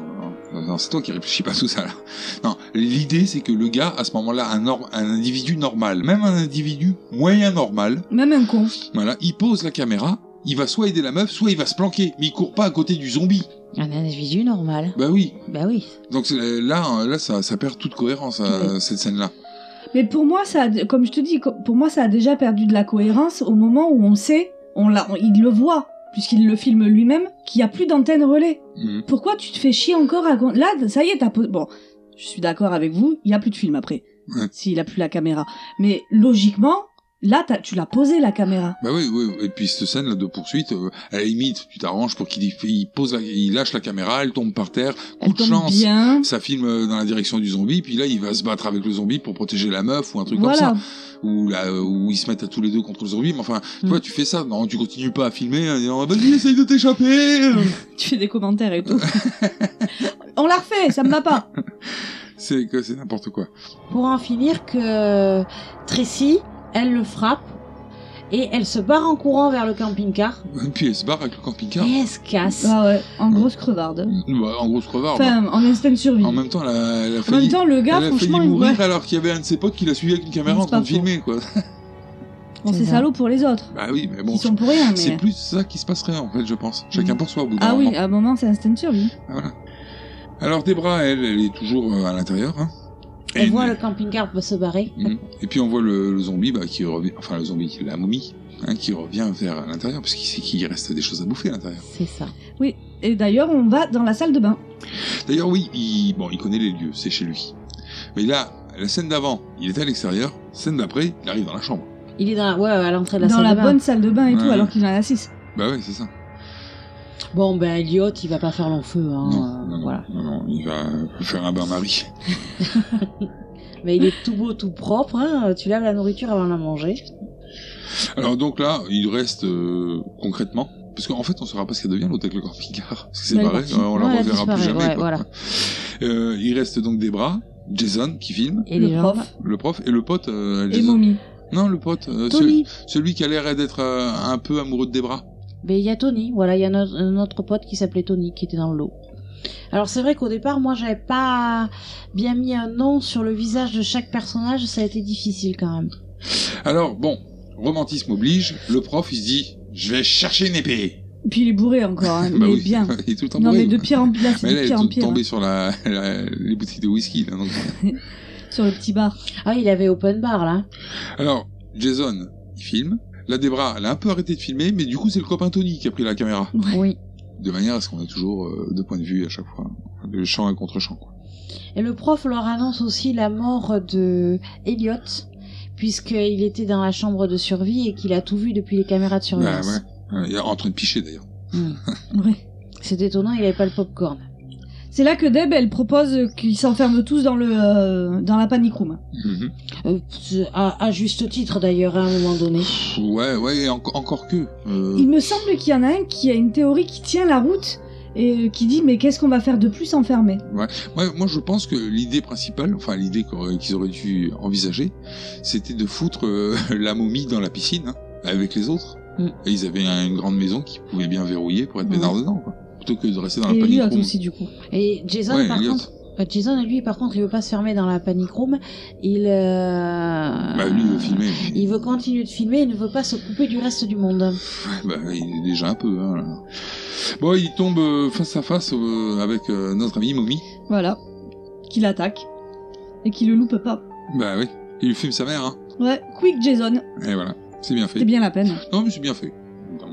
Speaker 8: non, non, c'est toi qui réfléchis pas à tout ça là. Non, l'idée c'est que le gars, à ce moment-là, un, nor- un individu normal, même un individu moyen normal,
Speaker 5: Même un con.
Speaker 8: voilà, il pose la caméra, il va soit aider la meuf, soit il va se planquer, mais il court pas à côté du zombie.
Speaker 6: Un individu normal.
Speaker 8: Bah oui.
Speaker 6: Bah oui.
Speaker 8: Donc c'est- là, hein, là, ça, ça perd toute cohérence euh, cette scène-là.
Speaker 5: Mais pour moi, ça, a- comme je te dis, co- pour moi, ça a déjà perdu de la cohérence au moment où on sait, on l'a, on- il le voit, puisqu'il le filme lui-même, qu'il n'y a plus d'antenne relais.
Speaker 8: Mhm.
Speaker 5: Pourquoi tu te fais chier encore à... con- Là, ça y est, t'as... po- Bon, je suis d'accord avec vous, il n'y a plus de film après,
Speaker 8: Ouais.
Speaker 5: s'il a plus la caméra. Mais logiquement, là, t'as- tu l'as posé, la caméra.
Speaker 8: Bah oui, oui. Et puis cette scène là de poursuite, euh, à la limite, tu t'arranges pour qu'il il pose, la- il lâche la caméra, elle tombe par terre, coup de
Speaker 5: tombe
Speaker 8: chance,
Speaker 5: bien.
Speaker 8: ça filme euh, dans la direction du zombie, puis là il va se battre avec le zombie pour protéger la meuf ou un truc
Speaker 5: Voilà.
Speaker 8: comme ça, ou là euh, où ils se mettent à tous les deux contre le zombie. Mais enfin,
Speaker 5: Mm.
Speaker 8: tu vois, tu fais ça, non, tu continues pas à filmer, en disant, vas-y, essaye de t'échapper.
Speaker 5: tu fais des commentaires et tout. on l'a refait, ça me va pas.
Speaker 8: c'est que c'est n'importe quoi.
Speaker 6: pour en finir que euh, Tracy, elle le frappe et elle se barre en courant vers le camping-car
Speaker 8: Et puis elle se barre avec le camping-car.
Speaker 6: et elle se casse.
Speaker 5: Ah ouais, en grosse crevarde.
Speaker 8: Bah, en gros, ce crevard.
Speaker 5: Enfin, en instant de survie.
Speaker 8: En même temps, elle a, elle a failli,
Speaker 5: temps, le gars,
Speaker 8: elle a failli
Speaker 5: franchement, il-
Speaker 8: mourir
Speaker 5: ouais.
Speaker 8: alors qu'il y avait un de ses potes qui l'a suivi avec une caméra
Speaker 5: C'est
Speaker 8: en train
Speaker 5: pas
Speaker 8: de
Speaker 5: faux.
Speaker 8: filmer, quoi.
Speaker 5: On s'est salaud pour les autres.
Speaker 8: bah oui, mais bon.
Speaker 5: Ils sont pour rien, mais-
Speaker 8: C'est plus ça qui se passerait, en fait, je pense. Chacun pour soi, au bout d'un
Speaker 5: Ah oui,
Speaker 8: moment.
Speaker 5: à un moment, c'est instant de survie.
Speaker 8: Voilà. Alors, Debra, elle, elle est toujours euh, à l'intérieur, hein.
Speaker 6: Elle
Speaker 8: Et-
Speaker 6: voit le camping-car se barrer.
Speaker 8: Mhm. Et puis on voit le, le zombie bah, qui revient, enfin le zombie, la momie, hein, qui revient vers l'intérieur, parce qu'il sait qu'il reste des choses à bouffer à l'intérieur.
Speaker 6: C'est ça.
Speaker 5: Oui, et d'ailleurs, on va dans la salle de bain.
Speaker 8: D'ailleurs, oui, il, bon, il connaît les lieux, c'est chez lui. Mais là, la scène d'avant, il était à l'extérieur, scène d'après, il arrive dans la chambre.
Speaker 6: Il est dans la, ouais, à l'entrée de la
Speaker 5: dans
Speaker 6: salle
Speaker 5: la
Speaker 6: de bain.
Speaker 5: bonne salle de bain et tout,
Speaker 8: Ouais.
Speaker 5: alors qu'il en a 6.
Speaker 8: Bah ouais, c'est ça.
Speaker 6: Bon ben Elliot, il va pas faire long feu hein.
Speaker 8: Non, non, non, non, il va faire un bain-marie.
Speaker 6: Mais il est tout beau, tout propre hein. Tu laves la nourriture avant de la manger.
Speaker 8: Alors donc là, il reste euh, concrètement, parce qu'en fait, on saura pas ce qu'elle devient l'autre avec le camping-car, parce que c'est
Speaker 6: Ouais,
Speaker 8: pareil,
Speaker 6: elle est partie.
Speaker 8: on la
Speaker 6: Ouais, elle a
Speaker 8: reverra plus
Speaker 6: disparu,
Speaker 8: jamais. quoi.
Speaker 6: ouais, voilà.
Speaker 8: Euh, il reste donc des bras, Jason qui filme,
Speaker 6: Et les Le jambes. prof.
Speaker 8: le prof et le pote. euh,
Speaker 6: Et
Speaker 8: Jason.
Speaker 6: Mommy.
Speaker 8: Non, le pote, euh,
Speaker 6: Tony.
Speaker 8: celui, celui qui a l'air d'être euh, un peu amoureux de Debra.
Speaker 6: Mais Ben, il y a Tony, voilà, il y a no- un autre pote qui s'appelait Tony qui était dans l'eau. Alors c'est vrai qu'au départ, moi, j'avais pas bien mis un nom sur le visage de chaque personnage, ça a été difficile quand même.
Speaker 8: Alors bon, romantisme oblige, le prof il se dit, je vais chercher une épée. Bah
Speaker 5: Puis il est bourré encore, hein, mais
Speaker 8: oui,
Speaker 5: bien.
Speaker 8: il est tout le temps
Speaker 5: Non,
Speaker 8: bourré.
Speaker 5: mais de pire en pire, c'est
Speaker 8: Mais
Speaker 5: de
Speaker 8: là, il est
Speaker 5: pire en pire,
Speaker 8: tombé
Speaker 5: hein.
Speaker 8: sur la, la- les boutiques de whisky. Là, donc.
Speaker 5: hein, Sur le petit bar.
Speaker 6: Ah, il avait open bar là.
Speaker 8: Alors, Jason, il filme. La Debra, elle a un peu arrêté de filmer, mais du coup, c'est le copain Tony qui a pris la caméra.
Speaker 6: Oui.
Speaker 8: De manière à ce qu'on ait toujours euh, deux points de vue à chaque fois. Le champ à contre-champ, quoi.
Speaker 6: Et le prof leur annonce aussi la mort de Elliot puisqu'il était dans la chambre de survie et qu'il a tout vu depuis les caméras de
Speaker 8: Bah,
Speaker 6: surveillance. Hmm.
Speaker 8: ouais. Euh, Il est en train de picher, d'ailleurs.
Speaker 6: C'est détonnant, il avait pas le popcorn.
Speaker 5: C'est là que Deb, elle propose qu'ils s'enferment tous dans le euh, dans la panic room.
Speaker 6: Euh, c'est à, à juste titre d'ailleurs hein, à un moment donné.
Speaker 8: Ouais, ouais, et enco- encore que. euh,
Speaker 5: Il me semble qu'il y en a un qui a une théorie qui tient la route et euh, qui dit mais qu'est-ce qu'on va faire de plus enfermé
Speaker 8: Ouais.
Speaker 6: Mm-hmm.
Speaker 8: Ouais, moi, je pense que l'idée principale, enfin l'idée qu'aur- qu'ils auraient dû envisager, c'était de foutre euh, la momie dans la piscine hein, avec les autres.
Speaker 6: Mm.
Speaker 8: Et ils avaient un- une grande maison qui pouvait bien verrouiller pour être
Speaker 6: Ouais.
Speaker 8: bénard dedans, quoi. Plutôt que de rester dans la
Speaker 6: Et
Speaker 8: panique.
Speaker 6: Elliot aussi,
Speaker 5: du coup.
Speaker 6: Et Jason
Speaker 8: Ouais,
Speaker 6: par
Speaker 8: Elliot.
Speaker 6: contre, Euh, Jason, lui, par contre, il veut pas se fermer dans la panic room. Il, euh,
Speaker 8: Bah, lui, il veut filmer.
Speaker 6: il veut continuer de filmer. Il ne veut pas se couper du reste du monde.
Speaker 8: Bah, il est déjà un peu. hein, là. Bon, il tombe euh, face à face euh, avec euh, notre ami Mommy.
Speaker 5: Voilà. Qui l'attaque. Et qui le loupe pas.
Speaker 8: Bah oui, il lui filme sa mère. Hein.
Speaker 5: Ouais, quick Jason.
Speaker 8: Et voilà, c'est bien fait.
Speaker 5: C'est bien la peine.
Speaker 8: Non, mais c'est bien fait.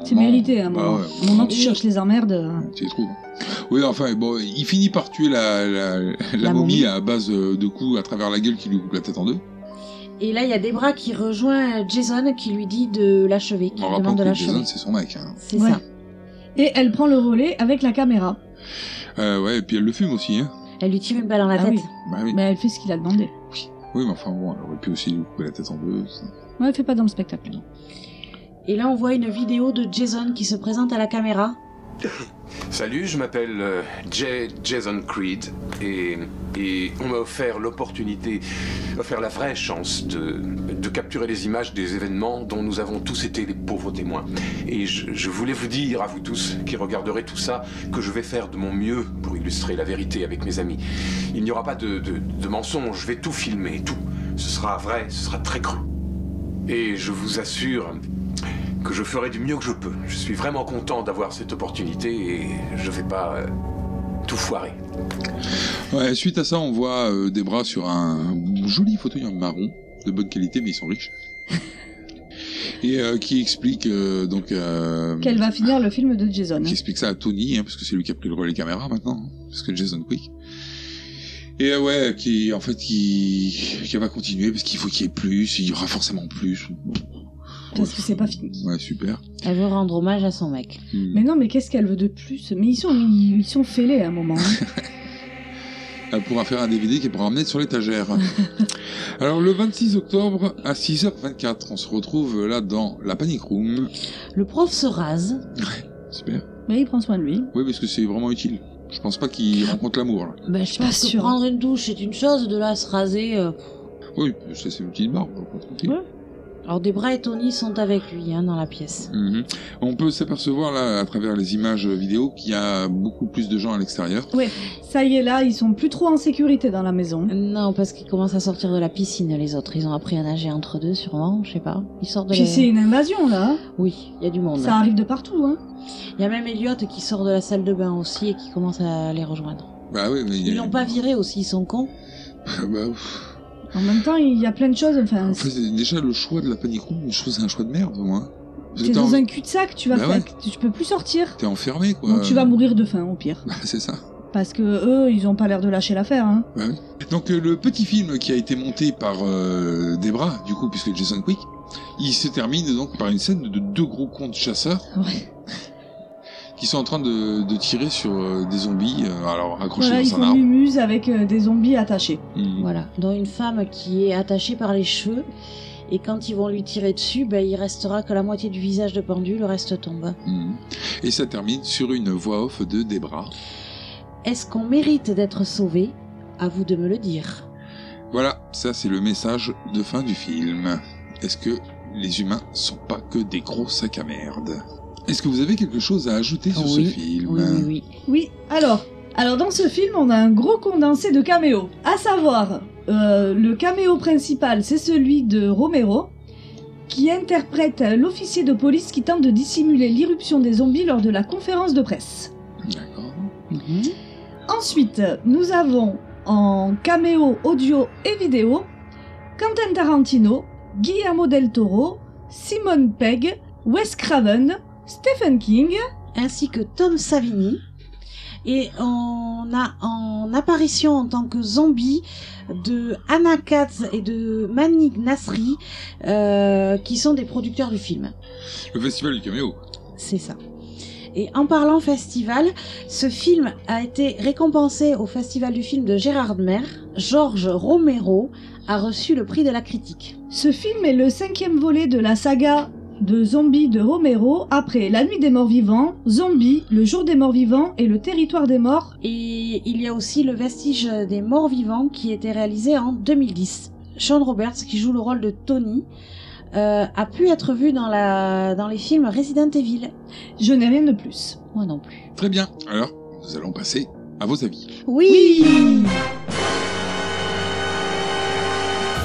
Speaker 5: C'est mérité, hein, à un
Speaker 8: Bah
Speaker 5: moment.
Speaker 8: ouais.
Speaker 5: À un moment, tu cherches les emmerdes. euh,
Speaker 8: Tu les trouves. Oui, enfin, bon, il finit par tuer la, la, la,
Speaker 6: La
Speaker 8: momie
Speaker 6: momie.
Speaker 8: à base euh, de coups à travers la gueule qui lui coupe la tête en deux.
Speaker 6: Et là, il y a Debra qui rejoint Jason, qui lui dit de l'achever, qui
Speaker 8: On
Speaker 6: lui demande
Speaker 8: rappelle
Speaker 6: de
Speaker 8: que
Speaker 6: l'achever.
Speaker 8: Jason, c'est son mec. Hein.
Speaker 6: C'est
Speaker 5: Ouais.
Speaker 6: ça.
Speaker 5: Et elle prend le relais avec la caméra.
Speaker 8: Euh, ouais, et puis elle le fume aussi. Hein.
Speaker 6: Elle lui tire une balle dans la
Speaker 5: Ah
Speaker 6: tête.
Speaker 5: oui.
Speaker 8: Bah oui.
Speaker 5: Mais elle fait ce qu'il a demandé.
Speaker 8: Oui, mais enfin, bon, elle aurait pu aussi lui couper la tête en deux. ça.
Speaker 5: Ouais, elle fait pas dans le spectacle.
Speaker 6: Et là, on voit une vidéo de Jason qui se présente à la caméra.
Speaker 2: Salut, je m'appelle euh, Jay- Jason Creed et, et on m'a offert l'opportunité, offert la vraie chance de, de capturer les images des événements dont nous avons tous été les pauvres témoins. Et je, je voulais vous dire à vous tous qui regarderez tout ça que je vais faire de mon mieux pour illustrer la vérité avec mes amis. Il n'y aura pas de, de, de mensonge, je vais tout filmer, tout. Ce sera vrai, ce sera très cru. Et je vous assure que je ferai du mieux que je peux. Je suis vraiment content d'avoir cette opportunité et je vais pas euh, tout foirer.
Speaker 8: Ouais, suite à ça, on voit euh, des bras sur un joli fauteuil en marron, de bonne qualité, mais ils sont riches. Et euh, qui explique euh, donc euh,
Speaker 5: Qu'elle va finir le film de Jason.
Speaker 8: qui explique ça à Tony, hein, parce que c'est lui qui a pris le relais caméra maintenant, hein, parce que Jason Quick. Et euh, ouais, qui en fait qui, qui va continuer parce qu'il faut qu'il y ait plus, il y aura forcément plus.
Speaker 5: Parce que c'est pas fini.
Speaker 8: Ouais, super.
Speaker 6: Elle veut rendre hommage à son mec.
Speaker 5: Mais non, mais qu'est-ce qu'elle veut de plus Mais ils sont, ils, ils sont fêlés à un moment. hein.
Speaker 8: Elle pourra faire un DVD qu'elle pourra emmener sur l'étagère. Alors le 26 octobre à 6h24, on se retrouve euh, là dans la panic room.
Speaker 6: Le prof se rase.
Speaker 8: Super.
Speaker 5: Mais il prend soin de lui.
Speaker 8: Oui, parce que c'est vraiment utile. Je pense pas qu'il rencontre l'amour. là.
Speaker 6: Ben, je
Speaker 5: Bah, pas
Speaker 6: pense que
Speaker 5: sûre.
Speaker 6: prendre une douche est une chose, de là à se raser. euh,
Speaker 8: Oui, ça c'est une petite barbe. quoi, tranquille.
Speaker 6: Alors Debra et Tony sont avec lui hein, dans la pièce.
Speaker 8: Mhm. On peut s'apercevoir là, à travers les images vidéo, qu'il y a beaucoup plus de gens à l'extérieur.
Speaker 5: Ouais, ça y est, là, ils sont plus trop en sécurité dans la maison.
Speaker 6: Non, parce qu'ils commencent à sortir de la piscine, les autres. Ils ont appris à nager entre deux, sûrement, je sais pas. Ils sortent de
Speaker 5: Puis
Speaker 6: la...
Speaker 5: c'est une invasion, là.
Speaker 6: Oui, il y a du monde.
Speaker 5: Ça arrive de partout, hein.
Speaker 6: Il y a même Elliot qui sort de la salle de bain aussi et qui commence à les rejoindre.
Speaker 8: Bah oui, mais.
Speaker 6: Ils l'ont pas viré aussi, ils sont cons.
Speaker 8: Bah, pff.
Speaker 5: En même temps, il y a plein de choses. Enfin,
Speaker 8: Après, c'est déjà, le choix de la panic room, je trouve que c'est un choix de merde, moi. Parce que
Speaker 5: t'es
Speaker 8: t'es
Speaker 5: dans
Speaker 8: en-
Speaker 5: un cul-de-sac, tu vas
Speaker 8: Bah
Speaker 5: faire- tu peux plus sortir.
Speaker 8: T'es euh, enfermé, quoi.
Speaker 5: Donc tu vas mourir de faim, au pire.
Speaker 8: Bah, c'est ça.
Speaker 5: Parce que eux, ils ont pas l'air de lâcher l'affaire, hein.
Speaker 8: Ouais, ouais. Donc euh, le petit film qui a été monté par euh, Debra, du coup, puisque Jason Quick, il se termine donc par une scène de deux gros cons de chasseurs qui sont en train de, de tirer sur euh, des zombies, euh, alors accrochés
Speaker 5: Voilà, ils
Speaker 8: dans un
Speaker 5: font
Speaker 8: arbre.
Speaker 5: mumuse avec euh, des zombies attachés.
Speaker 8: Mhm.
Speaker 6: Voilà, dont une femme qui est attachée par les cheveux. Et quand ils vont lui tirer dessus, ben, il restera que la moitié du visage de pendu, le reste tombe.
Speaker 8: Mhm. Et ça termine sur une voix off de Debra.
Speaker 6: Est-ce qu'on mérite d'être sauvé À vous de me le dire.
Speaker 8: Voilà, ça c'est le message de fin du film. Est-ce que les humains sont pas que des gros sacs à merde Est-ce que vous avez quelque chose à ajouter sur ce film
Speaker 6: oui.
Speaker 5: Oui, alors, alors dans ce film, on a un gros condensé de caméos. À savoir, euh, le caméo principal, c'est celui de Romero, qui interprète euh, l'officier de police qui tente de dissimuler l'irruption des zombies lors de la conférence de presse.
Speaker 8: D'accord.
Speaker 5: Ensuite, nous avons en caméo audio et vidéo Quentin Tarantino, Guillermo del Toro, Simone Pegg, Wes Craven, Stephen King,
Speaker 6: ainsi que Tom Savini. Et on a en apparition en tant que zombie de Anna Katz et de Manik Nasri, euh, qui sont des producteurs du film.
Speaker 8: Le festival du caméo.
Speaker 6: C'est ça. Et en parlant festival, ce film a été récompensé au Festival du film de Gérard Maire. Georges Romero a reçu le prix de la critique.
Speaker 5: Ce film est le cinquième volet de la saga de zombies de Romero après La Nuit des Morts Vivants, Zombies, Le Jour des Morts Vivants et Le Territoire des Morts.
Speaker 6: Et il y a aussi Le vestige des morts vivants qui était réalisé en 2010. Sean Roberts, qui joue le rôle de Tony, euh, a pu être vu dans, la, dans les films Resident Evil.
Speaker 5: Je n'ai rien de plus.
Speaker 6: Moi non plus.
Speaker 8: Très bien, alors nous allons passer à vos avis.
Speaker 6: Oui,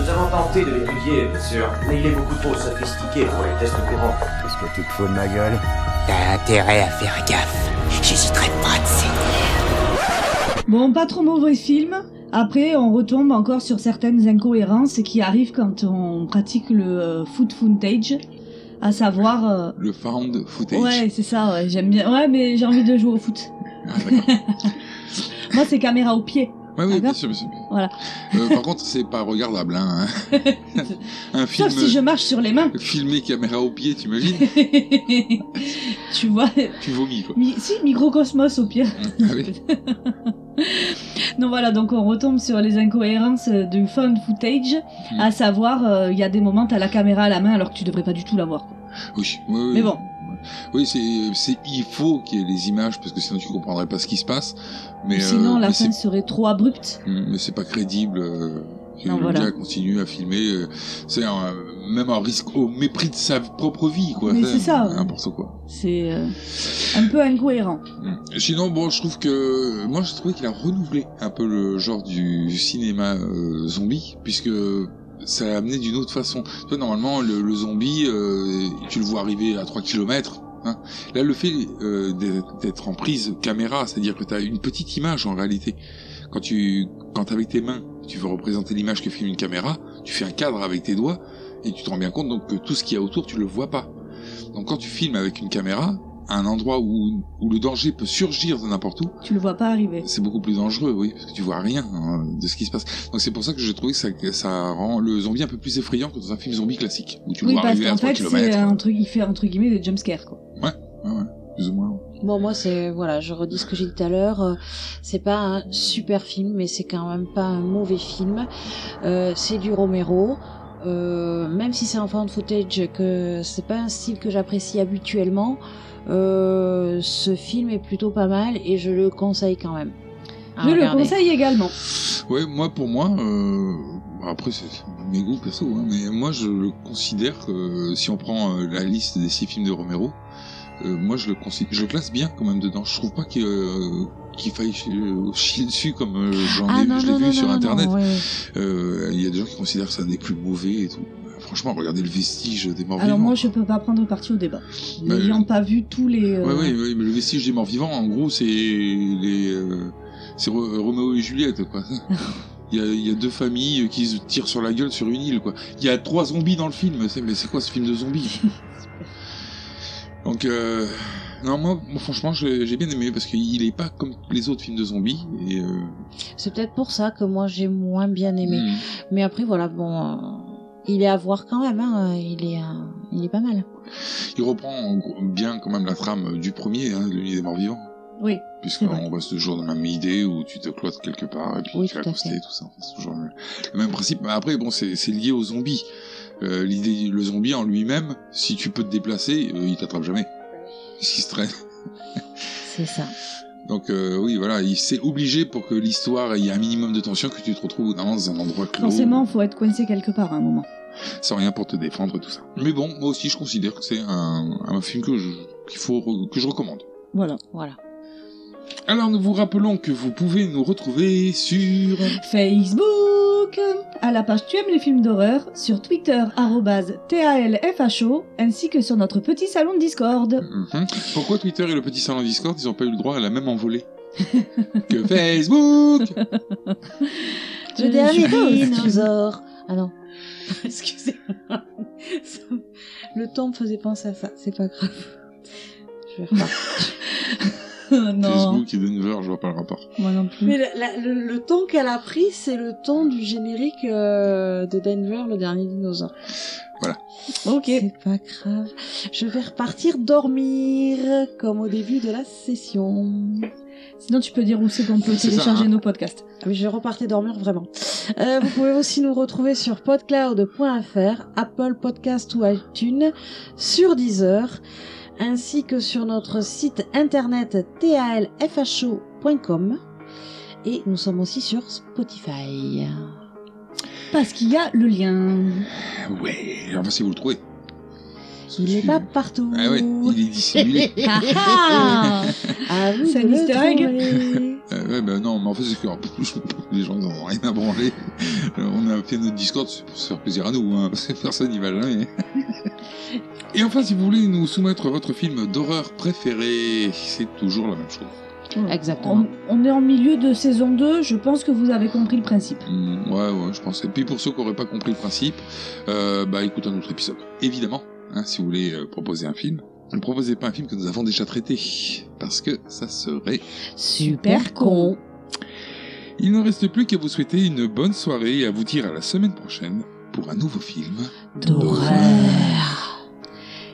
Speaker 15: avons tenté de l'étudier, bien sûr, mais il est beaucoup trop sophistiqué pour les tests courants.
Speaker 16: Qu'est-ce que tu te fous de ma gueule T'as intérêt à faire gaffe. J'hésiterai pas de
Speaker 5: Bon, pas trop mauvais film. Après, on retombe encore sur certaines incohérences qui arrivent quand on pratique le euh, foot footage, à savoir. euh,
Speaker 8: Le found footage.
Speaker 5: Ouais, c'est ça, ouais, j'aime bien. Ouais, mais j'ai envie de jouer au foot. Moi, c'est caméra au pied.
Speaker 8: Ah, Ouais, ouais, bien sûr, bien sûr.
Speaker 5: Ah, Voilà.
Speaker 8: Euh, par contre, c'est pas regardable. Hein. Un film euh,
Speaker 5: Sauf si je marche sur les mains.
Speaker 8: filmé caméra au pied, t'imagines
Speaker 5: tu vois.
Speaker 8: Tu vomis quoi.
Speaker 5: Mi- si, microcosmos au pire.
Speaker 8: Ah oui.
Speaker 5: Donc voilà, donc on retombe sur les incohérences euh, du found footage,
Speaker 8: Mhm.
Speaker 5: à savoir, euh, il y a des moments, t'as la caméra à la main alors que tu devrais pas du tout l'avoir. quoi.
Speaker 8: Oui, ouais, ouais,
Speaker 5: Mais bon.
Speaker 8: Oui, c'est, c'est il faut qu'il y ait les images parce que sinon tu comprendrais pas ce qui se passe. Mais
Speaker 5: Sinon,
Speaker 8: euh,
Speaker 5: la
Speaker 8: mais
Speaker 5: scène
Speaker 8: c'est,
Speaker 5: serait trop abrupte.
Speaker 8: Mm, mais c'est pas crédible. euh, que
Speaker 5: Non,
Speaker 8: le
Speaker 5: voilà.
Speaker 8: gars continue à filmer. euh, C'est un- même un risque au mépris de sa propre vie, quoi.
Speaker 5: Mais c'est ça.
Speaker 8: N'importe quoi.
Speaker 5: C'est euh, un peu incohérent.
Speaker 8: Mm. Sinon, bon, je trouve que moi, j'ai trouvé qu'il a renouvelé un peu le genre du cinéma euh, zombie, puisque ça l'a amené d'une autre façon. Tu vois, normalement, le, le zombie, euh, tu le vois arriver à 3 km. Hein. Là, le fait euh, d'être- d'être en prise caméra, c'est-à-dire que tu as une petite image en réalité. Quand tu, quand avec tes mains, tu veux représenter l'image que filme une caméra, tu fais un cadre avec tes doigts et tu te rends bien compte donc que tout ce qu'il y a autour, tu le vois pas. Donc quand tu filmes avec une caméra, à un endroit où, où le danger peut surgir de n'importe où,
Speaker 5: Tu le vois pas arriver.
Speaker 8: c'est beaucoup plus dangereux, oui, parce que tu vois rien hein, de ce qui se passe. Donc c'est pour ça que j'ai trouvé que ça, que ça rend le zombie un peu plus effrayant que dans un film zombie classique, où tu le
Speaker 5: oui,
Speaker 8: vois
Speaker 5: parce
Speaker 8: arriver à
Speaker 5: qu'en
Speaker 8: 3
Speaker 5: fait, c'est
Speaker 8: km.
Speaker 5: un truc, il fait entre guillemets des jumpscares, quoi.
Speaker 8: Ouais, ouais, ouais,
Speaker 6: euh,
Speaker 8: plus ou moins.
Speaker 6: Bon, moi, c'est. Voilà, je redis ce que j'ai dit tout à l'heure. euh, C'est pas un super film, mais c'est quand même pas un mauvais film. Euh, c'est du Romero. Euh, même si c'est en found footage, que c'est pas un style que j'apprécie habituellement, euh, ce film est plutôt pas mal et je le conseille quand même. à
Speaker 5: Je le
Speaker 6: regarder.
Speaker 5: conseille également.
Speaker 8: Ah Ouais, moi pour moi, euh, bah, après c'est mes goûts perso, hein, mais moi je le considère que euh, si on prend euh, la liste des six films de Romero, euh, moi je le considère, je le classe bien quand même dedans. Je trouve pas qu'il euh, qu'il faille ch- euh, chier dessus comme euh, j'en
Speaker 6: Ah
Speaker 8: ai,
Speaker 6: non,
Speaker 8: je l'ai
Speaker 6: non,
Speaker 8: vu
Speaker 6: non,
Speaker 8: sur
Speaker 6: non,
Speaker 8: internet.
Speaker 6: non, ouais, ouais.
Speaker 8: Euh, Il y a des gens qui considèrent que c'est un des plus mauvais et tout. Franchement, regardez le vestige des morts
Speaker 5: Alors
Speaker 8: vivants.
Speaker 5: moi, je peux pas prendre parti au débat.
Speaker 8: Bah,
Speaker 5: N'ayant pas vu tous les. euh,
Speaker 8: Ouais, ouais, ouais, mais le vestige des morts vivants, en gros, c'est les, euh, c'est Ro- Roméo et Juliette, quoi. Il y, a, il y a deux familles qui se tirent sur la gueule sur une île, quoi. Il y a trois zombies dans le film. C'est- Mais c'est quoi ce film de zombies Donc, euh, non, moi, moi, franchement, j'ai j'ai bien aimé parce qu'il est pas comme les autres films de zombies. Et, euh,
Speaker 6: C'est peut-être pour ça que moi j'ai moins bien aimé.
Speaker 8: Mhm.
Speaker 6: Mais après voilà, bon, euh, il est à voir quand même. hein, Il est, euh, il est pas mal.
Speaker 8: il reprend en gros, bien quand même la trame du premier, hein, de l'île des morts vivants.
Speaker 5: Oui.
Speaker 8: Puisqu'on reste toujours dans la même idée où tu te cloîtres quelque part et puis tu vas accoster et tout ça. C'est toujours le le même principe. Mais Après, bon, c'est c'est lié aux zombies. Euh, L'idée, le zombie en lui-même, si tu peux te déplacer, euh, il t'attrape jamais. Parce qu'il se traîne.
Speaker 6: C'est ça.
Speaker 8: Donc euh, oui, voilà, il c'est obligé pour que l'histoire ait un minimum de tension que tu te retrouves dans un endroit clos,
Speaker 5: Forcément, faut être coincé quelque part à un moment.
Speaker 8: sans rien pour te défendre, tout ça. Mais bon, moi aussi, je considère que c'est un, un film que je, qu'il faut re- que je recommande.
Speaker 5: Voilà.
Speaker 6: Voilà.
Speaker 8: Alors nous vous rappelons que vous pouvez nous retrouver sur...
Speaker 5: Facebook, à la page Tu aimes les films d'horreur, sur Twitter, arrobase TALFHO, ainsi que sur notre petit salon de Discord.
Speaker 8: Mhm. Pourquoi Twitter et le petit salon Discord, ils n'ont pas eu le droit à la même envolée que Facebook
Speaker 6: Le dernier
Speaker 5: suppose.
Speaker 6: dinosaure. Ah non. Excusez-moi. Ça me- Le temps me faisait penser à ça. C'est pas grave. Je vais repartir.
Speaker 8: Facebook et Denver, je vois pas le rapport.
Speaker 5: Moi non plus.
Speaker 6: Mais la- la- le, le ton qu'elle a pris, c'est le ton du générique euh, de Denver, le dernier dinosaure.
Speaker 8: Voilà.
Speaker 5: Ok.
Speaker 6: C'est pas grave. Je vais repartir dormir, comme au début de la session.
Speaker 5: Sinon, tu peux dire où c'est qu'on peut
Speaker 6: C'est ça,
Speaker 5: télécharger
Speaker 6: hein.
Speaker 5: nos podcasts.
Speaker 6: Mais je repartais dormir vraiment. Euh, vous pouvez aussi nous retrouver sur podcloud.fr, Apple Podcast ou iTunes, sur Deezer, ainsi que sur notre site internet talfho.com. Et nous sommes aussi sur Spotify.
Speaker 5: Parce qu'il y a le lien.
Speaker 8: Ah Ouais, enfin si vous le trouvez.
Speaker 6: Il n'est pas partout.
Speaker 8: Ah ouais, il Ah est dissimulé.
Speaker 6: Ah ah À vous
Speaker 5: C'est
Speaker 6: de
Speaker 5: un
Speaker 6: le
Speaker 5: easter egg.
Speaker 6: trouver.
Speaker 8: Euh, ouais, ben non, mais en fait, c'est que en plus, les gens n'ont rien à branler. Euh, On a fait notre Discord c'est pour se faire plaisir à nous, hein, parce que personne n'y va jamais. Et enfin, si vous voulez nous soumettre votre film d'horreur préféré, c'est toujours la même chose.
Speaker 6: Exactement.
Speaker 5: On, on est en milieu de saison 2, je pense que vous avez compris le principe.
Speaker 8: Hmm, ouais, ouais, je pense. Et puis pour ceux qui n'auraient pas compris le principe, euh, bah écoutez un autre épisode. Évidemment, hein, si vous voulez euh, proposer un film, ne proposez pas un film que nous avons déjà traité, parce que ça serait
Speaker 6: super con.
Speaker 8: Il ne reste plus qu'à vous souhaiter une bonne soirée et à vous dire à la semaine prochaine pour un nouveau film.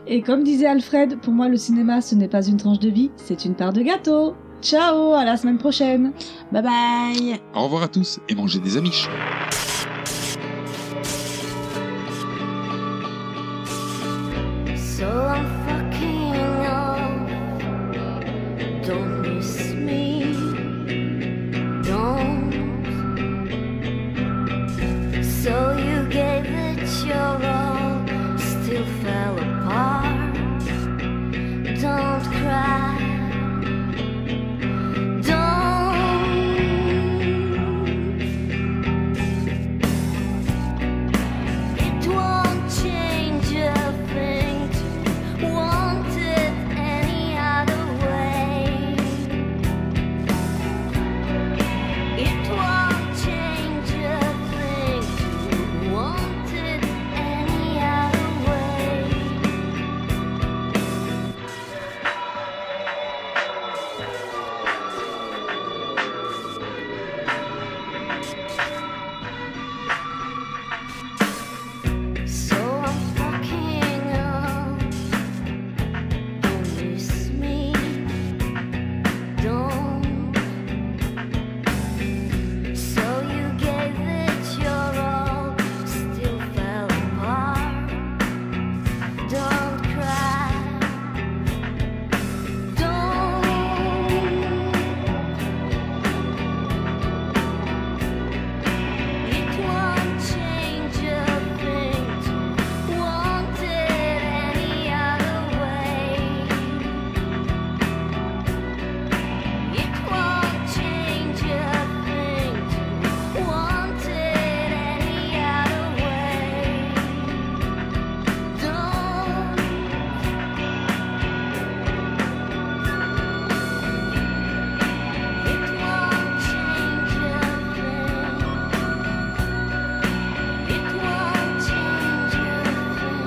Speaker 5: Et comme disait Alfred, pour moi le cinéma ce n'est pas une tranche de vie, c'est une part de gâteau. Ciao, à la semaine prochaine.
Speaker 6: Bye bye.
Speaker 8: Au revoir à tous et mangez des amiches.
Speaker 9: So I'm fucking alone. Don't miss me. Don't. So you gave it your all, still fell apart. Don't cry. Don't. It won't change a thing to want it any other way. It won't change a thing to want it any other way. So I'm fucking up. Don't miss me. Don't. So you gave it your all, still fell apart. Don't cry. Don't. It won't change a thing. Want it any other way? It won't change a thing. Want it any other way? Don't. It won't change a thing. It won't change a thing.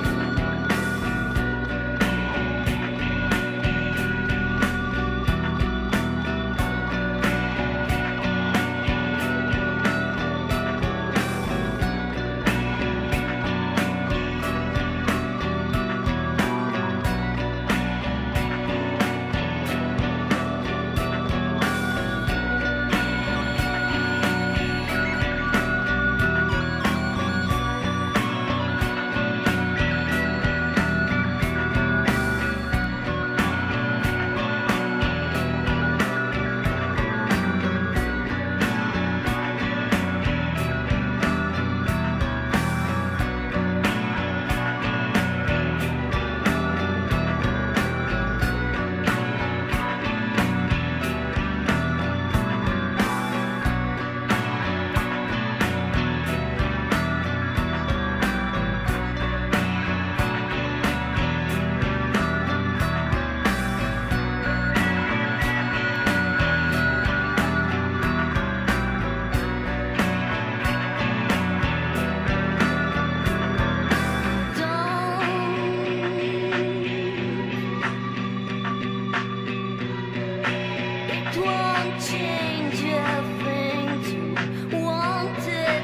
Speaker 9: It won't change a thing to want it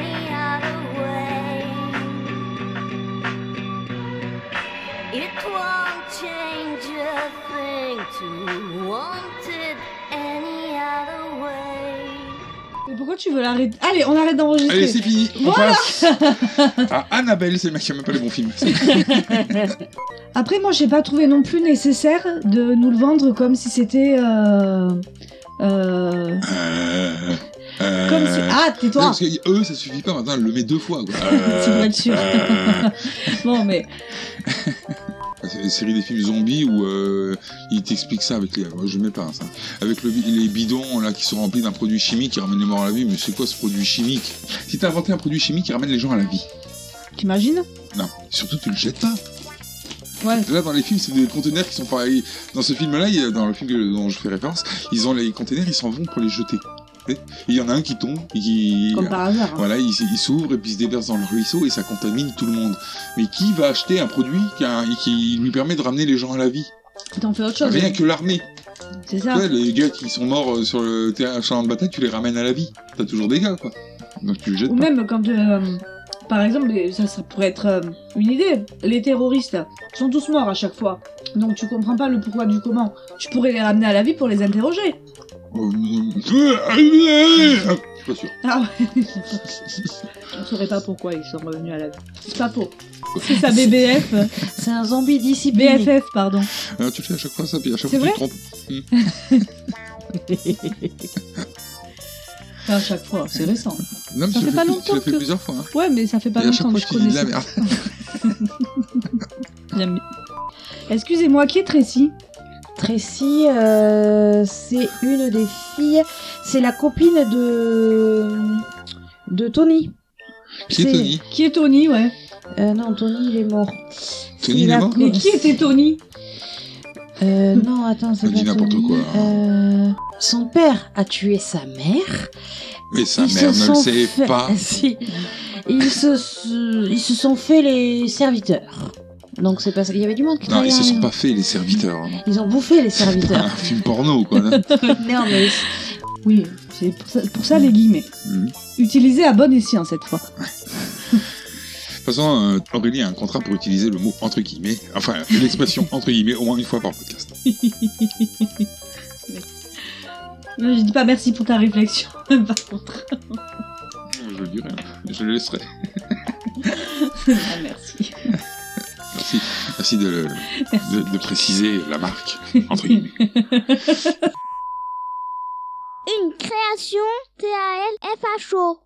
Speaker 9: any other way. It won't change a thing to want it any other way.
Speaker 5: Mais pourquoi tu veux l'arrêter Allez, on arrête d'enregistrer.
Speaker 8: Allez, c'est fini. On
Speaker 5: Voilà.
Speaker 8: passe à Annabelle, c'est le mec qui aime pas les bons films.
Speaker 5: Après, moi, j'ai pas trouvé non plus nécessaire de nous le vendre comme si c'était. euh, euh,
Speaker 8: Euh, euh,
Speaker 5: Comme si- Ah, tais-toi.
Speaker 8: non, parce que eux, ça suffit pas Euh, maintenant, elle le met deux fois. Quoi.
Speaker 5: Tu dois être sûr. bon, mais.
Speaker 8: la série des films zombies où euh, il t'explique ça avec les. ouais, je mets pas ça. Avec le bi- les bidons là qui sont remplis d'un produit chimique qui ramène les morts à la vie. Mais c'est quoi ce produit chimique Si t'as inventé un produit chimique qui ramène les gens à la vie,
Speaker 5: T'imagines
Speaker 8: non. Surtout tu le jettes pas.
Speaker 5: Ouais.
Speaker 8: Là dans les films c'est des conteneurs qui sont pareils. Dans ce film-là, il y a- dans le film que- dont je fais référence, ils ont les conteneurs, ils s'en vont pour les jeter. Et Il y en a un qui tombe, et qui
Speaker 5: Comme par hasard, hein.
Speaker 8: voilà, il, s- il s'ouvre et puis il se déverse dans le ruisseau et ça contamine tout le monde. Mais qui va acheter un produit qui, a- qui lui permet de ramener les gens à la vie
Speaker 5: T'en fais autre chose.
Speaker 8: Rien
Speaker 5: hein.
Speaker 8: que l'armée.
Speaker 5: C'est
Speaker 8: Tu
Speaker 5: ça.
Speaker 8: vois, les gars qui sont morts euh, sur le terrain champ de bataille, tu les ramènes à la vie. T'as toujours des gars quoi. Donc tu le jettes.
Speaker 5: Ou
Speaker 8: pas.
Speaker 5: même quand, euh, par exemple, les- ça, ça pourrait être euh, une idée. Les terroristes sont tous morts à chaque fois. Donc tu comprends pas le pourquoi du comment. Tu pourrais les ramener à la vie pour les interroger.
Speaker 8: Oh, Je suis pas sûr.
Speaker 5: Ah ouais. On saurait pas pourquoi ils sont revenus à la vie. C'est pas faux. C'est sa BBF.
Speaker 6: C'est un zombie d'ici.
Speaker 5: BFF, pardon.
Speaker 8: Alors, tu le fais à chaque fois ça, puis à chaque
Speaker 5: C'est
Speaker 8: fois tu te
Speaker 5: vrai
Speaker 8: trompes. Hmm.
Speaker 5: Pas à chaque fois, c'est récent.
Speaker 8: Non, mais
Speaker 5: ça
Speaker 8: tu
Speaker 5: fait
Speaker 8: l'as
Speaker 5: pas
Speaker 8: fait- tu
Speaker 5: longtemps.
Speaker 8: l'as fait
Speaker 5: que-
Speaker 8: plusieurs fois, hein.
Speaker 5: Ouais, mais ça fait pas
Speaker 8: Et à chaque
Speaker 5: longtemps que
Speaker 8: fois,
Speaker 5: je
Speaker 8: tu dis de
Speaker 5: connais
Speaker 8: la
Speaker 5: ça.
Speaker 8: merde.
Speaker 5: J'aime bien. Excusez-moi, qui est Tracy
Speaker 6: Tracy, euh, c'est une des filles, c'est la copine de de Tony.
Speaker 8: Qui est
Speaker 6: C'est-
Speaker 8: Tony
Speaker 5: Qui est Tony, ouais.
Speaker 6: non, Tony il est mort.
Speaker 8: Tony, il est
Speaker 6: la
Speaker 8: mort
Speaker 6: co-
Speaker 5: Mais qui était Tony
Speaker 6: Euh, non, attends, c'est
Speaker 8: On
Speaker 6: pas
Speaker 8: dit n'importe
Speaker 6: Tony.
Speaker 8: quoi, hein.
Speaker 6: Euh, son père a tué sa mère.
Speaker 8: Mais sa
Speaker 6: Ils
Speaker 8: mère
Speaker 6: se
Speaker 8: ne le
Speaker 6: sont
Speaker 8: sait
Speaker 6: fait-
Speaker 8: pas.
Speaker 6: Si. Ils se, se- ils se sont fait les serviteurs. Donc c'est pas ça. Il y avait du monde qui
Speaker 8: Non, ils
Speaker 6: travaillait à
Speaker 8: se
Speaker 6: la
Speaker 8: sont
Speaker 6: maison.
Speaker 8: pas fait les serviteurs. hein.
Speaker 6: Ils ont bouffé les
Speaker 8: Un
Speaker 6: serviteurs.
Speaker 8: film porno, quoi. là.
Speaker 6: non mais
Speaker 5: Oui, c'est pour ça, pour ça les guillemets.
Speaker 8: Mhm.
Speaker 5: Utilisé à bon escient cette fois.
Speaker 8: De toute façon, euh, Aurélie a un contrat pour utiliser le mot entre guillemets, enfin l'expression entre guillemets au moins une fois par podcast.
Speaker 5: Non, je dis pas merci pour ta réflexion, par contre.
Speaker 8: Je le dirai, hein. je le laisserai.
Speaker 5: Ah, merci.
Speaker 8: Merci, merci de, le-
Speaker 5: Merci.
Speaker 8: de- de préciser la marque entre guillemets.
Speaker 9: Une création t a l f h o